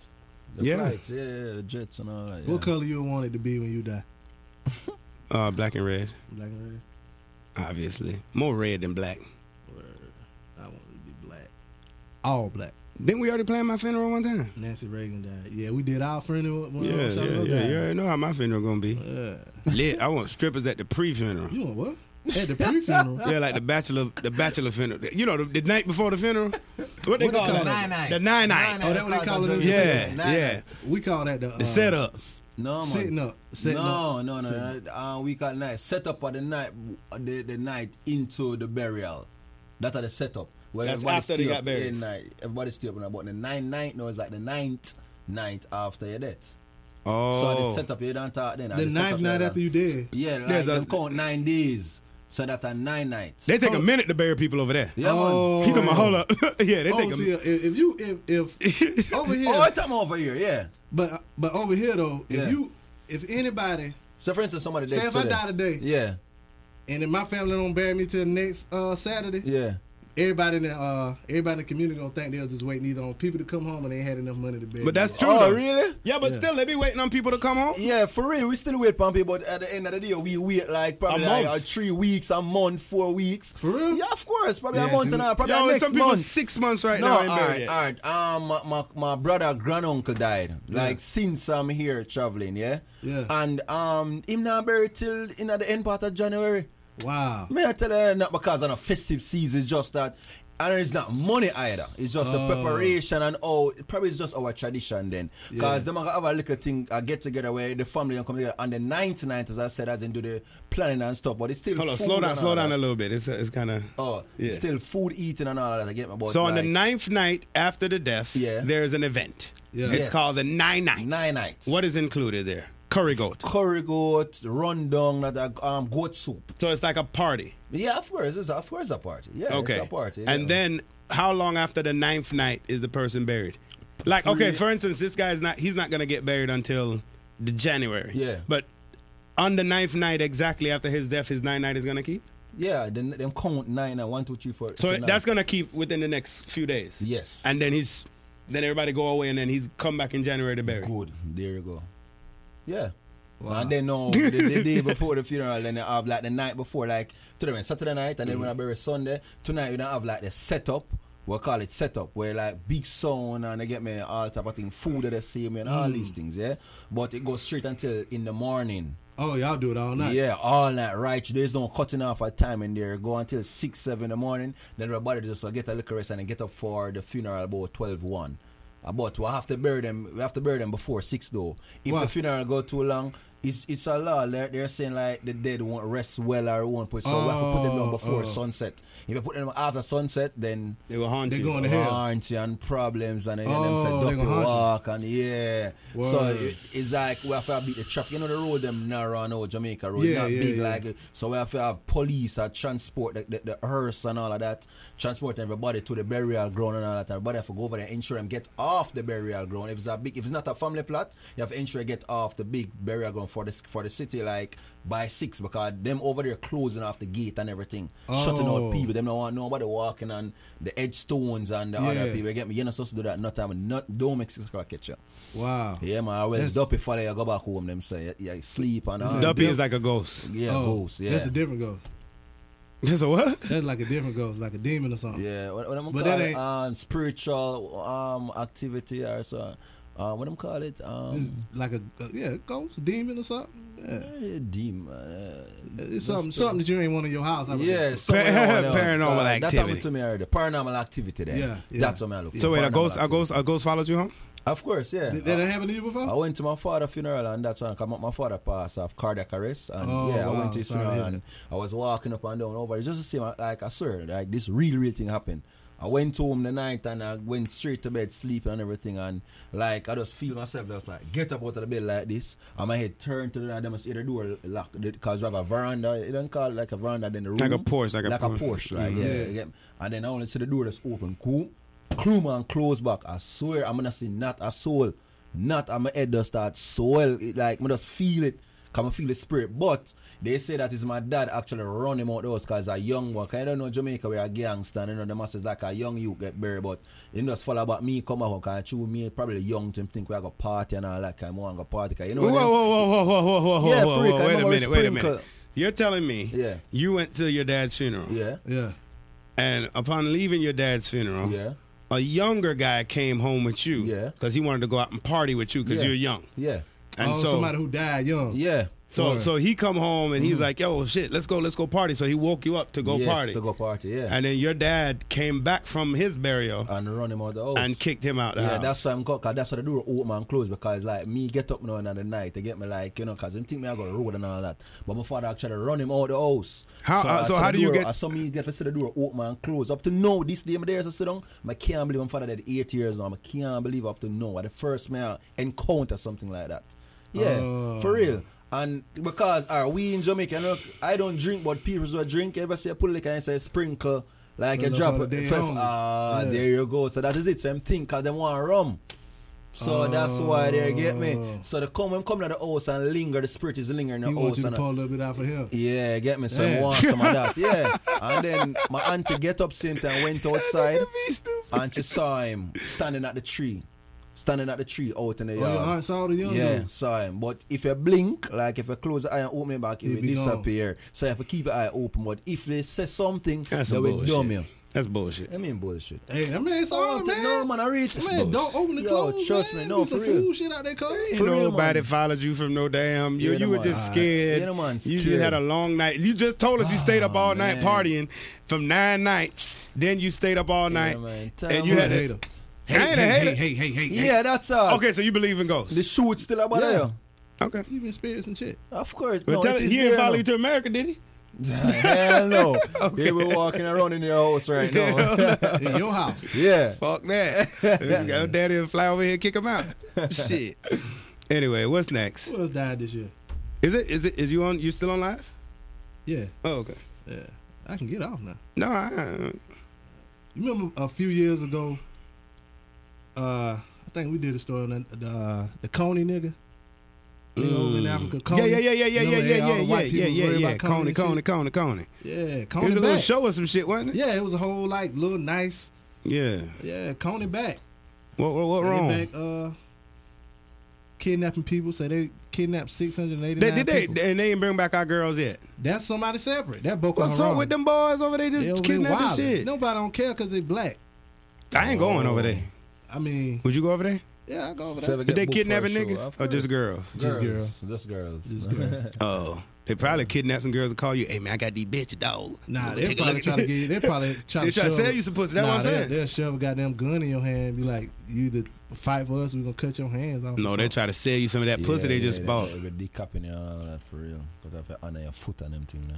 S3: The
S1: Yeah.
S3: flights, yeah, yeah, the jets and all that.
S2: What
S3: yeah.
S2: color you want it to be when you die?
S1: Uh, black and red,
S2: Black and red.
S1: obviously. More red than black.
S2: Word. I want it to be black. All black.
S1: Didn't we already plan my funeral one time?
S2: Nancy Reagan died. Yeah, we did our funeral. when
S1: yeah,
S2: Charlotte
S1: yeah,
S2: Rose
S1: yeah.
S2: died.
S1: You already know how my funeral gonna be.
S2: Yeah.
S1: Lit. I want strippers at the pre-funeral.
S2: You want what? At the pre-funeral.
S1: Yeah, like the bachelor, the bachelor funeral. You know, the, the night before the funeral. What they
S2: What they
S1: call
S2: call
S1: it?
S2: it?
S4: Nine-night.
S1: The nine night.
S2: Oh, that what they call it?
S1: Yeah,
S4: Nine-night.
S1: yeah.
S2: We call that the, uh,
S1: The setups.
S3: No, man.
S2: Sitting up. Sitting
S3: no,
S2: up.
S3: no, no,
S2: Sitting
S3: no,
S2: up.
S3: Uh, we call night setup of the night, the, the night into the burial. That are the setup. Where
S1: That's
S3: everybody
S1: after they
S3: stay
S1: got
S3: up
S1: buried.
S3: in Night. Everybody still up in about the nine night. No, it's like the ninth night after your death. So
S1: Oh,
S3: the setup you don't talk then. and
S2: The
S3: setup
S2: ninth night
S3: that-
S2: after you dead.
S3: Yeah, like
S1: There's a-
S3: they count nine days. So that are nine nights.
S1: they take a minute to bury people over there.
S3: yeah, man.
S1: He come a hold up. yeah, they
S2: Oh,
S1: take a
S2: see,
S1: minute.
S2: if, if you if if over here,
S3: Oh, I come over here, yeah.
S2: but but over here though, if
S3: Yeah.
S2: you if anybody
S3: So for instance, somebody
S2: Say
S3: dead
S2: if I
S3: today.
S2: die today.
S3: Yeah.
S2: And if my family don't bury me till next uh, Saturday,
S3: Yeah.
S2: everybody in the uh, everybody in the community gonna think they're just waiting either on people to come home and they ain't had enough money to bury.
S1: But
S2: me.
S1: that's true.
S3: Oh,
S1: though.
S3: really?
S1: Yeah, but
S2: Yeah.
S1: still, they be waiting on people to come home.
S3: Yeah, for real, we still wait, Pompey, but at the end of the day, we wait like probably
S1: A
S3: like,
S1: month.
S3: uh, three weeks, a month, four weeks. For
S2: real?
S3: Yeah, of course, probably
S2: Yeah,
S3: a month
S2: see,
S3: and a half, probably
S1: Yo,
S3: next
S1: some people
S3: month.
S1: six months right
S3: no,
S1: now
S3: all
S1: ain't buried
S3: right,
S1: yet.
S3: all right. Um, my, my, my brother granduncle died. Like since I'm here traveling, yeah.
S2: Yeah.
S3: And um, him not buried till in the end part of January.
S2: wow.
S3: May I tell you, not because of the festive season, it's just that. And it's not money either. It's just the
S2: Oh.
S3: preparation and all. It probably is just our tradition then. Because
S2: Yeah.
S3: them are gonna have a little thing, a get together where the family can come together on the 99th, as I said, as in do the planning and stuff. But it's still.
S1: Hold on,
S3: food
S1: slow down,
S3: and
S1: slow
S3: all
S1: down a
S3: that.
S1: little bit. It's it's kind of.
S3: Oh,
S1: Yeah.
S3: it's still food eating and all that. I get my boy.
S1: So on the
S3: like,
S1: ninth night after the death,
S3: Yeah.
S1: there is an event.
S2: Yeah.
S1: It's
S3: Yes.
S1: called the nine night.
S3: Nine nights.
S1: What is included there? Curry goat.
S3: Curry goat, rundown, that uh, um, goat soup.
S1: So it's like a party.
S3: Yeah, of course, it's of course a party. Yeah,
S1: Okay.
S3: it's a party.
S1: And
S3: yeah.
S1: then how long after the ninth night is the person buried? Like, okay, for instance, this guy's not he's not gonna get buried until the January.
S3: Yeah.
S1: But on the ninth night, exactly after his death, his nine night is gonna keep.
S3: yeah, then them count nine and one, two, three, four.
S1: So
S3: till nine.
S1: that's gonna keep within the next few days.
S3: Yes.
S1: And then he's then everybody go away and then he's come back in January to bury.
S3: Good. There you go. Yeah. And then no, the, the day before the funeral, then they have like the night before, like to them Saturday night, and then when I bury Sunday tonight, you don't have like the setup. We will call it setup, where like big sound and they get me all type of thing, food that they see me and all these things, yeah. But it goes straight until in the morning.
S2: Oh, y'all do it all night.
S3: Yeah, all night, right? There's no cutting off a time in there. Go until 6, 7 in the morning. Then everybody just uh, get a little rest and then get up for the funeral about 12, 1. Uh, But we have to bury them. We have to bury them before 6, though. If
S2: Why?
S3: the funeral go too long, it's, it's a law. They're, they're saying, like, the dead won't rest well or won't put. So we have to put them down
S2: Oh,
S3: before
S2: oh.
S3: sunset. If you put them after sunset, then
S1: They were haunted.
S2: They going to hell.
S3: warranty and problems and then
S2: Oh,
S3: them said
S2: they gonna
S3: up your
S2: haunt you.
S3: walk and yeah. So
S2: Word.
S3: it, it's like we have to beat the traffic. You know the road them narrow now, Jamaica road,
S2: Yeah,
S3: not
S2: yeah,
S3: big
S2: yeah.
S3: like it. So we have to have police and transport the, the, the hearse and all of that, transport everybody to the burial ground and all that. Everybody have to go over there and ensure and get off the burial ground. If it's a big if it's not a family plot, you have to ensure you get off the big burial ground for the for the city like by six because them over there closing off the gate and everything. Shutting
S2: Oh.
S3: out people. Them don't want nobody walking on the headstones and the other
S2: Yeah.
S3: people. You get me? You're not supposed to do that. No time. Not, don't make six o'clock catch you.
S2: Wow.
S3: Yeah, man. I was
S2: That's-
S3: up before you go back home. Them say you, you sleep and all.
S1: Duppy is like a ghost.
S3: Yeah,
S2: oh,
S3: ghost. Yeah.
S2: That's a different ghost.
S1: There's a what?
S2: That's like a different ghost, like a demon or something.
S3: yeah. What, what I'm
S2: But
S3: call
S2: that
S3: it?
S2: ain't-
S3: Um, spiritual um activity or so. Uh, what I'm call
S2: It's
S3: it? Um,
S2: like a a- yeah, ghost, demon or something. Yeah.
S3: eh, demon. eh,
S2: It's
S3: just,
S2: something,
S3: uh,
S2: something that you ain't want in your house. I would
S3: Yeah,
S2: think.
S3: somewhere around else.
S1: Paranormal
S3: Uh, That
S1: activity.
S3: happened to me already. Paranormal activity. There.
S2: Yeah, yeah.
S3: That's what I look.
S1: So
S3: for,
S1: wait, a
S3: paranormal
S1: ghost, a
S3: activity.
S1: ghost, a ghost followed you home?
S3: Of course, yeah.
S2: Did
S3: Uh,
S2: that happen to you
S3: I
S2: before?
S3: went to my father's funeral and that's when come up. My father passed of cardiac arrest, and
S2: Oh,
S3: yeah, I
S2: wow.
S3: went to his
S2: Sorry to
S3: funeral
S2: hear
S3: and I was walking up and down over it just to see, my- like I swear, like this real, real thing happened. I went home the night and I went straight to bed sleeping and everything, and like I just feel myself just like get up out of the bed like this, and my head turned to the and I must hear the door lock because we have a veranda. It don't call it like a veranda, then the room
S1: Like a porch, like a
S3: Mm-hmm. like a
S1: porch.
S3: porch, like
S1: Mhm.
S3: yeah,
S2: Yeah.
S3: you get me? And then I only see the door that's open, cool, clum and close back. I swear I'm gonna see not a soul, not and my head just start swell. It like I just feel it. Come feel the spirit. But they say that is my dad actually run him out the house because a young one. 'Cause I don't know Jamaica where a gangster, and you know the masses like a young youth get buried, but you just follow about me come out cause chew me probably young to think we are go party and all that kind of want go party 'cause you know
S1: Whoa,
S3: them-
S1: whoa, whoa, whoa, whoa, whoa, whoa, whoa,
S3: Yeah,
S1: whoa,
S3: freak,
S1: whoa,
S3: I
S1: Wait a
S3: remember
S1: minute, wait a
S3: Sprinkle.
S1: minute. You're telling me
S3: Yeah.
S1: you went to your dad's funeral.
S3: Yeah.
S2: Yeah.
S1: And upon leaving your dad's funeral,
S3: Yeah.
S1: a younger guy came home with you.
S3: Yeah.
S1: Because he wanted to go out and party with you because
S3: Yeah.
S1: you're young.
S3: Yeah.
S1: And
S2: oh,
S1: so
S2: somebody who died young.
S3: Yeah.
S1: so
S2: Word.
S1: so he come home and he's like, Yo, shit, let's go, let's go party. So he woke you up to go
S3: Mm-hmm. yes,
S1: party.
S3: To go party, yeah.
S1: And then your dad came back from his burial
S3: and run him out the house.
S1: and kicked him out the
S3: yeah,
S1: house.
S3: that's why I'm caught, cause that's why the door open and close because like me get up now and in the night they get me like you know because them think me I got road and all that but my father actually run him out the house.
S1: How- uh,
S3: I
S1: so
S3: saw
S1: how
S3: the
S1: do you
S3: door-
S1: get-
S3: I saw me get to see the door open and close up to now this day me there as I sit down I can't believe my father dead eight years now I can't believe up to now the first man I encounter something like that. Yeah,
S2: Oh.
S3: for real. And because are we in Jamaica, you know, I don't drink, but people who drink, ever say I put like I say sprinkle, like
S2: Well,
S3: a
S2: that's
S3: drop.
S2: what they
S3: of-
S2: own.
S3: Ah,
S2: Yeah.
S3: there you go. So that is it. Same thing, cause they want rum. So that's why they get me.
S2: Oh.
S3: So the come when come to the house and linger, the spirit is lingering in
S2: He
S3: the
S2: wants
S3: house.
S2: you to
S3: And
S2: pull a little bit out for him.
S3: oh, uh, yeah, get me. So I
S2: Yeah.
S3: want some of that. Yeah. And then my auntie get up same time, went outside
S1: Uh,
S3: and she saw him standing at the tree. Standing at the tree out in the
S2: Oh, your
S3: yard.
S2: aunt saw the young
S3: Yeah,
S2: dude.
S3: saw him. But if you blink, like if you close the eye and open it back, it
S2: It
S3: will
S2: be gone.
S3: disappear. So you have to keep your eye open. But if they say something,
S1: That's
S3: they
S1: some
S3: will dumb
S1: bullshit.
S3: you.
S1: That's bullshit.
S3: I mean bullshit.
S2: Hey, that man saw it, man.
S3: No man, Oh, I reach.
S2: Man, don't open the
S3: Yo,
S2: clothes.
S3: trust
S2: man.
S3: me, no,
S2: Be some
S3: for real.
S2: fool shit out there, clothes.
S1: Ain't
S3: For real,
S1: nobody
S3: man.
S1: followed you from no damn. You,
S3: Yeah,
S1: you
S3: no
S1: were
S3: man.
S1: just
S3: Alright.
S1: scared.
S3: Yeah, no man,
S1: you just
S3: scared. Oh,
S1: had a long night. You just told us you stayed up all night
S3: man.
S1: partying from nine nights. Then you stayed up all night.
S3: man.
S1: and you
S2: I'm
S1: had
S2: a
S1: a
S2: hater.
S1: I ain't a hater.
S2: hey, hey, hey, hey.
S3: Yeah, that's uh.
S1: Okay, so you believe in ghosts.
S3: The shoot's still about
S2: Yeah.
S3: there.
S1: okay.
S2: You been spirits and shit.
S3: Of course.
S1: But
S3: no,
S1: tell it,
S3: it is
S1: he didn't
S3: there
S1: follow
S3: now.
S1: you to America, did he?
S3: Hell no. okay. we're walking around in your house right now.
S2: In your house.
S3: yeah.
S1: Fuck that. Go daddy and fly over here and kick him out. Shit. Anyway, what's next?
S2: Who else died this year?
S1: Is it is it is you on you still on live?
S2: Yeah,
S1: Oh, okay.
S2: yeah. I can get off now.
S1: No, I
S2: You remember a few years ago? Uh, I think we did a story on the the, uh, the Coney nigga. Nigga over in Africa,
S1: Yeah,
S2: Coney.
S1: Mm. yeah, yeah, yeah, yeah, yeah,
S2: Remember
S1: yeah,
S2: how all
S1: yeah,
S2: the
S1: yeah,
S2: white
S1: yeah,
S2: people
S1: yeah,
S2: worried
S1: yeah.
S2: about Coney
S1: Coney,
S2: and
S1: Coney, Coney, Coney.
S2: shit? Yeah,
S1: It
S2: Coney
S1: was a little
S2: back.
S1: show or some shit, wasn't it?
S2: Yeah, it was a whole like little nice.
S1: Yeah.
S2: Yeah, Coney back.
S1: What what, what
S2: They
S1: wrong?
S2: Back, uh, kidnapping people. Say they kidnapped six hundred eighty
S1: They,
S2: nine
S1: did
S2: people.
S1: they and they didn't bring back our girls yet.
S2: That's somebody separate. That Boko
S1: What's
S2: Haram.
S1: up with them boys over there
S2: They over
S1: just
S2: there
S1: kidnapping
S2: wilding.
S1: shit?
S2: Nobody don't care because they black.
S1: I ain't going over there.
S2: I mean,
S1: Would you go over there?
S2: yeah, I go over
S3: So
S2: there.
S3: we
S1: Did
S3: get
S1: they
S3: booked for a
S1: kidnapping
S3: show.
S1: niggas
S3: Of
S1: or just
S3: course.
S1: girls?
S2: Just
S3: Just girls.
S2: Just girl.
S1: Oh, they probably kidnap some girls and call you. Hey man, I got these bitches, dog.
S2: Nah,
S1: Ooh,
S2: they
S1: take a
S2: probably
S1: look
S2: try
S1: at
S2: to
S1: it.
S2: get. you- They probably try
S1: They
S2: to
S1: try to
S2: shove-
S1: sell you some pussy. That's
S2: nah,
S1: what I'm
S2: they'll-
S1: saying.
S2: They'll shove a goddamn gun in your hand and be like, "You either fight for us, we're gonna cut your hands off."
S1: No, they try to sell you some of that pussy they just bought.
S3: They, they capping you and all that for real. Because I have to honor your foot and them thing.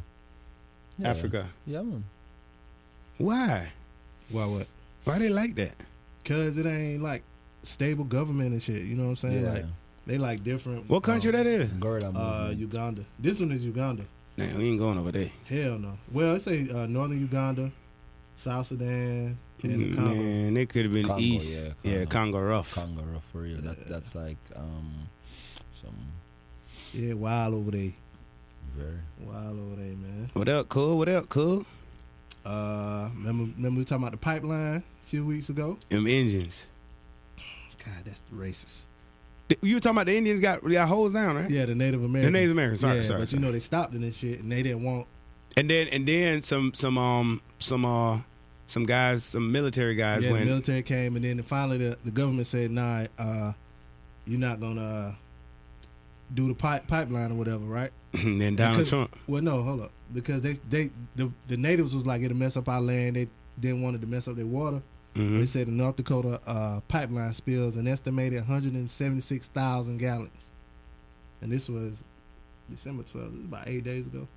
S3: Yeah.
S1: Africa.
S3: Yeah, man.
S1: Why?
S2: Why what?
S1: Why they like that?
S2: Cause it ain't like stable government and shit. You know what I'm saying? Like they like different.
S1: What country
S2: um,
S1: that is?
S3: Gorilla
S2: Uh,
S3: movement.
S2: Uganda. This one is Uganda.
S1: Nah, we ain't going over there.
S2: Hell no. Well, it's a uh, northern Uganda, South Sudan, and the Congo.
S1: Mm, Man, they could have been
S3: Congo,
S1: east.
S3: yeah,
S1: Yeah,
S3: Congo.
S1: Congo rough.
S3: Kangaroo for real. That, that's like um, some
S2: Yeah, wild over there.
S3: very.
S2: Wild over there, man.
S1: What up, cool? What up, cool?
S2: Uh, remember, remember we were talking about the pipeline a few weeks ago.
S1: Them engines.
S2: God, that's racist.
S1: Th- You were talking about the Indians got got holes down, right?
S2: Yeah, the Native Americans.
S1: Native Americans, sorry,
S2: yeah,
S1: sorry,
S2: but
S1: sorry.
S2: you know they stopped in this shit, and they didn't want.
S1: And then and then some some um some uh some guys some military guys
S2: yeah, the
S1: went.
S2: military came, and then finally the, the government said, "Nah, uh, you're not gonna uh, do the pipe pipeline or whatever, right?"
S1: and then Donald
S2: Because-
S1: Trump.
S2: Well, no, hold up, because they they the, the natives was like it'll mess up our land. They didn't want it to mess up their water.
S1: Mhm.
S2: They said the North Dakota uh, pipeline spills an estimated 176,000 gallons, and this was December 12th. This was about eight days ago.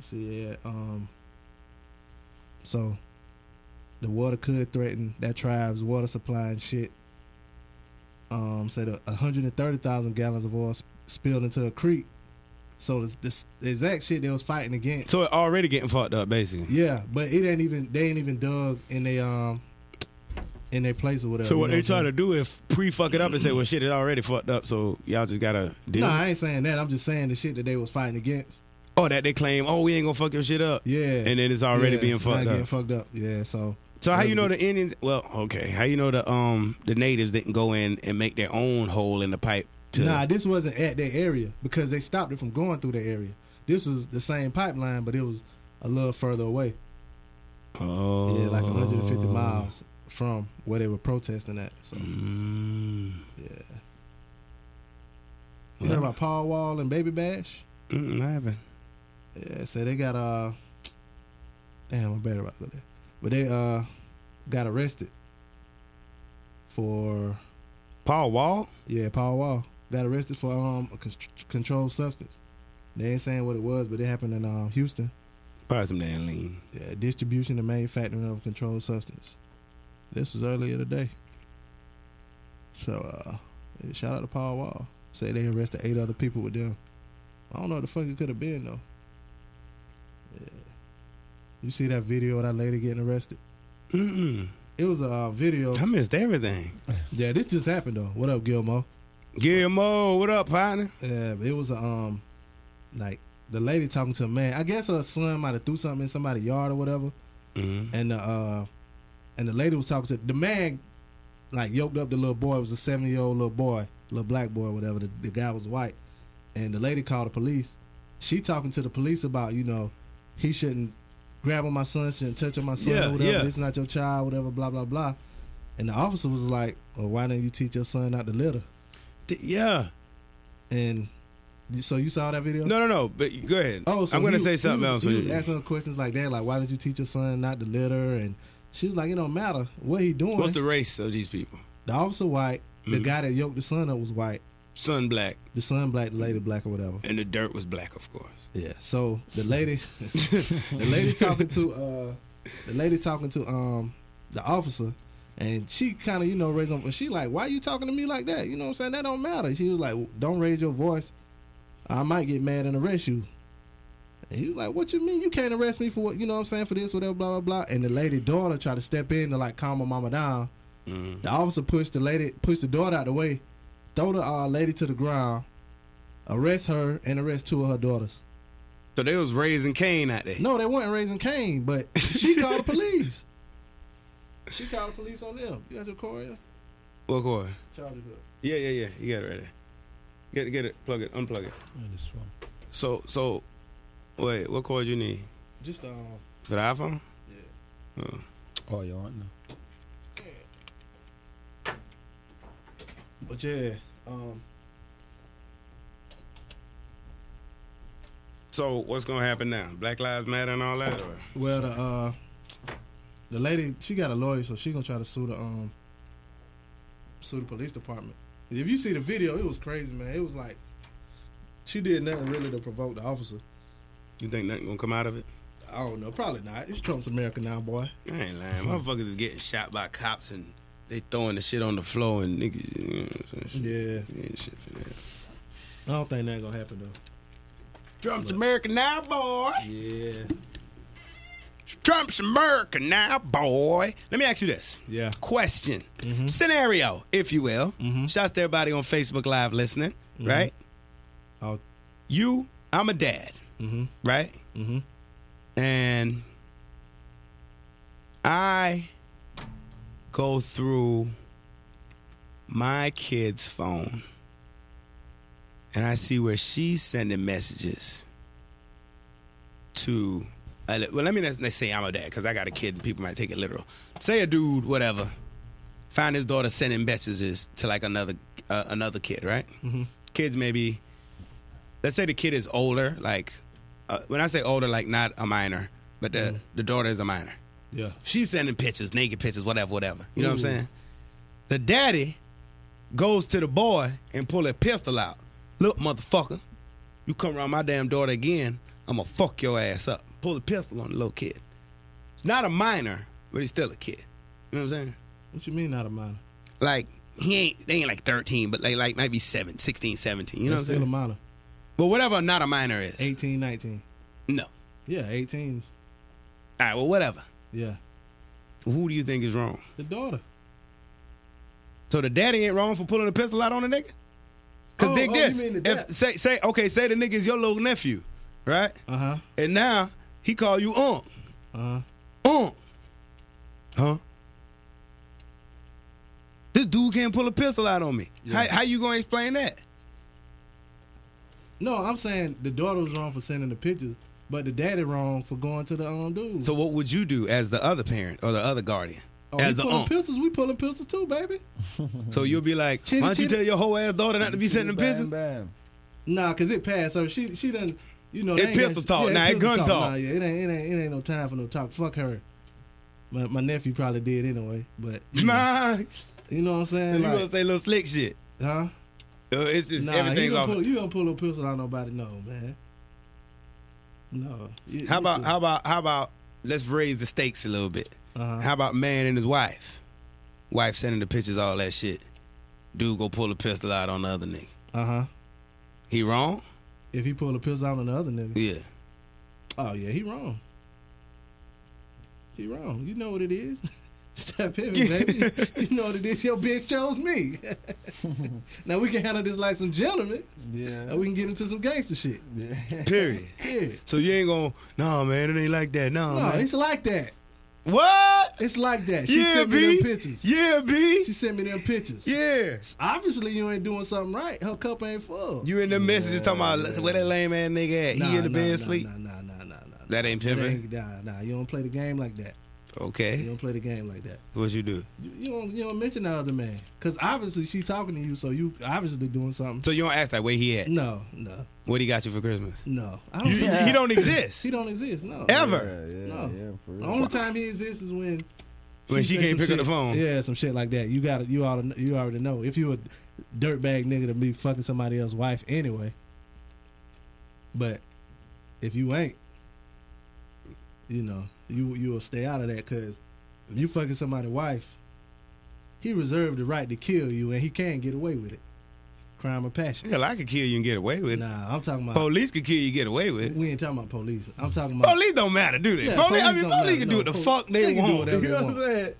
S2: So yeah, um, so the water could threaten that tribe's water supply and shit. Um, said a 130,000 gallons of oil sp- spilled into a creek. So this, this the exact shit they was fighting against.
S1: So it already getting fucked up, basically.
S2: Yeah, but it ain't even they ain't even dug in they um in their place or whatever.
S1: So what
S2: you know
S1: they try
S2: I'm
S1: to do is pre fuck it up and say, well, shit, it already fucked up, so y'all just gotta
S2: saying?
S1: deal.
S2: No,
S1: with
S2: I ain't saying that. I'm just saying the shit that they was fighting against.
S1: it. oh, that they claim, oh, we ain't gonna fuck your shit up,
S2: Yeah,
S1: and then it's already
S2: Yeah,
S1: being
S2: not
S1: fucked
S2: Getting
S1: up.
S2: fucked up. Yeah. So
S1: So how you know the Indians? Well, okay, how you know the um the natives didn't go in and make their own hole in the pipe? To,
S2: Nah, this wasn't at that area because they stopped it from going through the area. This was the same pipeline, but it was a little further away.
S1: oh,
S2: Yeah, like 150 miles from where they were protesting at. So
S1: Mm.
S2: yeah. You heard about Paul Wall and Baby Bash?
S1: Mm, what happened?
S2: Yeah, so they got uh damn I'm bad about that. But they uh got arrested for
S1: Paul Wall.
S2: yeah, Paul Wall got arrested for um a con- controlled substance. They ain't saying what it was, but it happened in um, Houston.
S1: Probably some damn lean.
S2: Yeah, uh, distribution and manufacturing of a controlled substance. This was earlier today. So, uh, yeah, shout out to Paul Wall. Say they arrested eight other people with them. I don't know what the fuck it could have been though. Yeah. You see that video of that lady getting arrested?
S1: Mm-mm.
S2: It was a uh, video.
S1: I missed everything.
S2: Yeah, this just happened though. What up, Gilmo?
S1: Guillermo, what up, partner?
S2: Yeah, but it was a um, like the lady talking to a man. I guess her son might have threw something in somebody's yard or whatever.
S1: Mhm.
S2: And the uh, and the lady was talking to the man, like yoked up the little boy. It was a seven year old little boy, little black boy, whatever. The, the guy was white, and the lady called the police. She talking to the police about you know, he shouldn't grab on my son, shouldn't touch on my son,
S1: Yeah,
S2: or whatever.
S1: yeah.
S2: This is not your child, whatever. Blah blah blah. And the officer was like, "Well, why didn't you teach your son not to litter?"
S1: D- Yeah.
S2: And so you saw that video?
S1: No, no, no. But go ahead.
S2: Oh, so
S1: I'm gonna
S2: he-
S1: say
S2: he
S1: something
S2: was-
S1: else.
S2: He
S1: when
S2: was
S1: you-
S2: asking her questions like that, like why did you teach your son not to litter? And she was like, it don't matter what he doing.
S1: What's
S2: the-,
S1: the race of these people?
S2: officer white,
S1: Mm-hmm.
S2: the guy that yoked the son up was white,
S1: Sun black,
S2: the son black, the lady black or whatever.
S1: and the dirt was black, of course.
S2: Yeah. So the lady, the lady talking to, uh, the lady talking to um the officer, and she kind of you know raised up. She like, why you talking to me like that? You know what I'm saying? That don't matter. She was like, don't raise your voice. I might get mad and arrest you. And he was like, what you mean? You can't arrest me for what? You know what I'm saying? For this, whatever, blah blah blah. And the lady daughter tried to step in to like calm her mama down.
S1: Mhm.
S2: The officer pushed the lady, pushed the daughter out the way, throw the uh, lady to the ground, arrest her, and arrest two of her daughters.
S1: So they was raising Cain out there.
S2: No, they weren't raising Cain, but she called the police. She called the police on them. You got your choreo?
S1: What course.
S2: Charge it up.
S1: Yeah, yeah, yeah. You got it right there. Get it, get it. Plug it. Unplug it.
S3: this one.
S1: So, so, wait. What cord you need?
S2: Just um,
S1: For the iPhone?
S2: yeah.
S1: Oh.
S3: Oh, you want now?
S2: But yeah, um,
S1: So, what's gonna happen now? Black Lives Matter and all that. Or?
S2: well the uh, the lady she got a lawyer, so she gonna try to sue the um, sue the police department. If you see the video, it was crazy, man. It was like she did nothing really to provoke the officer.
S1: You think nothing gonna come out of it?
S2: I don't know, probably not. It's Trump's America now, boy.
S1: I ain't lying. Motherfuckers is getting shot by cops and they throwing the shit on the floor and niggas. You know what I'm saying?
S2: Yeah,
S1: Shit. Ain't shit for that.
S2: I don't think that gonna happen though.
S1: Trump's America now, boy.
S2: Yeah,
S1: Trump's America now, boy. Let me ask you this
S2: yeah.
S1: question, scenario, if you will. Shouts to everybody on Facebook Live listening, right?
S2: I'll
S1: You, I'm a dad,
S2: Mhm.
S1: right?
S2: Mhm.
S1: And I go through my kid's phone and I see where she's sending messages to. uh, Well, let me not let's say I'm a dad because I got a kid and people might take it literal. Say a dude, whatever, find his daughter sending messages to like another uh, another kid, right? Mm-hmm. Kids maybe. Let's say the kid is older, like uh, when I say older, like not a minor, but the
S2: Mm.
S1: the daughter is a minor.
S2: Yeah.
S1: She's sending pictures, naked pictures, whatever, whatever. You know what
S2: Mm.
S1: I'm saying? The daddy goes to the boy and pull a pistol out. Look, motherfucker, you come around my damn daughter again, I'ma fuck your ass up. Pull the pistol on the little kid. It's not a minor, but he's still a kid. You know what I'm saying?
S2: What you mean out of minor?
S1: Like, he ain't they ain't like 13, but like like might be 7, 16, 17. You know
S2: That's
S1: what I'm
S2: still a
S1: saying?
S2: minor.
S1: But whatever not a minor is.
S2: 18, 19.
S1: No. All
S2: Yeah, 18.
S1: right, well, whatever.
S2: Yeah.
S1: Who do you think is wrong?
S2: The daughter.
S1: So the daddy ain't wrong for pulling a pistol out on a nigga? Cause
S2: Oh,
S1: dig
S2: oh, you
S1: this.
S2: mean the
S1: If
S2: dad.
S1: say say okay, say the nigga is your little nephew, right?
S2: Uh huh.
S1: And now he call you unc.
S2: Uh
S1: Uh-huh.
S2: huh.
S1: Unc. Huh? This dude can't pull a pistol out on me. How how you gonna explain that?
S2: No, I'm saying the daughter was wrong for sending the pictures, but the daddy wrong for going to the um dude.
S1: So what would you do as the other parent or the other guardian?
S2: oh,
S1: as
S2: we
S1: the
S2: pulling
S1: unc.
S2: pistols, we pulling pistols too, baby.
S1: So you'll be like,
S2: Chitty,
S1: why don't you
S2: chitty.
S1: tell your whole ass daughter not to be sending
S3: bam,
S1: pictures?
S3: Bam.
S2: Nah, cause it passed her. She she done. You know,
S1: It
S2: they ain't
S1: pistol
S2: got-
S1: talk,
S2: it
S1: nah, it
S2: pistol
S1: gun talk.
S2: Nah, yeah, it ain't, it ain't it ain't no time for no talk. Fuck her. My, my nephew probably did anyway, but you know,
S1: Nah,
S2: you know what I'm
S1: you
S2: saying?
S1: gonna
S2: Like,
S1: say little slick shit?
S2: huh?
S1: Uh, It's just
S2: Nah, you
S1: everything's
S2: gonna
S1: off.
S2: pull, you gonna pull a pistol out nobody? No, man. No. You-
S1: How
S2: you
S1: about
S2: could-
S1: how about how about let's raise the stakes a little bit?
S2: Uh-huh.
S1: How about man and his wife? Wife sending the pictures, all that shit. Dude go pull a pistol out on the other nigga.
S2: Uh huh.
S1: He wrong?
S2: If he pull a pistol out on the other nigga,
S1: Yeah.
S2: oh yeah, he wrong. He wrong. You know what it is. Step in, baby. you know what it is. Your bitch chose me. now we can handle this like some gentlemen,
S3: Yeah.
S2: and we can get into some gangster shit.
S1: Period.
S2: Period.
S1: So you ain't gonna, no, man, it ain't like that. No,
S2: No,
S1: Oh, man.
S2: it's like that.
S1: What?
S2: It's like that. She
S1: yeah,
S2: sent me
S1: B.
S2: them pictures.
S1: Yeah, B.
S2: She sent me them pictures.
S1: yeah.
S2: Obviously, you ain't doing something right. Her cup ain't full.
S1: You in the messages talking about where that lame ass nigga at?
S2: Nah,
S1: he in the
S2: nah,
S1: bed
S2: nah,
S1: sleep.
S2: Nah, nah, nah, nah, nah.
S1: That ain't
S2: That
S1: pimping.
S2: ain't- Nah, nah, you don't play the game like that. You
S1: Okay.
S2: don't play the game like that.
S1: What you do?
S2: You, you don't you don't mention that other man because obviously she talking to you, so you obviously doing something.
S1: So you don't ask like where he at?
S2: No, no,
S1: What he got you for Christmas?
S2: no. I don't.
S1: You,
S2: think-
S1: He don't exist
S2: She don't exist. No.
S1: ever.
S2: No.
S3: for
S2: The only time he exists is when
S1: When she
S2: say
S1: can't
S2: some
S1: pick up the
S2: shit-
S1: phone.
S2: Yeah, some shit like that. You got to You already. You already know. If you a dirtbag nigga to be fucking somebody else's wife anyway. But if you ain't, you know, you you'll stay out of that because if you fucking somebody's wife, he reserved the right to kill you, and he can't get away with it. Crime of passion.
S1: Hell, I could kill you and get away with it.
S2: Nah, I'm talking about.
S1: Police could kill you and get away with it.
S2: we ain't talking about police. I'm talking about.
S1: Police don't matter, do they?
S2: Yeah,
S1: police, I mean,
S2: police
S1: police
S2: don't
S1: can
S2: matter.
S1: do what
S2: No,
S1: the
S2: pol-
S1: fuck
S2: they
S1: they,
S2: can do
S1: want. you
S2: whatever they
S1: know
S2: want.
S1: what I'm saying?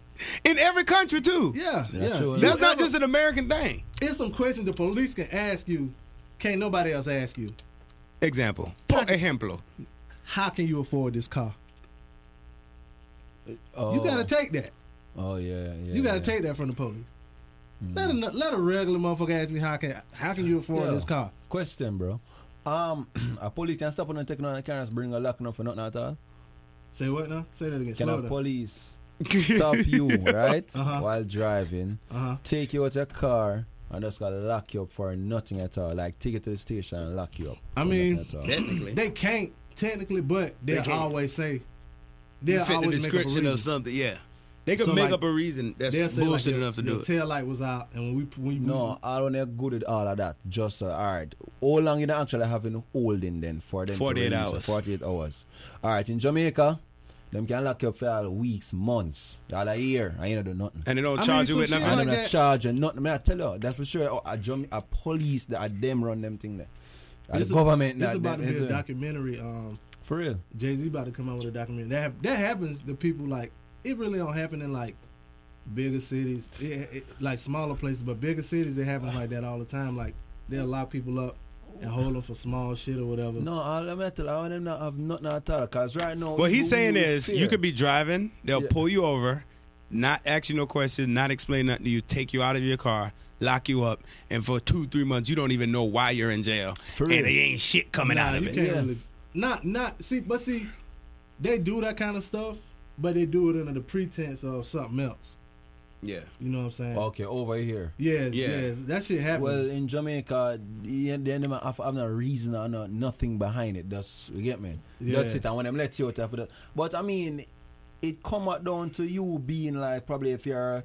S1: In every country too.
S2: Yeah, yeah.
S3: Yeah, sure.
S2: You
S1: That's not
S2: ever-
S1: just an American thing.
S2: It's some questions the police can ask you. Can't nobody else ask you.
S1: Example. Por ejemplo.
S2: How can you afford this car?
S3: Oh.
S2: You gotta take that.
S3: Oh yeah, yeah.
S2: You gotta
S3: yeah.
S2: take that from the police.
S1: Hmm.
S2: Let a let a regular motherfucker ask me how can how can you afford
S3: Yeah.
S2: this car?
S3: Question, bro. Um, a police can stop on and take on a car and bring a lock up for nothing at all.
S2: Say what now? Say that again.
S3: Can
S2: Slow
S3: a
S2: down.
S3: police stop you right
S2: Uh-huh.
S3: while driving,
S2: uh-huh.
S3: take you out your car, and just gonna lock you up for nothing at all? Like take you to the station and lock you up.
S2: I
S3: for
S2: mean,
S3: nothing at all.
S1: Technically.
S2: They can't technically, but
S1: They
S2: they'll
S1: can't.
S2: always say
S1: You
S2: they'll
S1: fit the
S2: always
S1: description
S2: make up a
S1: of
S2: reason.
S1: something, yeah. They could
S2: So,
S1: make
S2: like,
S1: up a reason that's
S2: They'll say
S1: bullshit
S2: like your,
S1: enough to
S2: your
S1: do it.
S2: tail light was out, and when we when you
S3: No, I don't have good at all of that. Just uh, all right. How long you actually having holding then for them? to
S1: 48
S3: release you?
S1: hours.
S3: Forty-eight hours. All right. In Jamaica, them can lock you up for all weeks, months, all a year. I ain't do nothing.
S1: and they don't
S2: I
S1: charge
S2: mean,
S1: you with
S2: some shit
S1: nothing.
S3: And
S2: like
S3: them not
S2: that.
S3: charge you nothing. Man, I tell you, that's for sure. Oh, a, Jama- a police that a them run them thing there. A
S2: This
S3: the
S2: a-
S3: government
S2: This
S3: that
S2: about
S3: them-
S2: to be
S3: is
S2: a
S3: it-
S2: documentary. Um,
S3: For real.
S2: Jay Z about to come out with a documentary. That hap- that happens to people like it really don't happen in like bigger cities, it, it, like smaller places, but bigger cities it happens like that all the time. Like they'll lock people up and hold them for small shit or whatever.
S3: No, all them I tell you, all them not have nothing at all. Cause right now,
S1: What he's
S3: you-
S1: saying is, you
S3: fear.
S1: could be driving, they'll
S3: Yeah.
S1: pull you over, not ask you no questions, not explain nothing to you, take you out of your car, lock you up, and for two, three months, you don't even know why you're in jail.
S3: For
S1: and
S3: real.
S1: there ain't shit coming
S2: Nah,
S1: out of
S2: you
S1: it.
S2: can't
S3: Yeah.
S2: really. Not not see, but see, they do that kind of stuff, but they do it under the pretense of something else.
S1: Yeah.
S2: You know what I'm saying?
S3: okay over here.
S2: Yes,
S1: Yeah.
S2: yes, that shit happens.
S3: Well, in Jamaica, yeah, they never have, have no reason or no, nothing behind it. That's you get me.
S2: Yeah.
S3: That's it. And when them let you out after that, but I mean, it come out down to you being like probably if your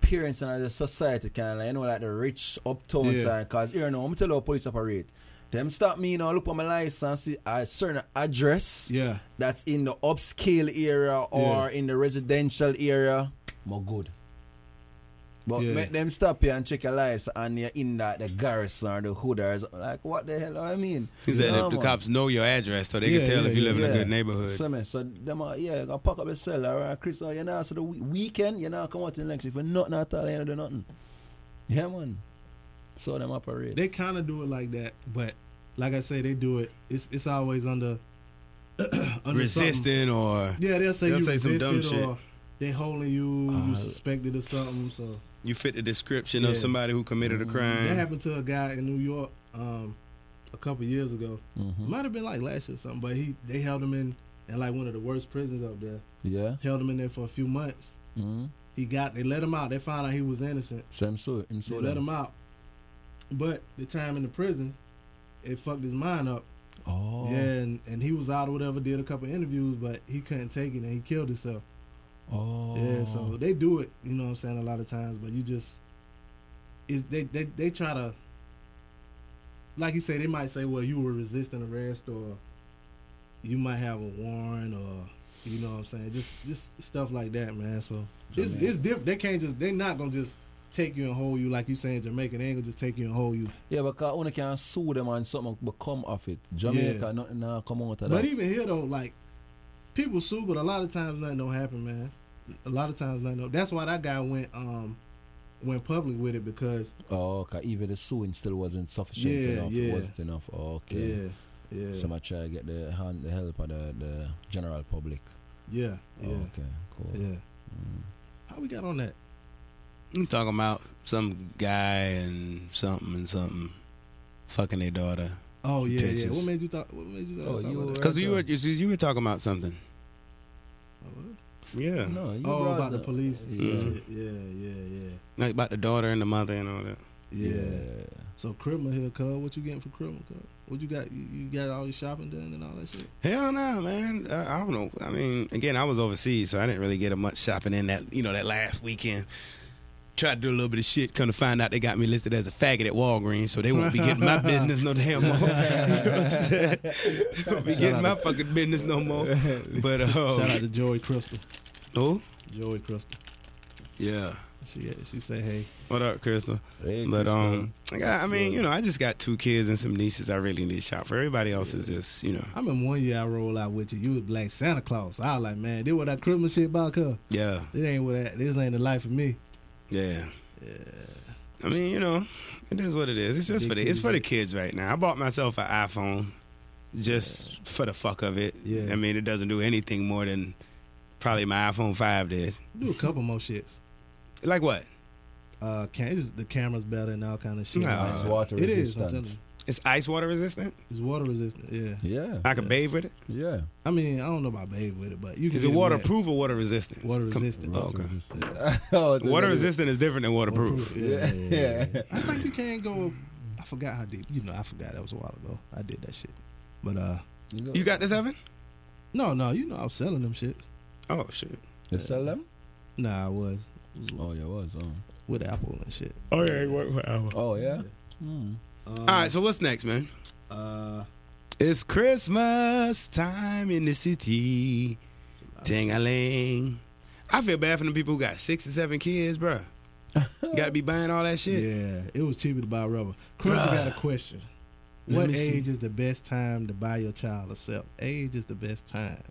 S3: parents and the society kind of like, you know like the rich uptown
S2: Yeah.
S3: side. Cause here now, I'm tell you how police operate. Them stop me, you know, look on my license, see a certain address
S2: yeah,
S3: that's in the upscale area or in the residential area, more good. But
S2: Yeah.
S3: make them stop you and check your lights and you're in that the garrison or the hooders. Like, what the hell I mean?
S1: He said
S3: Yeah,
S1: if the
S3: man.
S1: cops know your address, so they
S2: Yeah,
S1: can tell
S2: yeah,
S1: if you live in
S3: Yeah.
S1: a good neighborhood.
S3: So, man, so them are, yeah, gonna pack up your cell, all right, Chris, oh, you know, so the we- weekend, you know, come out to the next, if you're nothing at all, you don't do nothing. Yeah, man. So them operate.
S2: they kind of do it like that, but like I say, they do it. It's it's always under, under something.
S1: Resisting or
S2: Yeah, they'll say
S1: They'll
S2: you
S1: say some dumb
S2: resisted
S1: shit.
S2: or they holding you, you
S3: Uh,
S2: suspected or something. So
S1: you fit the description
S2: Yeah. Mm-hmm.
S1: of somebody who committed a crime.
S2: that happened to a guy in New York um, a couple years ago.
S3: Mhm.
S2: Might have been like last year or something, but he they held him in in like one of the worst prisons up there.
S3: Yeah.
S2: Held him in there for a few months.
S3: Mm-hmm.
S2: He got they let him out. They found out he was innocent.
S3: So him so, him
S2: They
S3: so
S2: let
S3: them.
S2: him out. But the time in the prison, it fucked his mind up.
S3: Oh.
S2: Yeah, and, and he was out or whatever, did a couple interviews, but he couldn't take it and he killed himself.
S3: Oh.
S2: Yeah, so they do it, you know what I'm saying, a lot of times, but you just is they, they they try to like you say, they might say, Well, you were resisting arrest or you might have a warrant or you know what I'm saying, just just stuff like that, man. So it's
S3: Jamaica.
S2: it's different. They can't just they not gonna just take you and hold you like you saying Jamaica, they ain't gonna just take you and hold you.
S3: Yeah, because only can sue them and something become of it. Jamaica,
S2: Yeah.
S3: nothing now come out of that.
S2: But even here though, like people sue, but a lot of times nothing don't happen, man. A lot of times, nothing. That's why that guy went um went public with it because
S3: Oh, okay. Even the suing still wasn't sufficient
S2: Yeah,
S3: enough.
S2: yeah.
S3: Wasn't enough. Oh, okay.
S2: yeah, yeah,
S3: So I try to get the hand, the help of the, the general public.
S2: yeah, yeah,
S3: Oh, okay, cool. Mm.
S2: yeah. How we got on that?
S1: I'm talking about some guy and something and something fucking their daughter.
S2: Oh yeah, yeah.
S1: Contentious.
S2: What made you thought? What made you
S3: Oh,
S2: thought?
S3: you
S2: about that?
S3: were-
S1: Because you were you, see, you were talking about something.
S2: Oh, what?
S1: Yeah.
S3: No, you
S2: Oh,
S3: brought
S2: about the police.
S3: Yeah.
S2: Shit, Yeah, yeah, yeah,
S1: Like about the daughter and the mother and all that.
S2: yeah. So criminal here, cuz. What you getting for criminal, cuz? What you got? You, you got all your shopping done and all that shit.
S1: Hell no, man. Uh, I don't know. I mean, again, I was overseas, so I didn't really get a much shopping in that. You know, that last weekend. Tried to do a little bit of shit. Come to find out, they got me listed as a faggot at Walgreens, so they won't be getting my business no damn more. You know what I'm saying? won't be getting my fucking business no more. But
S2: Shout out
S1: uh,
S2: to Joy Crystal.
S1: oh
S2: Joy Crystal.
S1: yeah.
S2: She she say hey.
S1: What up, Crystal?
S3: Hey,
S1: But um, I, got, I mean,
S3: good.
S1: you know, I just got two kids and some nieces. I really need to shop for. Everybody else is just, you know,
S2: I remember one year I rolled out with you. You was Black Santa Claus. I was like, man, this what that criminal shit about, cuz.
S1: yeah,
S2: This ain't what that. This ain't the life of me.
S1: yeah. I mean, you know, it is what it is. It's just for the it's for the kids right now. I bought myself an iPhone just for the fuck of it.
S2: Yeah.
S1: I mean, it doesn't do anything more than probably my iPhone five did.
S2: Do a couple more shits.
S1: Like what?
S2: Uh, can it's, the camera's better and all kind of shit.
S1: Nah,
S2: Like,
S1: it's
S3: water
S2: it is,
S3: resistant.
S2: I'm telling you.
S1: It's ice water resistant.
S2: It's water resistant. Yeah.
S3: Yeah,
S1: I can bathe with it.
S3: yeah.
S2: I mean, I don't know about bathe with it, but you can.
S1: Is
S2: get
S1: it
S2: wet.
S1: waterproof or water resistant?
S2: Water
S1: Com-
S2: resistant.
S1: Oh, okay.
S3: oh,
S1: Water
S3: it's another-
S1: resistant is different than waterproof.
S2: Waterproof, Yeah. yeah, yeah,
S3: Yeah.
S2: yeah. I think you can go. I forgot how deep. You know, I forgot that was a while ago. I did that shit. But uh,
S3: You, know,
S1: You got this, Evan?
S2: no, no, you know, I was selling them shits.
S1: Oh shit.
S3: you sell them?
S2: Nah, I was, It was
S3: Oh, yeah, was. Oh,
S2: with Apple and shit.
S1: Oh yeah, it worked for hours.
S3: oh yeah.
S2: Um,
S1: All right, so what's next, man?
S2: Uh,
S1: It's Christmas time in the city. Ting a ling. I feel bad for the people who got six and seven kids, bruh. got to be buying all that shit.
S2: yeah, it was cheaper to buy rubber. Chris, I got a question.
S1: Let
S2: What
S1: me see.
S2: age is the best time to buy your child a cell? Age is the best time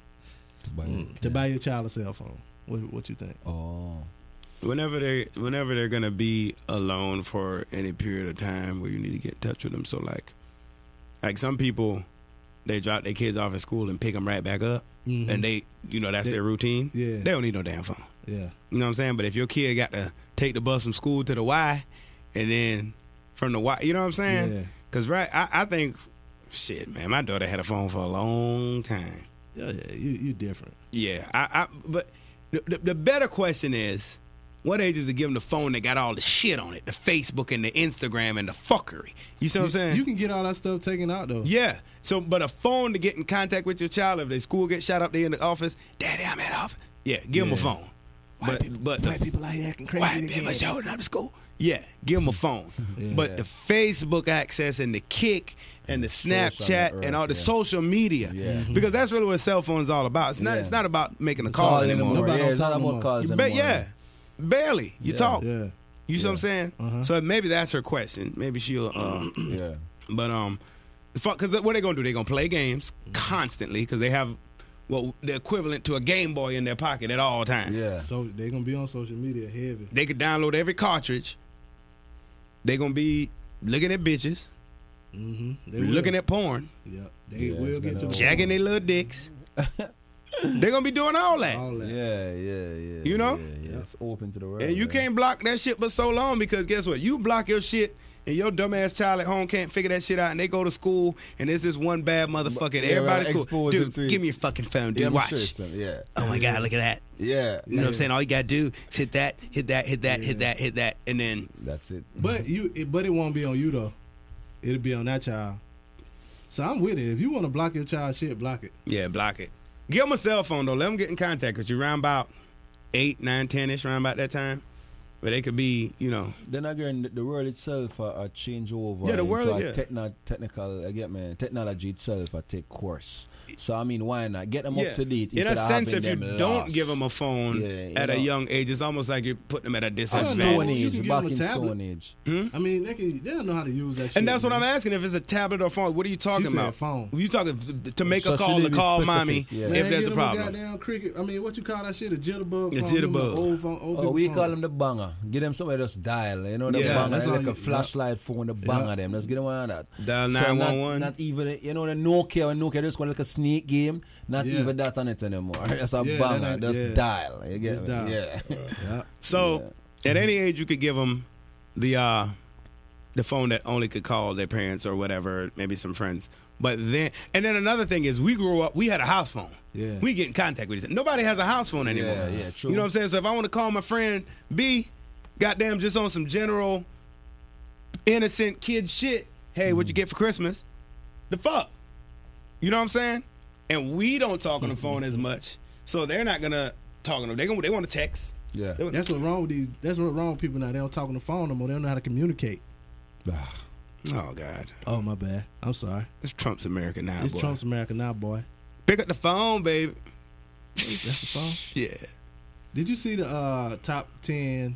S3: Buy
S2: mm,
S3: it,
S2: to
S3: yeah.
S2: buy your child a cell phone. What what you think?
S3: Oh,
S1: Whenever they whenever they're gonna be alone for any period of time, where you need to get in touch with them. So like, like some people, they drop their kids off at school and pick them right back up,
S2: Mhm.
S1: and they, you know, that's
S2: They-
S1: their routine.
S2: yeah.
S1: They don't need no damn phone.
S2: Yeah,
S1: You know what I'm saying? But if your kid got to take the bus from school to the Y, and then from the Y, you know what I'm saying?
S2: yeah,
S1: Cause right, I, I think, shit, man, my daughter had a phone for a long time.
S2: yeah, yeah. You you different.
S1: Yeah, I, I but the, the, the better question is, what age is to give them the phone that got all the shit on it, the Facebook and the Instagram and the fuckery? You see what I'm saying?
S2: You can get all that stuff taken out though.
S1: yeah. So, but a phone to get in contact with your child if their school gets shot up, they in the office. Daddy, I'm at the office. Yeah, give them a
S2: Yeah.
S1: phone. but but the
S2: white people out here acting crazy
S1: White
S2: again.
S1: people showing up to school. Yeah, give them a phone. But the Facebook access and the kick and the Snapchat
S3: network,
S1: and all the
S3: yeah.
S1: social media,
S3: Yeah.
S2: Mm-hmm.
S3: Mhm.
S1: because that's really what a cell phone is all about. It's not.
S3: Yeah.
S1: It's not about making a call
S3: in the
S1: anymore.
S3: morning.
S2: Nobody
S3: Yeah,
S2: don't
S3: it's
S2: talk
S3: not
S2: no
S3: about
S2: more.
S3: calls
S1: You
S3: in
S1: ba-
S3: the
S1: yeah,
S3: morning.
S1: barely. You
S3: Yeah.
S1: talk.
S2: Yeah,
S1: You see what I'm saying?
S2: Uh-huh.
S1: So maybe that's her question. Maybe she'll. Uh,
S3: Yeah.
S1: but um, fuck. Because what they gonna do? They gonna play games
S3: Mm-hmm.
S1: constantly because they have. Well, the equivalent to a Game Boy in their pocket at all times.
S3: Yeah.
S2: so they're gonna be on social media heavy.
S1: they could download every cartridge. They gonna be looking at bitches,
S2: Mm-hmm. They
S1: looking
S2: will.
S1: at porn,
S2: yeah, they
S3: Yeah,
S2: will
S3: it's
S2: get
S3: gonna-
S2: your
S1: jacking their little dicks. they gonna be doing all that.
S2: all that.
S3: Yeah, yeah, yeah.
S1: You know?
S3: Yeah, yeah.
S2: Yeah.
S3: It's open to the world.
S1: And you
S3: yeah.
S1: can't block that shit for so long because guess what? You block your shit and your dumbass child at home can't figure that shit out and they go to school and it's this one bad motherfucker. and
S3: Yeah,
S1: Everybody's
S3: right,
S1: cool.
S3: expose them
S1: Dude,
S3: to it.
S1: give me your fucking phone, dude.
S3: Yeah, I'm
S1: Watch.
S3: sure it's something, yeah.
S1: Oh my God, look at that.
S3: Yeah.
S1: You know what I'm saying? All you gotta do is hit that, hit that, hit that, hit that, hit that, and then
S3: That's it.
S2: But you, it, but it won't be on you though. It'll be on that child. So I'm with it. If you want to block your child shit, block it.
S1: Yeah, block it. Give them a cell phone though. Let them get in contact with you around about eight, nine, ten ish, around about that time. But they could be, you know,
S3: Then again, the- the world itself a, a change over.
S1: Yeah, the
S3: into
S1: world,
S3: a
S1: yeah.
S3: techno- technical, I get man, technology itself a take course. So I mean, why not get them
S1: yeah.
S3: up to date?
S1: in
S3: instead
S1: a
S3: of
S1: sense, if
S3: having
S1: you
S3: them
S1: don't
S3: lost.
S1: give them a phone
S3: Yeah, you
S1: at a
S3: know.
S1: young age, it's almost like you're putting them at a
S2: don't
S1: disadvantage.
S2: know
S3: Stone
S2: You can
S3: Age,
S2: give
S3: back
S2: them a
S3: in
S2: tablet.
S3: Stone Age.
S2: I mean, they can. They don't know how to use that. shit,
S1: Hmm? And that's what
S2: man.
S1: I'm asking. If it's a tablet or phone, what are you talking
S2: said
S1: about?
S2: phone.
S1: You talking to make
S3: So
S1: a
S3: she
S1: call to
S3: need to be
S1: call
S3: specific,
S1: mommy
S3: yeah.
S2: Man,
S1: if there's
S2: give
S1: a
S2: them
S1: problem.
S2: goddamn cricket. I mean, what you call that shit? A jitterbug.
S1: A
S2: phone, them
S1: jitterbug.
S2: Old phone. Old
S3: Oh,
S2: people
S3: we
S2: phone.
S3: call them the banger. Get them somebody just dial. You know the
S1: Yeah,
S3: banger,
S2: that's all
S3: like
S2: you-
S3: a flashlight phone. The banger them. Let's get them one of that.
S1: Dial
S3: So
S1: 911.
S3: Not, not even you know the Nokia. When Nokia just going like a snake game. Not
S2: Yeah.
S3: even that on it anymore. That's a
S2: Yeah, they're
S3: banger.
S2: not-
S3: just
S2: yeah.
S3: dial. You get
S2: Just
S3: me?
S2: dial.
S3: Yeah.
S2: Yeah.
S1: So at any
S3: Mm-hmm.
S1: age, you could give them the uh, the phone that only could call their parents or whatever, maybe some friends. But then, and then another thing is, we grew up. We had a house phone.
S2: Yeah.
S1: we get in contact with each other. Nobody has a house phone anymore.
S3: Yeah, yeah, true.
S1: You know what I'm saying? So if I want to call my friend B, goddamn, just on some general innocent kid shit. Hey, what'd
S3: Mm-hmm.
S1: you get for Christmas? The fuck. You know what I'm saying? And we don't talk on
S3: Mm-hmm.
S1: the phone as much, so they're not gonna talk on. the- They gonna they want to text.
S3: Yeah.
S1: They wanna-
S2: That's what's wrong with these. That's what's wrong with people now. They don't talk on the phone no more. They don't know how to communicate.
S3: Ah.
S1: Oh God,
S2: Oh my bad. I'm sorry.
S1: it's Trump's America now.
S2: It's
S1: boy.
S2: Trump's America now, boy.
S1: Pick up the phone, baby.
S2: That's the song.
S1: Yeah.
S2: Did you see the uh, top ten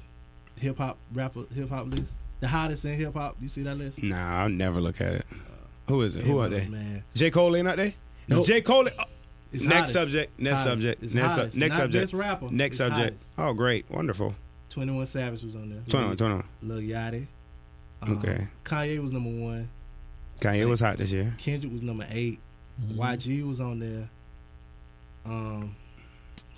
S2: hip hop rapper hip hop list? The hottest in hip hop. You see that list?
S1: Nah, I'll never look at it. Who is it? Mm. Who are
S2: Everyone,
S1: they?
S2: Man,
S1: J Cole ain't out there.
S2: Nope.
S1: J Cole. oh,
S2: It's
S1: next
S2: hottest.
S1: subject. Next
S2: Hottest.
S1: subject.
S2: It's
S1: next
S2: hottest.
S1: sub- next
S2: Not
S1: subject.
S2: best rapper.
S1: Next
S2: It's
S1: subject.
S2: hottest.
S1: Oh, great. Wonderful.
S2: Twenty One Savage was on there.
S1: 21, 21.
S2: Lil Yachty. Um,
S1: Okay.
S2: Kanye was number one.
S1: Kanye was hot this year.
S2: Kendrick was number 8 YG was on there. Um,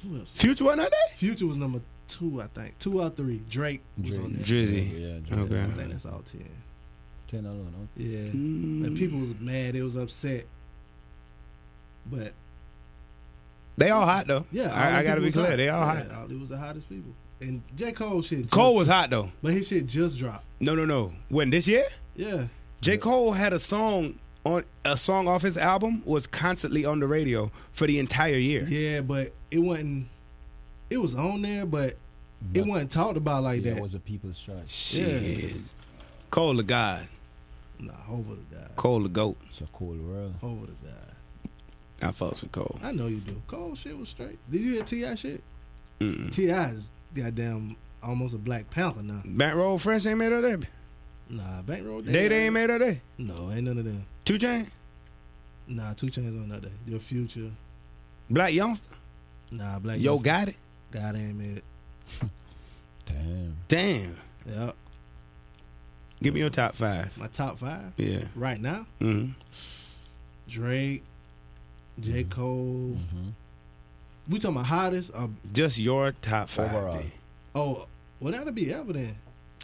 S2: who else?
S1: Future wasn't out there?
S2: Future was number two, I think. Two or three. Drake was on there.
S1: Drizzy.
S3: Yeah,
S1: Okay.
S2: I think that's all ten.
S3: Ten alone. huh?
S2: Yeah. And people was mad. They was upset. But
S1: They all hot though.
S2: yeah, all
S1: I, I
S2: the
S1: gotta
S2: people
S1: be
S2: was
S1: clear.
S2: hot.
S1: They all
S2: Yeah,
S1: hot.
S2: all- It was the hottest people. And J Cole shit. just-
S1: Cole was hot though.
S2: but his shit just dropped.
S1: No, no, no. When this year?
S2: Yeah.
S1: J. Cole had a song on a song off his album was constantly on the radio for the entire year.
S2: Yeah, but it wasn't. It was on there, but it wasn't talked about like
S3: Yeah,
S2: that.
S3: it was a people's choice.
S1: Shit. Cole the God.
S2: nah, Hova to die.
S1: Cole the GOAT.
S3: It's a cool world.
S2: Hova to die.
S1: I fucks with Cole.
S2: I know you do. Cold shit was straight. Did you hear Ti shit? Ti is goddamn almost a Black Panther now.
S1: Back Road Fresh ain't made her there.
S2: Nah, Bankroll.
S1: They, they ain't made her there.
S2: No, ain't none of them.
S1: Two Chain.
S2: Nah, Two Chains on that day. Your future.
S1: Black Youngster.
S2: Nah, Black.
S1: Yo
S2: Youngster.
S1: got it.
S2: God damn it.
S3: Damn.
S1: Damn.
S2: Yep.
S1: Give me your top five.
S2: My top five
S1: Yeah.
S2: right now:
S1: Mm-hmm.
S2: Drake, J Cole. We talking about hottest? Or,
S1: Just your top five.
S3: Overall.
S1: B.
S2: oh, well that'll be evident.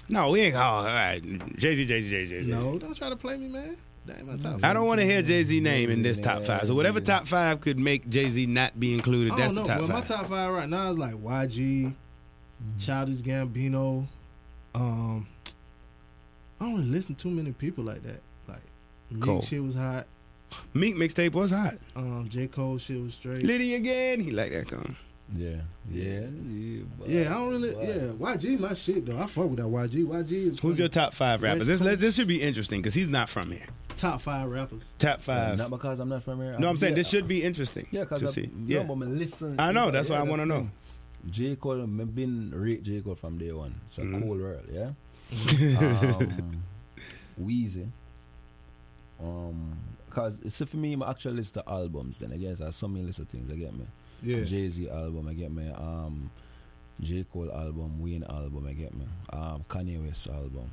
S1: No, we ain't. Oh, all right. Jay Z, Jay Z, Jay Z, Jay Z.
S2: No, Mm-hmm. don't try to play me, man. That ain't my top.
S1: I
S2: Five.
S1: don't want to hear Jay Z name in this top five. So whatever top five could make Jay Z not be included,
S2: I
S1: that's
S2: don't
S1: the
S2: know.
S1: top
S2: but my
S1: five.
S2: top five right now is like YG, Childish Gambino. Um, I don't really listen to too many people like that. Like Meek
S1: Cole.
S2: shit was hot.
S1: Meek mixtape was hot.
S2: Um, J Cole shit was straight.
S1: Liddy again. He like that song.
S3: Yeah. Yeah. Yeah. boy.
S2: yeah, I don't really. Yeah, YG my shit though. I fuck with that YG. YG is
S1: Who's your top five rappers? This
S2: West Coast.
S1: this should be interesting because he's not from here.
S2: top five rappers?
S1: Top five.
S3: Not because I'm not from here.
S1: No, I'm saying this
S3: yeah,
S1: should be interesting.
S3: Yeah, because
S1: to see. Yeah.
S3: listen.
S1: I know. That's why I want to know.
S3: J. Cole, I've been rate J. Cole from day one. It's a cool world, yeah? um, Weezy. Um, because, see, for me, I actually list the albums then, I guess. I saw me list of things, I get me.
S2: Yeah,
S3: Jay Z album, I get me. Um, J Cole album, Wayne album, I get me. Um, Kanye West album,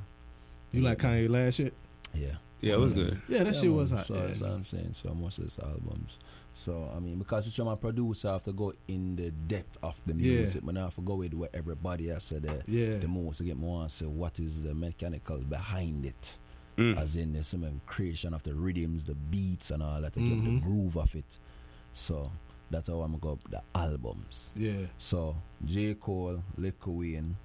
S2: you like Kanye last shit?
S3: yeah.
S1: Yeah, it was good.
S2: Yeah, that
S3: Yeah,
S2: shit
S3: man.
S2: was hot.
S3: So that's
S2: yeah.
S3: what I'm saying. So most of his albums. So I mean, because it's from a producer, I have to go in the depth of the
S2: Yeah.
S3: music. But now I have to go with what everybody else said there.
S2: Yeah.
S3: The most to get more and say what is the mechanical behind it. As in there's some uh, creation of the rhythms, the beats and all that to get
S2: Mm-hmm.
S3: the groove of it. So that's how I'm gonna go up the albums.
S2: yeah.
S3: So J. Cole, Lil Wayne,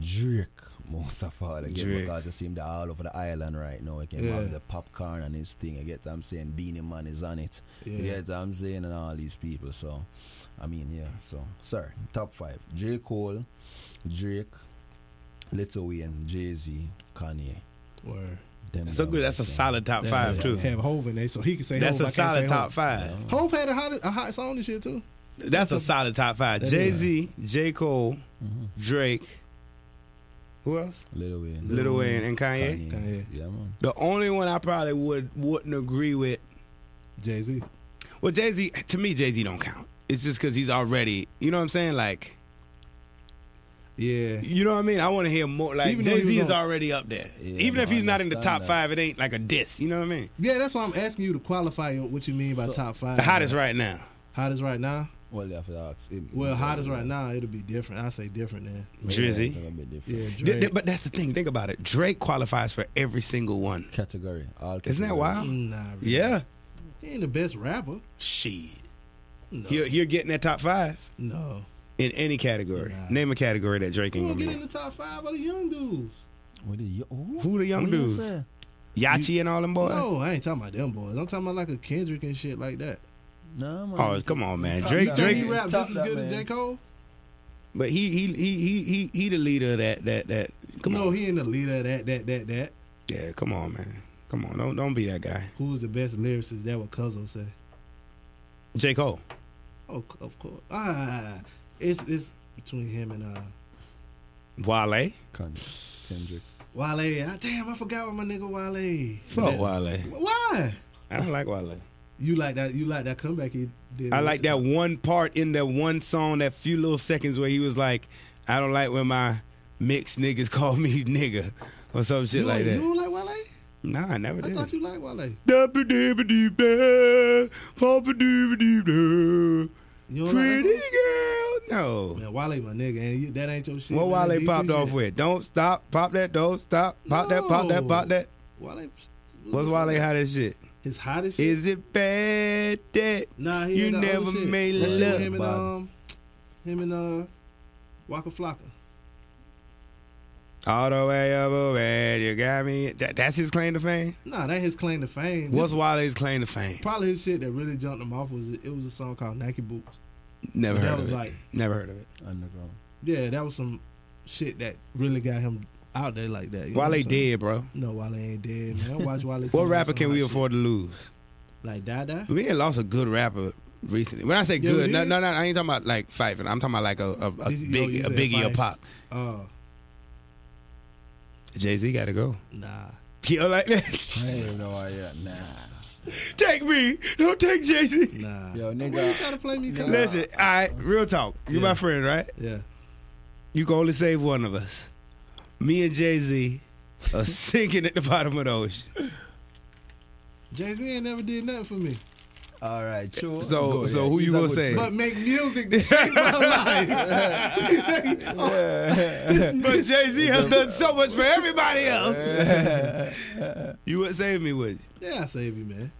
S3: Drake, most of all again
S1: Drake.
S3: because you see him there all over the island right now. He can
S2: Yeah.
S3: have the popcorn and his thing. I get what I'm saying Beanie Man is on it. You
S2: Yeah.
S3: get what I'm saying and all these people. So I mean yeah, so sorry, top five. J. Cole, Drake, Little Wayne, Jay Z, Kanye.
S2: Or
S3: Them
S1: That's a
S3: them
S1: good. That's a
S3: same.
S1: solid top five too.
S2: Have Hov in there, so he can say
S1: That's a
S2: Hov, oh, I can't say
S1: solid
S2: Hov.
S1: top five.
S2: Hove had a hot, a hot song this year too.
S1: That's a solid top five.
S2: That
S1: Jay Z, J Cole, Drake. Who else?
S3: Little Wayne.
S1: Lil Wayne and Kanye.
S3: Kanye.
S2: Kanye.
S3: Yeah, man.
S1: The only one I probably would wouldn't agree with.
S2: Jay Z.
S1: Well, Jay Z to me, Jay Z don't count. It's just because he's already. You know what I'm saying? Like,
S2: Yeah.
S1: you know what I mean? I want to hear more. Like
S2: Even though
S1: Jay Z
S2: he was
S1: is
S2: on-
S1: already up there.
S3: Yeah,
S1: Even
S3: no,
S1: if
S3: I
S1: he's not in the top
S3: understand that.
S1: five, it ain't like a diss. You know what I mean?
S2: Yeah, that's why I'm asking you to qualify your- what you mean by
S3: So-
S2: top five.
S1: The hottest right now.
S2: Hottest right now.
S3: Well, you have to ask him.
S2: Well, hottest right now, it'll be different. I say different then.
S3: Yeah,
S1: Drizzy.
S3: it's a bit different.
S2: Yeah,
S1: Th-
S2: Drake.
S1: th- but that's the thing. Think about it. Drake qualifies for every single one.
S3: Category. All
S1: Isn't that
S3: categories.
S1: wild?
S2: nah, really.
S1: Yeah.
S2: He ain't the best rapper.
S1: Shit.
S2: No.
S1: He'll, he'll get in that top five
S2: no.
S1: in any category.
S2: Nah.
S1: Name a category that Drake
S2: Who
S1: ain't
S2: gonna
S1: gonna
S2: get
S1: be. in.
S2: in the top five of the young dudes?
S3: What is yo- who?
S1: Who the young
S3: What you
S1: dudes?
S3: say?
S1: Yachi and all them boys.
S2: No, I ain't talking about them boys. I'm talking about like a Kendrick and shit like that.
S3: No, man.
S1: Oh, come on, man.
S3: Top
S1: Drake,
S3: down.
S2: he
S1: Drake,
S3: Yeah.
S2: rap
S3: Top
S2: just as
S3: that,
S2: good as
S3: man.
S2: J Cole.
S1: but he he he he he he the leader of that that that. Come
S2: no,
S1: on,
S2: he ain't the leader of that that that that.
S1: yeah, come on, man. Come on, don't don't be that guy.
S2: Who is the best lyricist? That what Cuzzo say.
S1: J Cole.
S2: Oh, c- of course. Ah, it's it's between him and uh
S1: Wale.
S3: Kanye. Kendrick.
S2: Wale. Ah, damn, I forgot what my nigga Wale.
S1: Fuck Wale.
S2: Why?
S1: I don't like Wale.
S2: You like that? You like that comeback he did?
S1: I like that one part in that one song, that few little seconds where he was like, "I don't like when my mixed niggas call me nigga" or some shit
S2: You,
S1: like
S2: don't-
S1: that.
S2: you don't like Wale?
S1: Nah, I never
S2: I
S1: did.
S2: thought you liked Wale.
S1: Da-ba-dee-ba-dee-ba, pa-ba-dee-ba-dee-ba,
S2: You don't
S1: Pretty
S2: like
S1: girl. No.
S2: Wale? Man, Wale, my nigga, and you, that ain't your shit.
S1: What
S2: man. That's
S1: Wale
S2: DC
S1: popped
S2: shit.
S1: off with? Don't stop, pop that, don't stop, pop that, pop that, pop that.
S2: Wale.
S1: What's Wale hot as shit?
S2: His hottest. shit?
S1: Is it bad that
S2: Nah, he
S1: You
S2: ain't the
S1: never
S2: other shit.
S1: made
S2: That shit with
S1: love.
S2: Him and
S3: Bad.
S2: um, him and uh, Waka Flocka.
S1: all the way up over you got me? That, that's his claim to fame?
S2: Nah, that his claim to fame.
S1: What's Wale's claim to fame?
S2: probably his shit that really jumped him off was it was a song called Nike Boots.
S1: Never
S2: That
S1: heard
S2: was
S1: of it.
S2: like-
S1: Never heard of it.
S3: Underground.
S2: Yeah, that was some shit that really got him out there like that. you know what
S1: Wale
S2: I'm saying?
S1: dead, bro.
S2: No, Wale ain't dead, man. I watch Wale. come
S1: What
S2: out
S1: rapper
S2: some
S1: can we
S2: hot shit.
S1: afford Hmm? to lose?
S2: Like Dada?
S1: We ain't lost a good rapper recently. When I say
S2: Yeah,
S1: good,
S2: we
S1: no,
S2: did.
S1: no, no, I ain't talking about like Fife. I'm talking about like a, a, a
S2: Did you- oh,
S1: big,
S2: you
S1: a
S2: said
S1: Biggie or Pac.
S2: Fife. Uh,
S1: Jay Z got to go.
S2: nah.
S1: Kill like that.
S3: I ain't know why yet. Nah.
S1: take me. Don't take Jay Z.
S2: Nah.
S3: Yo,
S2: Why you
S3: nigga.
S2: trying to play me?
S3: Yeah.
S2: Yeah.
S1: Listen, all right, real talk. You
S2: Yeah.
S1: my friend, right?
S2: yeah.
S1: You can only save one of us. Me and Jay Z are sinking at the bottom of the ocean.
S2: Jay Z ain't never did nothing for me.
S3: All right, sure.
S1: So-
S3: Go,
S1: so
S3: yeah.
S1: who
S3: He's
S1: you
S3: a
S1: gonna
S3: good
S1: say?
S2: But make music to shape my life.
S1: But Jay Z has done so much for everybody else. you would save me, would you?
S2: yeah, I save you, man.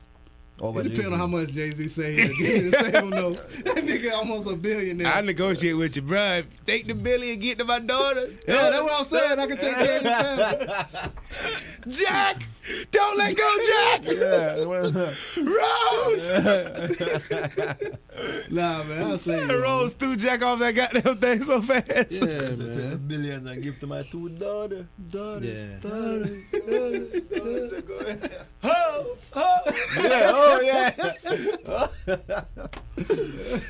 S3: Oh,
S2: It
S3: but
S2: depends on
S3: Jay-Z.
S2: how much Jay Z say he did. Say him no. That nigga almost a billionaire.
S1: I negotiate with you, bro. Take the Billy and get to my daughter.
S2: yeah, that's what I'm saying. I can take care of the family.
S1: Jack, don't let go, Jack.
S3: Yeah, well,
S1: Rose,
S2: Nah, man, I'll save you.
S1: Rose threw Jack off that goddamn thing so fast.
S2: Yeah,
S3: so take the
S2: man.
S3: billions and give to my two daughter, daughters,
S2: Yeah.
S3: daughters, daughters, daughters. Go ahead.
S1: oh,
S3: Ho, ho. Yeah, oh yeah.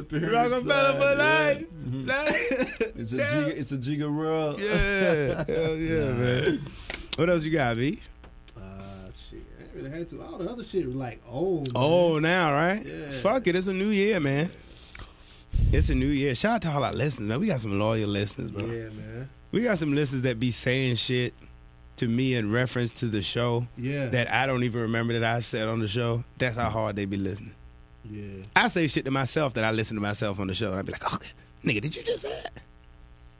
S1: Rockefeller for life. Life.
S3: It's a jigga, it's a jigga world.
S1: Yeah, hell yeah, man. What else you got, B?
S2: Ah, shit. I ain't really had to. All the other shit was like old. man.
S1: Uh, Oh, now right?
S2: Yeah.
S1: Fuck it, it's a new year, man. It's a new year. Shout out to all our listeners, man. We got some loyal listeners, bro.
S2: Yeah, man.
S1: We got some listeners that be saying shit to me in reference to the show
S2: Yeah.
S1: that I don't even remember that I said on the show. That's how hard they be listening.
S2: yeah.
S1: I say shit to myself that I listen to myself on the show, and I be like, "Oh, nigga, did you just say that?"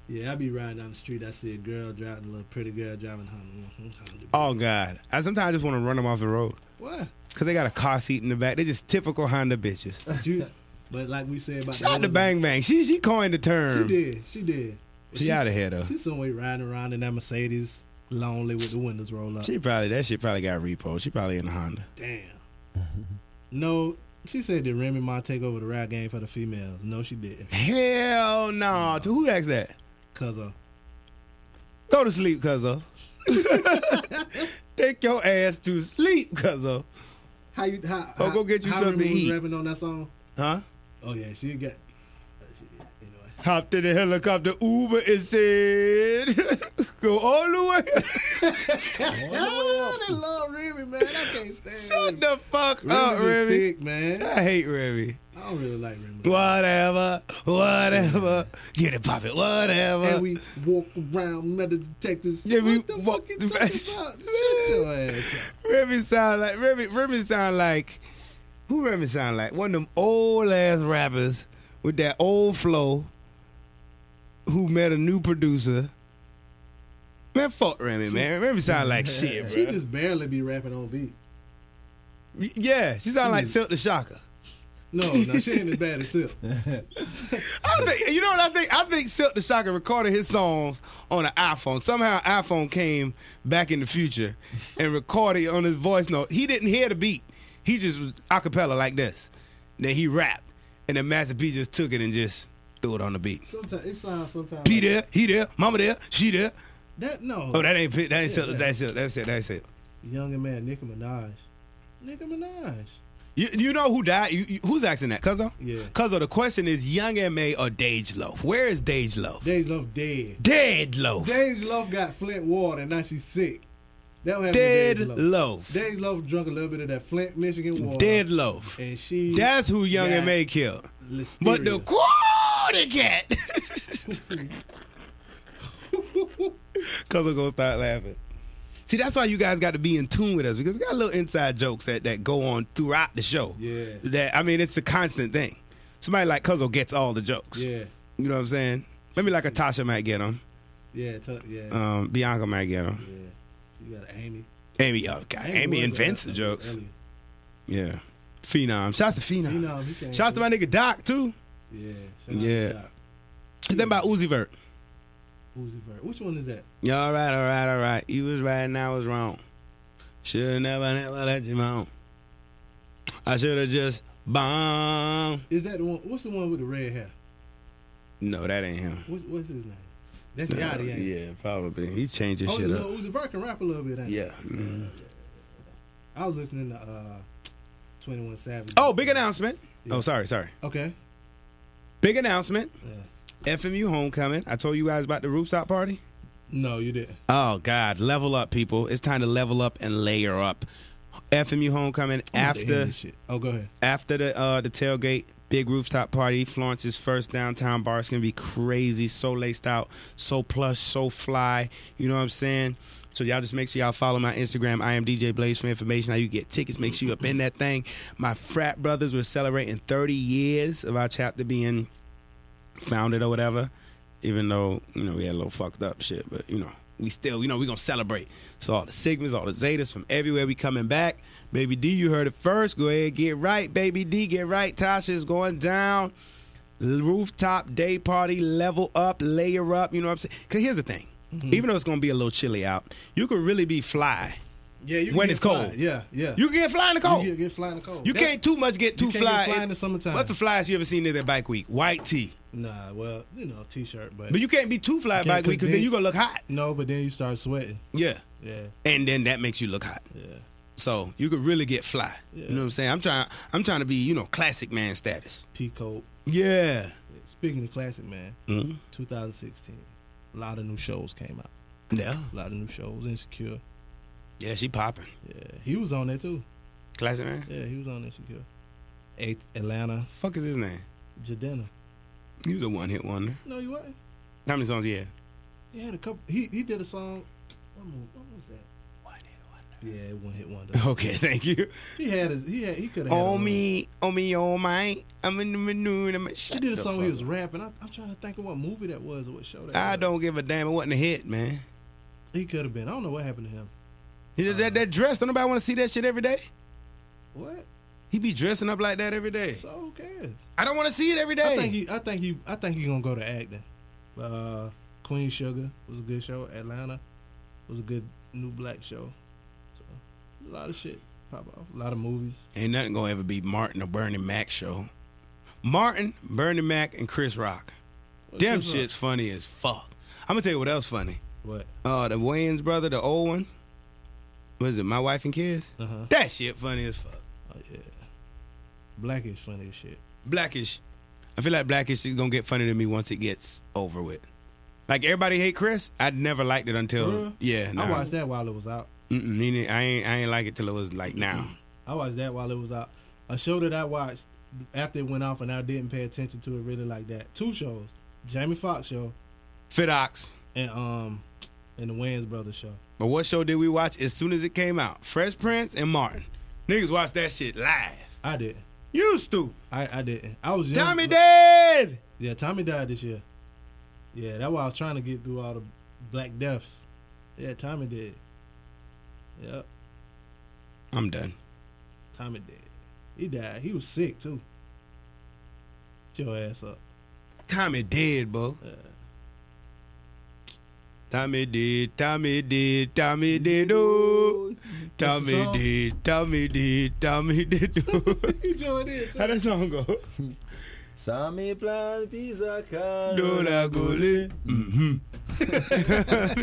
S2: Yeah, I be riding down the street. I see a girl driving, a little pretty girl driving. Mm, Honda.
S1: Oh God, I sometimes just want to run them off the road
S2: What?
S1: because they got a car seat in the back. They just typical Honda bitches.
S2: But you, but like we said about
S1: Shout out to
S2: Hondas,
S1: Bang Bang. She she coined the
S2: She
S1: term.
S2: did. She did.
S1: She, out of here though.
S2: She's somewhere riding around in that Mercedes, lonely with the windows rolled up.
S1: She probably that shit probably got repo. She probably in a Honda.
S2: Damn. no, she said did Remy Ma take over the rap game for the females? No, she didn't.
S1: Hell no. To Who asked that?
S2: Cause of
S1: Go to sleep, cuzzo. Take your ass to sleep, cuzzo.
S2: How you? How?
S1: Oh,
S2: how-
S1: go get you
S2: how
S1: something to
S2: Remy was
S1: eat.
S2: Rapping on that song.
S1: Huh?
S2: Oh yeah, she got. uh, she- anyway.
S1: Hopped in the helicopter, Uber, and said, "Go all the way."
S2: Oh, they love Remy, man. I can't
S1: Shut
S2: stand.
S1: the fuck
S2: Remy.
S1: up,
S2: Remy's
S1: Remy.
S2: thick, man.
S1: I hate Remy.
S2: I don't really like Remy.
S1: Whatever, whatever. Get it, pop it, whatever.
S2: and we walk around metal detectors.
S1: Yeah, we
S2: what the
S1: walk-
S2: fuck you talking about? Shut your ass up.
S1: Remy sound like Remy. Remy sound like who? Remy sound like one of them old ass rappers with that old flow. Who met a new producer? Man, fuck Remy, man. Remy sound like shit,
S2: She
S1: bro.
S2: just barely be rapping on beat.
S1: yeah, she sound like Silk the Shocker.
S2: No, no, she ain't as bad as Silk.
S1: I think you know what I think. I think Silk the Shocker recorded his songs on an iPhone. Somehow, iPhone came back in the future and recorded on his voice note. He didn't hear the beat. He just was acapella like this. Then he rapped, and then Master P just took it and just threw it on the beat.
S2: Sometimes it sounds sometimes.
S1: P there, he there, Mama there, she there.
S2: That no.
S1: Oh, that ain't P- that ain't Silk. That's it. That's it. That's it.
S2: Younger man, Nicki Minaj. Nicki Minaj.
S1: You, you know who died? You, you- who's asking that? Cuzzo?
S2: Yeah.
S1: Cuzzo, the question is Young M.A. or Dage Loaf? Where is Dage Loaf?
S2: Dej Love dead.
S1: Dead Loaf.
S2: Dej Love got Flint water and now she's sick. That what happened
S1: Dead
S2: to Dej Love.
S1: Loaf.
S2: Dej Love drunk a little bit of that Flint, Michigan water.
S1: Dead Loaf.
S2: And she.
S1: That's who Young
S2: got
S1: M.A. killed.
S2: listeria.
S1: But the quartercat. Cause I'm gonna start laughing. See, that's why you guys got to be in tune with us because we got little inside jokes that, that go on throughout the show.
S2: Yeah.
S1: That I mean, it's a constant thing. Somebody like Cuzzo gets all the jokes.
S2: Yeah.
S1: You know what I'm saying? Maybe like a Tasha might get them.
S2: Yeah. T- yeah.
S1: Um, Bianca might get them.
S2: yeah. You got Amy.
S1: Amy, oh, God, Amy
S2: was
S1: invents the
S2: that-
S1: jokes.
S2: earlier.
S1: Yeah. Phenom. Shouts to Phenom.
S2: You know, he came.
S1: Shouts to my nigga Doc too.
S2: Yeah.
S1: Yeah. Think about Uzi Vert.
S2: Uzi Vert. Which one is that?
S1: Yeah, all right, all right, all right. You was right and I was wrong. Should never, never let you moan. I should have just bombed.
S2: Is that the one? What's the one with the red hair?
S1: No, that ain't him.
S2: What's, what's his name? That's Yachty, ain't it?
S1: yeah, probably. He's changed his
S2: Oh,
S1: shit
S2: no,
S1: up.
S2: Uzi Vert can rap a little bit, ain't it?
S1: Yeah. Mm.
S2: I was listening to uh, 21 Savage.
S1: Oh, big announcement.
S2: Yeah.
S1: Oh, sorry, sorry.
S2: Okay.
S1: Big announcement.
S2: Yeah.
S1: FMU homecoming. I told you guys about the rooftop party.
S2: No, you didn't.
S1: Oh God, level up, people! It's time to level up and layer up. FMU homecoming
S2: The end
S1: after
S2: of shit. Oh, go ahead.
S1: after the uh, the tailgate, big rooftop party. Florence's first downtown bar. It's gonna be crazy. So laced out, so plush, so fly. You know what I'm saying? So y'all just make sure y'all follow my Instagram. I am DJ Blaze for information how you get tickets. Make sure you up in that thing. My frat brothers were celebrating 30 years of our chapter being founded or whatever. Even though you know we had a little fucked up shit, but you know we still you know we gonna celebrate. So all the Sigmas, all the Zetas from everywhere we coming back. Baby D, you heard it first. Go ahead, get right, baby D, get right. Tasha's going down. Rooftop day party, level up, layer up. You know what I'm saying? Cause here's the thing.
S2: Mm-hmm.
S1: Even though it's gonna be a little chilly out, you can really be fly.
S2: Yeah, you
S1: When
S2: can
S1: it's
S2: get fly.
S1: cold.
S2: Yeah, yeah.
S1: You can get fly in the
S2: You
S1: cold.
S2: get, get fly in the cold.
S1: You
S2: That's-
S1: can't too much get too
S2: you can't
S1: fly.
S2: get fly in the summertime.
S1: What's the flyest you ever seen in their bike week? White tee.
S2: Nah, well, you know, t-shirt, but,
S1: But you can't be too fly
S2: can't
S1: bike week because then
S2: convince-
S1: you gonna look hot.
S2: no, but then you start sweating.
S1: Yeah.
S2: Yeah,
S1: And then that makes you look hot.
S2: yeah.
S1: So you could really get fly. You
S2: Yeah.
S1: know what I'm saying? I'm trying I'm trying to be, you know, classic man status.
S2: P coat.
S1: Yeah.
S2: Speaking of classic, man,
S1: Mm-hmm.
S2: 2016, a lot of new shows came out.
S1: Yeah.
S2: A lot of new shows. Insecure.
S1: Yeah, she popping.
S2: Yeah, he was on there too.
S1: Classic man.
S2: Yeah, he was on Insecure. A- Atlanta,
S1: Fuck is his name?
S2: Jadena.
S1: He was a one hit wonder.
S2: No, you what?
S1: How many songs he had?
S2: He had a couple. He he did a song. What, mo- what was that?
S1: One hit
S2: Yeah, one hit wonder.
S1: wonder. Okay, thank you.
S2: he had his. He had. He could have.
S1: Oh me, oh me, oh my. I'm in the mood. I'm in-
S2: He
S1: Shut
S2: did a
S1: the
S2: song. where He
S1: fuck
S2: was
S1: up.
S2: rapping. I, I'm trying to think of what movie that was or what show that.
S1: I
S2: was.
S1: don't give a damn. It wasn't a hit, man.
S2: He could have been. I don't know what happened to him.
S1: He did that, that dress. Don't nobody want to see that shit every day.
S2: What?
S1: He be dressing up like that every day.
S2: So who cares?
S1: I don't want to see it every day.
S2: I think he. I think he. I think he gonna go to acting. Uh, Queen Sugar was a good show. Atlanta was a good new black show. So there's a lot of shit pop off. A lot of movies.
S1: Ain't nothing gonna ever be Martin or Bernie Mac show. Martin, Bernie Mac, and Chris Rock.
S2: What
S1: Damn
S2: Oh, Chris Rock?
S1: shit's funny as fuck. I'm gonna tell you what else funny.
S2: What?
S1: Uh, the Wayans brother, the old one. What is it? My wife and kids.
S2: Uh huh.
S1: That shit funny as fuck.
S2: Oh yeah. Black is funny as shit.
S1: Blackish. I feel like Blackish is gonna get funny to me once it gets over with. Like everybody hate Chris. I'd never liked it until
S2: Really?
S1: yeah. Nah.
S2: I watched that while it was out.
S1: Mm-mm, he didn't- I ain't I ain't like it till it was like now.
S2: I watched that while it was out. A show that I watched after it went off and I didn't pay attention to it really like that. Two shows. Jamie Foxx show
S1: Fidox.
S2: and um and the Wayans Brothers show.
S1: But what show did we watch as soon as it came out? Fresh Prince and Martin. Niggas watched that shit live.
S2: I didn't.
S1: You stupid.
S2: I, I didn't. I was young,
S1: Tommy
S2: but-
S1: dead.
S2: Yeah, Tommy died this year. Yeah, that's why I was trying to get through all the black deaths. Yeah, Tommy did. Yep,
S1: I'm done.
S2: Tommy did. He died. He was sick too. Get your ass up.
S1: Tommy dead, bro.
S2: Yeah.
S1: Tommy did, Tommy did, Tommy did, oh. Tommy
S2: song?
S1: did, Tommy did, Tommy did, oh.
S2: He joined in
S1: How
S2: too.
S1: that song go?
S3: Sami plan pizza can.
S1: Do la gole, mm-hmm.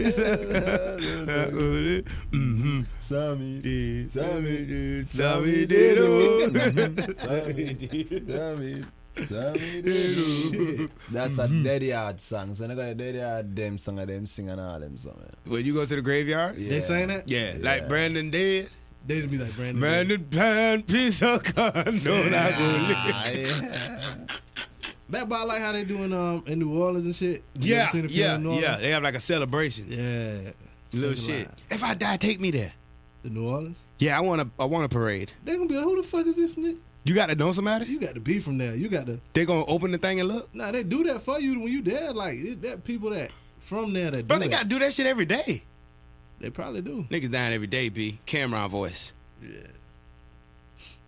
S1: La gole, mm-hmm.
S3: Sami
S1: Did,
S3: Sami did.
S1: Sami did, oh.
S3: Sami did. Sami. Sami did. That's a dead yard song. So I got a dead yard them song of them singing all them song. man.
S1: When you go to the graveyard?
S2: They saying that?
S1: Yeah, like Brandon dead.
S2: They just be like Brandon.
S1: Brandon Pan, piece of con, do la gole.
S3: Ah, yeah.
S2: That by like how they doing um in New Orleans and shit. You
S1: Yeah,
S2: ever seen the
S1: yeah,
S2: film in New
S1: yeah.
S2: Orleans?
S1: They have like a celebration.
S2: Yeah.
S1: Little
S2: Second
S1: shit.
S2: line.
S1: If I die, take me there.
S2: The New Orleans.
S1: Yeah, I want a, I want a parade.
S2: They gonna be like, who the fuck is this nigga?
S1: You got to know somebody.
S2: You got to be from there. You got to.
S1: They gonna open the thing and look.
S2: Nah, they do that for you when you there. Like it, that people that from there that
S1: Bro,
S2: do
S1: they
S2: that.
S1: gotta do that shit every day.
S2: They probably do.
S1: Niggas dying every day, B. Cameron voice.
S2: Yeah.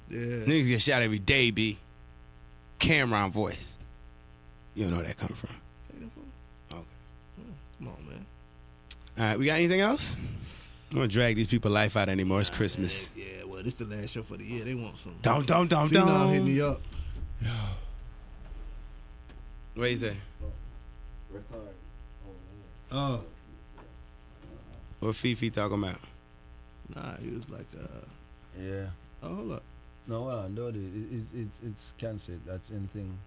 S1: Niggas get shot every day, B. Cameron voice. You don't know where that come from. Okay.
S2: Come on, man.
S1: All right, we got anything else? I don't drag these people life out anymore. It's Christmas.
S2: Yeah, yeah, well, this the last show for the year. They want some.
S1: Dum dum dum
S2: Phenom hit
S1: dum.
S2: me up.
S1: What you say?
S2: Oh,
S1: What Fifi talking about?
S2: nah, he was like, uh,
S3: Yeah.
S2: oh, hold up.
S3: No, hold on, no, it, it, it's it's cancelled. That's anything.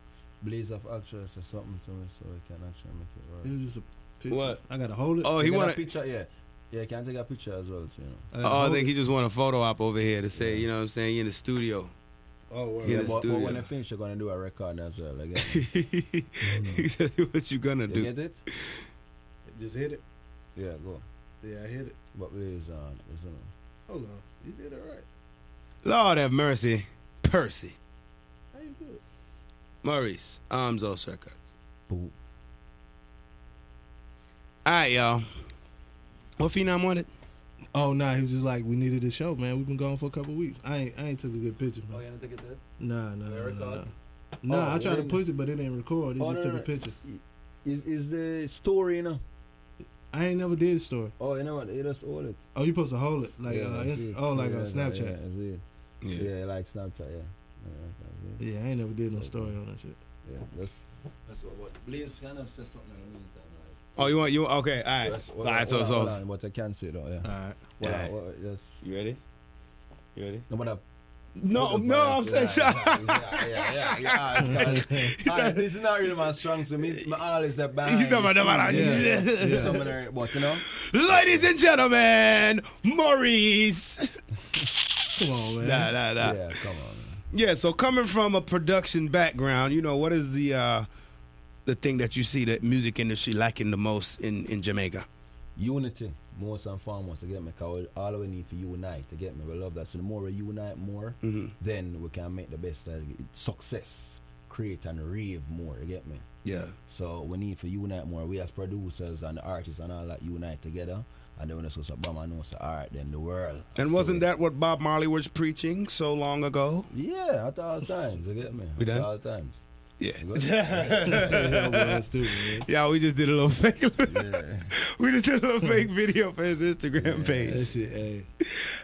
S3: Blaze of actress or something to me, so I can actually make it work.
S2: It was just a picture.
S1: What?
S2: I gotta hold it.
S1: Oh, he
S3: Take
S1: want
S3: a
S1: to.
S3: picture, yeah. Yeah, can I take a picture as well, too, you know?
S2: gotta
S1: Oh, I
S2: hold
S1: think
S2: it.
S1: he just want a photo op over here to say, you know what I'm saying, you in the studio.
S2: Oh, word.
S1: Yeah,
S3: Yeah,
S1: the
S3: but, but when
S1: studio.
S3: I finish, you're gonna do a record as well. Like,
S1: he said, what you gonna
S3: you
S1: do?
S3: get it?
S2: Just hit it.
S3: Yeah, go.
S2: Yeah, I hit it.
S3: But uh, Blaze on, you know.
S2: Hold on. You did it right.
S1: Lord have mercy. Percy.
S2: How you do it?
S1: Maurice. Arms all circuits.
S3: Boop.
S1: All right, y'all. What phenom wanted?
S2: Oh, nah, he was just like, we needed a show, man. We've been gone for a couple weeks. I ain't, I ain't took a good picture, man.
S3: gonna Oh, take it there?
S2: Nah, nah, nah,
S3: Record?
S2: nah, nah. Nah,
S3: Oh,
S2: I tried to
S3: really?
S2: push it, but it didn't record. It
S3: Oh,
S2: just
S3: no,
S2: took
S3: no,
S2: a
S3: no.
S2: picture.
S3: Is is the story, you know?
S2: I ain't never did a story.
S3: Oh, you know what? You just hold it.
S2: Oh, you supposed to hold it like
S3: yeah,
S2: uh,
S3: I
S2: Inst-
S3: see it.
S2: oh, like
S3: yeah,
S2: on Snapchat.
S3: Yeah, I see it.
S1: Yeah.
S3: yeah, like Snapchat, yeah. Yeah, I see it.
S2: Yeah, I ain't never did no story on that shit.
S3: yeah that's, that's what, what Blaze kind of says something in the meantime, like.
S1: Oh, you want you want- okay? All right.
S3: Yes,
S1: all right. So
S3: hold on,
S1: so.
S3: hold on, but I can't say though. Yeah.
S1: Ah.
S2: All right.
S3: Hold on,
S1: Alright.
S3: hold on, just-
S1: You ready? You ready?
S3: no, but I-
S1: No,
S3: hold on,
S1: no.
S3: hold on,
S1: I'm saying.
S3: yeah, yeah, yeah, yeah, yeah, it's kinda- alright, This is not really my strong suit. Me, my all is that bad.
S1: He's talking about that.
S2: Yeah. Yeah.
S3: But you know,
S1: Ladies and gentlemen, Maurice.
S2: Come on, man.
S1: Nah, nah, nah.
S3: yeah, come on. man.
S1: Yeah, so coming from a production background, you know, what is the uh the thing that you see the music industry lacking the most in in Jamaica?
S3: Unity, most and foremost, to get me. Cause all we need for unite, to get me. We love that. So the more we unite, more,
S1: Mm-hmm.
S3: then we can make the best uh, success, create and rave more. You get me.
S1: Yeah.
S3: So we need to unite more. We as producers and artists and all that unite together. And then when it's also bomb and also art, then the world.
S1: And wasn't that what Bob Marley was preaching so long ago?
S3: Yeah, at all times. You get me?
S1: We done?
S3: At all times.
S1: Yeah.
S3: You got- yeah.
S2: Yeah, well, that's stupid, man.
S1: Yeah, we just did a little fake. we just did a little fake video for his Instagram
S2: That
S1: page.
S2: shit, hey.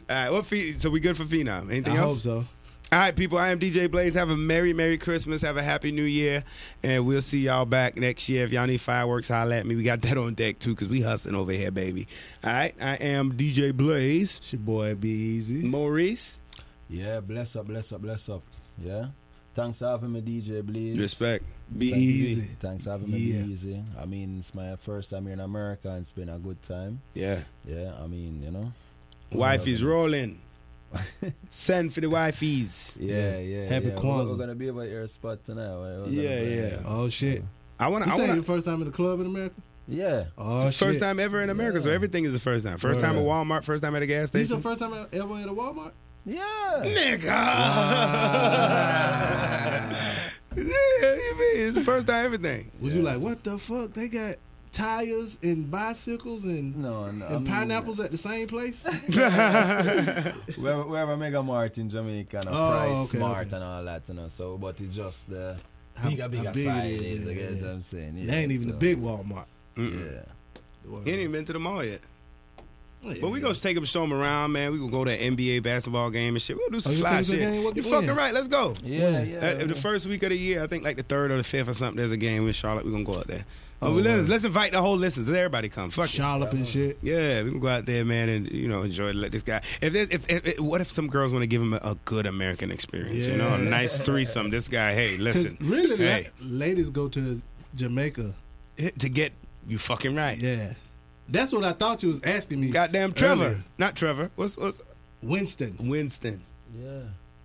S1: All right, what phe- so we good for phenom? Anything
S2: I
S1: else?
S2: hope so.
S1: All right, people. I am DJ Blaze. Have a merry, merry Christmas. Have a happy New Year, and we'll see y'all back next year. If y'all need fireworks, holla at me. We got that on deck too, cause we hustling over here, baby. All right, I am DJ Blaze,
S2: It's your boy Be Easy.
S1: Maurice.
S3: Yeah, bless up, bless up, bless up. Yeah. Thanks for having me, DJ Blaze.
S1: Respect. Be
S2: Be
S1: easy.
S3: Thanks for having me,
S2: Yeah.
S3: Easy. I mean, it's my first time here in America and it's been a good time.
S1: Yeah.
S3: Yeah, I mean, you know.
S1: Wife is rolling. Send for the wifeys.
S3: Yeah, yeah.
S2: Happy
S3: yeah. We're-
S2: Kwanzaa.
S3: We're going to be able to air a spot tonight. We're- we're gonna
S1: Yeah,
S3: be-
S1: yeah.
S2: Oh shit!
S1: I want to.
S2: You
S1: I
S2: say your
S1: want to.
S2: first time in the club in America?
S3: Yeah.
S2: Oh shit!
S1: First time ever in America, so
S3: Yeah.
S1: everything is the first time. First time at
S2: Word.
S1: Walmart. First time at a gas
S2: This is your
S1: station.
S2: first time ever at a Walmart?
S3: Yeah.
S1: Nigga.
S2: Wow.
S1: yeah, you mean it's the first time everything.
S2: Was you like, what the fuck? They got tires and bicycles and
S3: No, no. I
S2: and
S3: mean,
S2: pineapples at the same place?
S3: Wherever, wherever Mega Mart in Jamaica and a
S2: Oh,
S3: Price
S2: okay,
S3: Mart
S2: okay.
S3: and all that, you know. So, but it's just the
S2: How-
S3: bigger,
S2: how
S3: bigger
S2: big it
S3: side.
S2: is,
S3: is, I
S2: yeah,
S3: guess
S2: yeah.
S3: I'm saying.
S2: they
S3: yeah,
S2: ain't even
S3: so,
S2: the big Walmart.
S3: Yeah.
S1: He ain't even been to the mall yet.
S2: Yeah.
S1: But we gonna take him, show him around, man. We gonna go to an NBA basketball game and shit. We'll do some
S2: Oh, you
S1: fly
S2: taking the
S1: shit.
S2: game? What
S1: You
S2: the
S1: fucking
S2: win?
S1: right. Let's go.
S3: Yeah, yeah.
S1: Uh, the first week of the year, I think like the third or the fifth or something. There's a game in Charlotte. We gonna go out there. Oh, we let's, let's invite the whole listeners. Let everybody come. Fuck it.
S2: Charlotte and shit.
S1: Yeah, we can go out there, man, and you know enjoy. Let this guy. If there- if, if, if- what if some girls want to give him a, a good American experience? You know, a
S2: Yeah.
S1: nice threesome. This guy, hey,
S2: 'Cause
S1: listen,
S2: really,
S1: hey,
S2: la- ladies go to Jamaica.
S1: to get you fucking right.
S2: Yeah, that's what I thought you was asking me.
S1: Goddamn Trevor,
S2: earlier.
S1: not Trevor. What's what's
S2: Winston.
S1: Winston?
S3: yeah.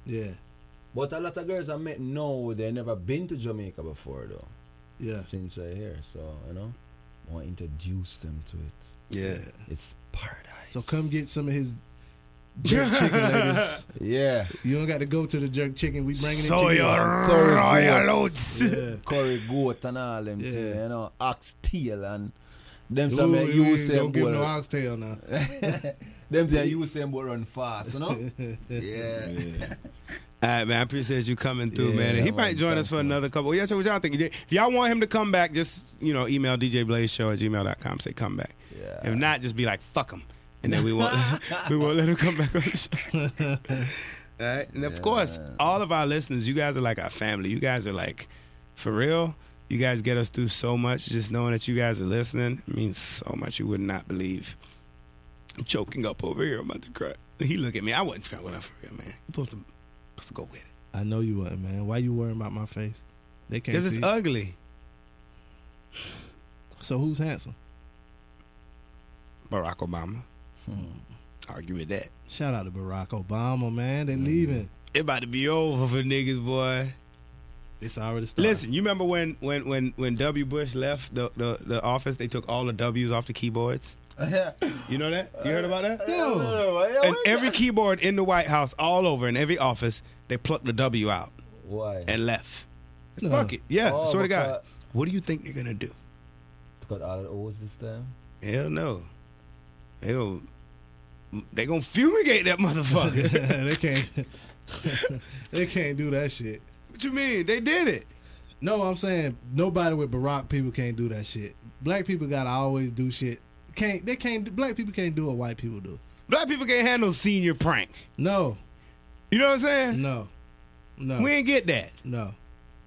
S2: Yeah,
S3: But a lot of girls I met know they never been to Jamaica before, though.
S2: yeah.
S3: Since they're here, so you know, I want to introduce them to it.
S1: Yeah.
S3: It's paradise.
S2: So come get some of his jerk chicken, ladies.
S3: Yeah.
S2: You don't got to go to the jerk chicken. We bringing
S1: So
S2: it to
S1: your
S3: Curry
S1: royal oats.
S2: you. Yeah.
S3: Curry goat and all them
S2: Yeah.
S3: thing, you know, oxtail and them
S2: Ooh,
S3: some that
S2: you
S3: you
S2: ain't-
S3: say
S2: don't give him no
S3: boy,
S2: oxtail now.
S3: them thing you say boy run fast, you know. yeah.
S1: All right, man. I appreciate you coming through,
S3: Yeah,
S1: man. And he
S3: man,
S1: might join us for
S3: thanks, man.
S1: another couple. Yeah, so what y'all think? If y'all want him to come back, just you know, email djblazeshow at gmail.com. Say come back.
S3: Yeah.
S1: If not, just be like fuck him, and then we won't we won't let him come back on the show. All right, and of course, all of our listeners, you guys are like our family. You guys are like, for real. You guys get us through so much. Just knowing that you guys are listening means so much. You would not believe. I'm choking up over here. I'm about to cry. He look at me. I wasn't crying when I for real, man. You supposed to supposed to go with it.
S2: I know you wasn't, man. Why you worrying about my face? They can't
S1: Because
S2: see.
S1: it's ugly.
S2: so who's handsome?
S1: Barack Obama. Argue with that.
S2: Shout out to Barack Obama, man.
S1: Mm.
S2: They leaving.
S1: It about to be over for niggas, boy.
S2: It's already started.
S1: Listen, you remember when when when when W. Bush left the, the, the office, they took all the W's off the keyboards?
S3: yeah.
S1: You know that? You heard about
S3: Uh,
S1: that?
S2: No.
S1: And every keyboard in the White House, all over, in every office, they plucked the W out
S3: why?
S1: and left.
S2: No.
S1: Fuck it. Yeah,
S3: Oh,
S1: swear to God.
S3: because-
S1: What do you think they're gonna do?
S3: Because all the O's this time.
S1: Hell no. Hell, they gonna fumigate that motherfucker.
S2: they can't. they can't do that shit.
S1: what you mean? They did it.
S2: No, I'm saying nobody with Barack people can't do that shit. Black people gotta always do shit. Can't they can't black people can't do what white people do.
S1: Black people can't handle senior prank.
S2: No,
S1: You know what I'm saying?
S2: no, no,
S1: We ain't get that.
S2: no.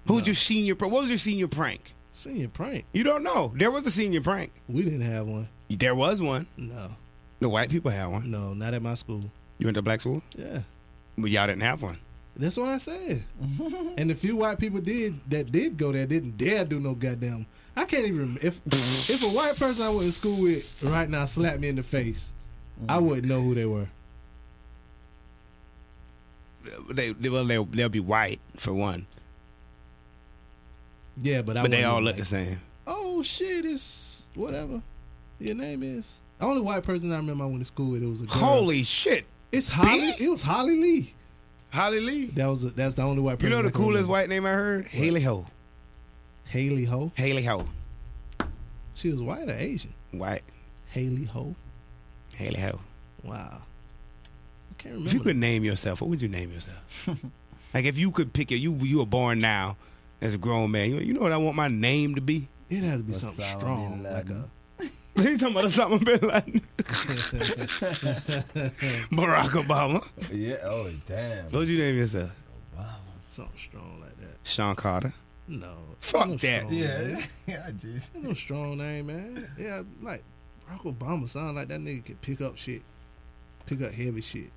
S1: Who's your senior? Pr- what was your senior prank?
S2: Senior prank.
S1: You don't know. There was a senior prank.
S2: We didn't have one.
S1: There was one.
S2: No,
S1: The white people had one.
S2: no, not at my school.
S1: You went to black school,
S2: Yeah,
S1: but y'all didn't have one.
S2: that's what I said. and the few white people did that did go there didn't dare do no goddamn. I can't even if if a white person I went to school with right now slapped me in the face,
S1: Mm.
S2: I wouldn't know who they were.
S1: They, they well, they they'll be white for one,
S2: Yeah, but I
S1: but they
S2: wouldn't
S1: all
S2: know
S1: look
S2: that.
S1: the same.
S2: oh shit, it's whatever your name is. The only white person I remember I went to school with, it was a girl.
S1: Holy shit,
S2: It's Holly. It was Holly Lee.
S1: Holly Lee!
S2: That was a, that's the only white
S1: You
S2: person.
S1: know
S2: I
S1: the
S2: can
S1: coolest
S2: remember.
S1: white name I heard? Haley Ho.
S2: Haley Ho.
S1: Haley Ho.
S2: She was white or Asian.
S1: White.
S2: Haley Ho.
S1: Haley Ho.
S2: Wow. I can't remember.
S1: If you could name yourself, what would you name yourself? like if you could pick your, you you were born now as a grown man. You, you know what I want my name to be?
S2: it has to be
S3: Osama
S2: something
S3: bin
S2: strong, like a
S3: Laden.
S1: You talking about Osama bin Laden, Barack Obama.
S3: Yeah. Oh damn. Oh,
S1: What would you name yourself?
S2: something strong like that.
S1: Sean Carter.
S2: No.
S1: Fuck
S2: no
S1: that.
S2: Strong,
S3: Yeah,
S2: name.
S3: yeah, jeez.
S2: Ain't no strong name, man. Yeah, like Barack Obama sound like that nigga could pick up shit, pick up heavy shit.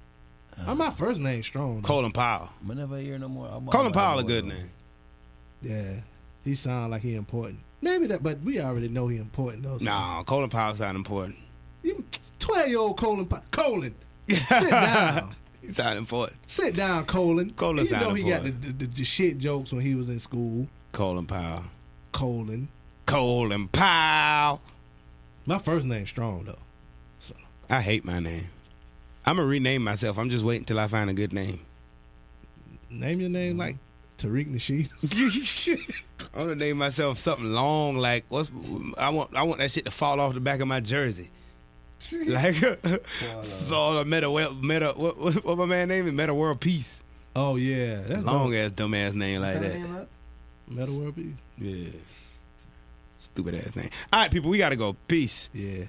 S3: Oh.
S2: Uh, my first name strong. though.
S1: Colin Powell.
S3: I never hear no more. About
S1: Colin Powell a good name.
S2: Yeah, he sound like he important. Maybe that, but we already know he important though. so-
S1: Nah, Colin Powell's not important.
S2: You, 12 year old Colin. Pa- Colin. Sit down.
S1: He's not important.
S2: Sit down, Colin.
S1: Colin's
S2: you know
S1: not
S2: he got the,
S1: important.
S2: the, the, the shit jokes when he was in school.
S1: Colin Powell.
S2: Colin.
S1: Colin Powell.
S2: My first name strong though. So
S1: I hate my name. I'm gonna rename myself. I'm just waiting till I find a good name.
S2: name your
S1: Mm-hmm.
S2: name like Tariq Nasheed.
S1: I'm gonna name myself something long like what's I want I want that shit to fall off the back of my jersey. Like so meta world meta what, what, what my man name is meta world peace.
S2: oh yeah, that's
S1: Long ass dumb ass name like that.
S2: dope. Metal World Peace.
S1: Yeah. Stupid ass name. All right, people, we gotta go. Peace.
S2: Yeah.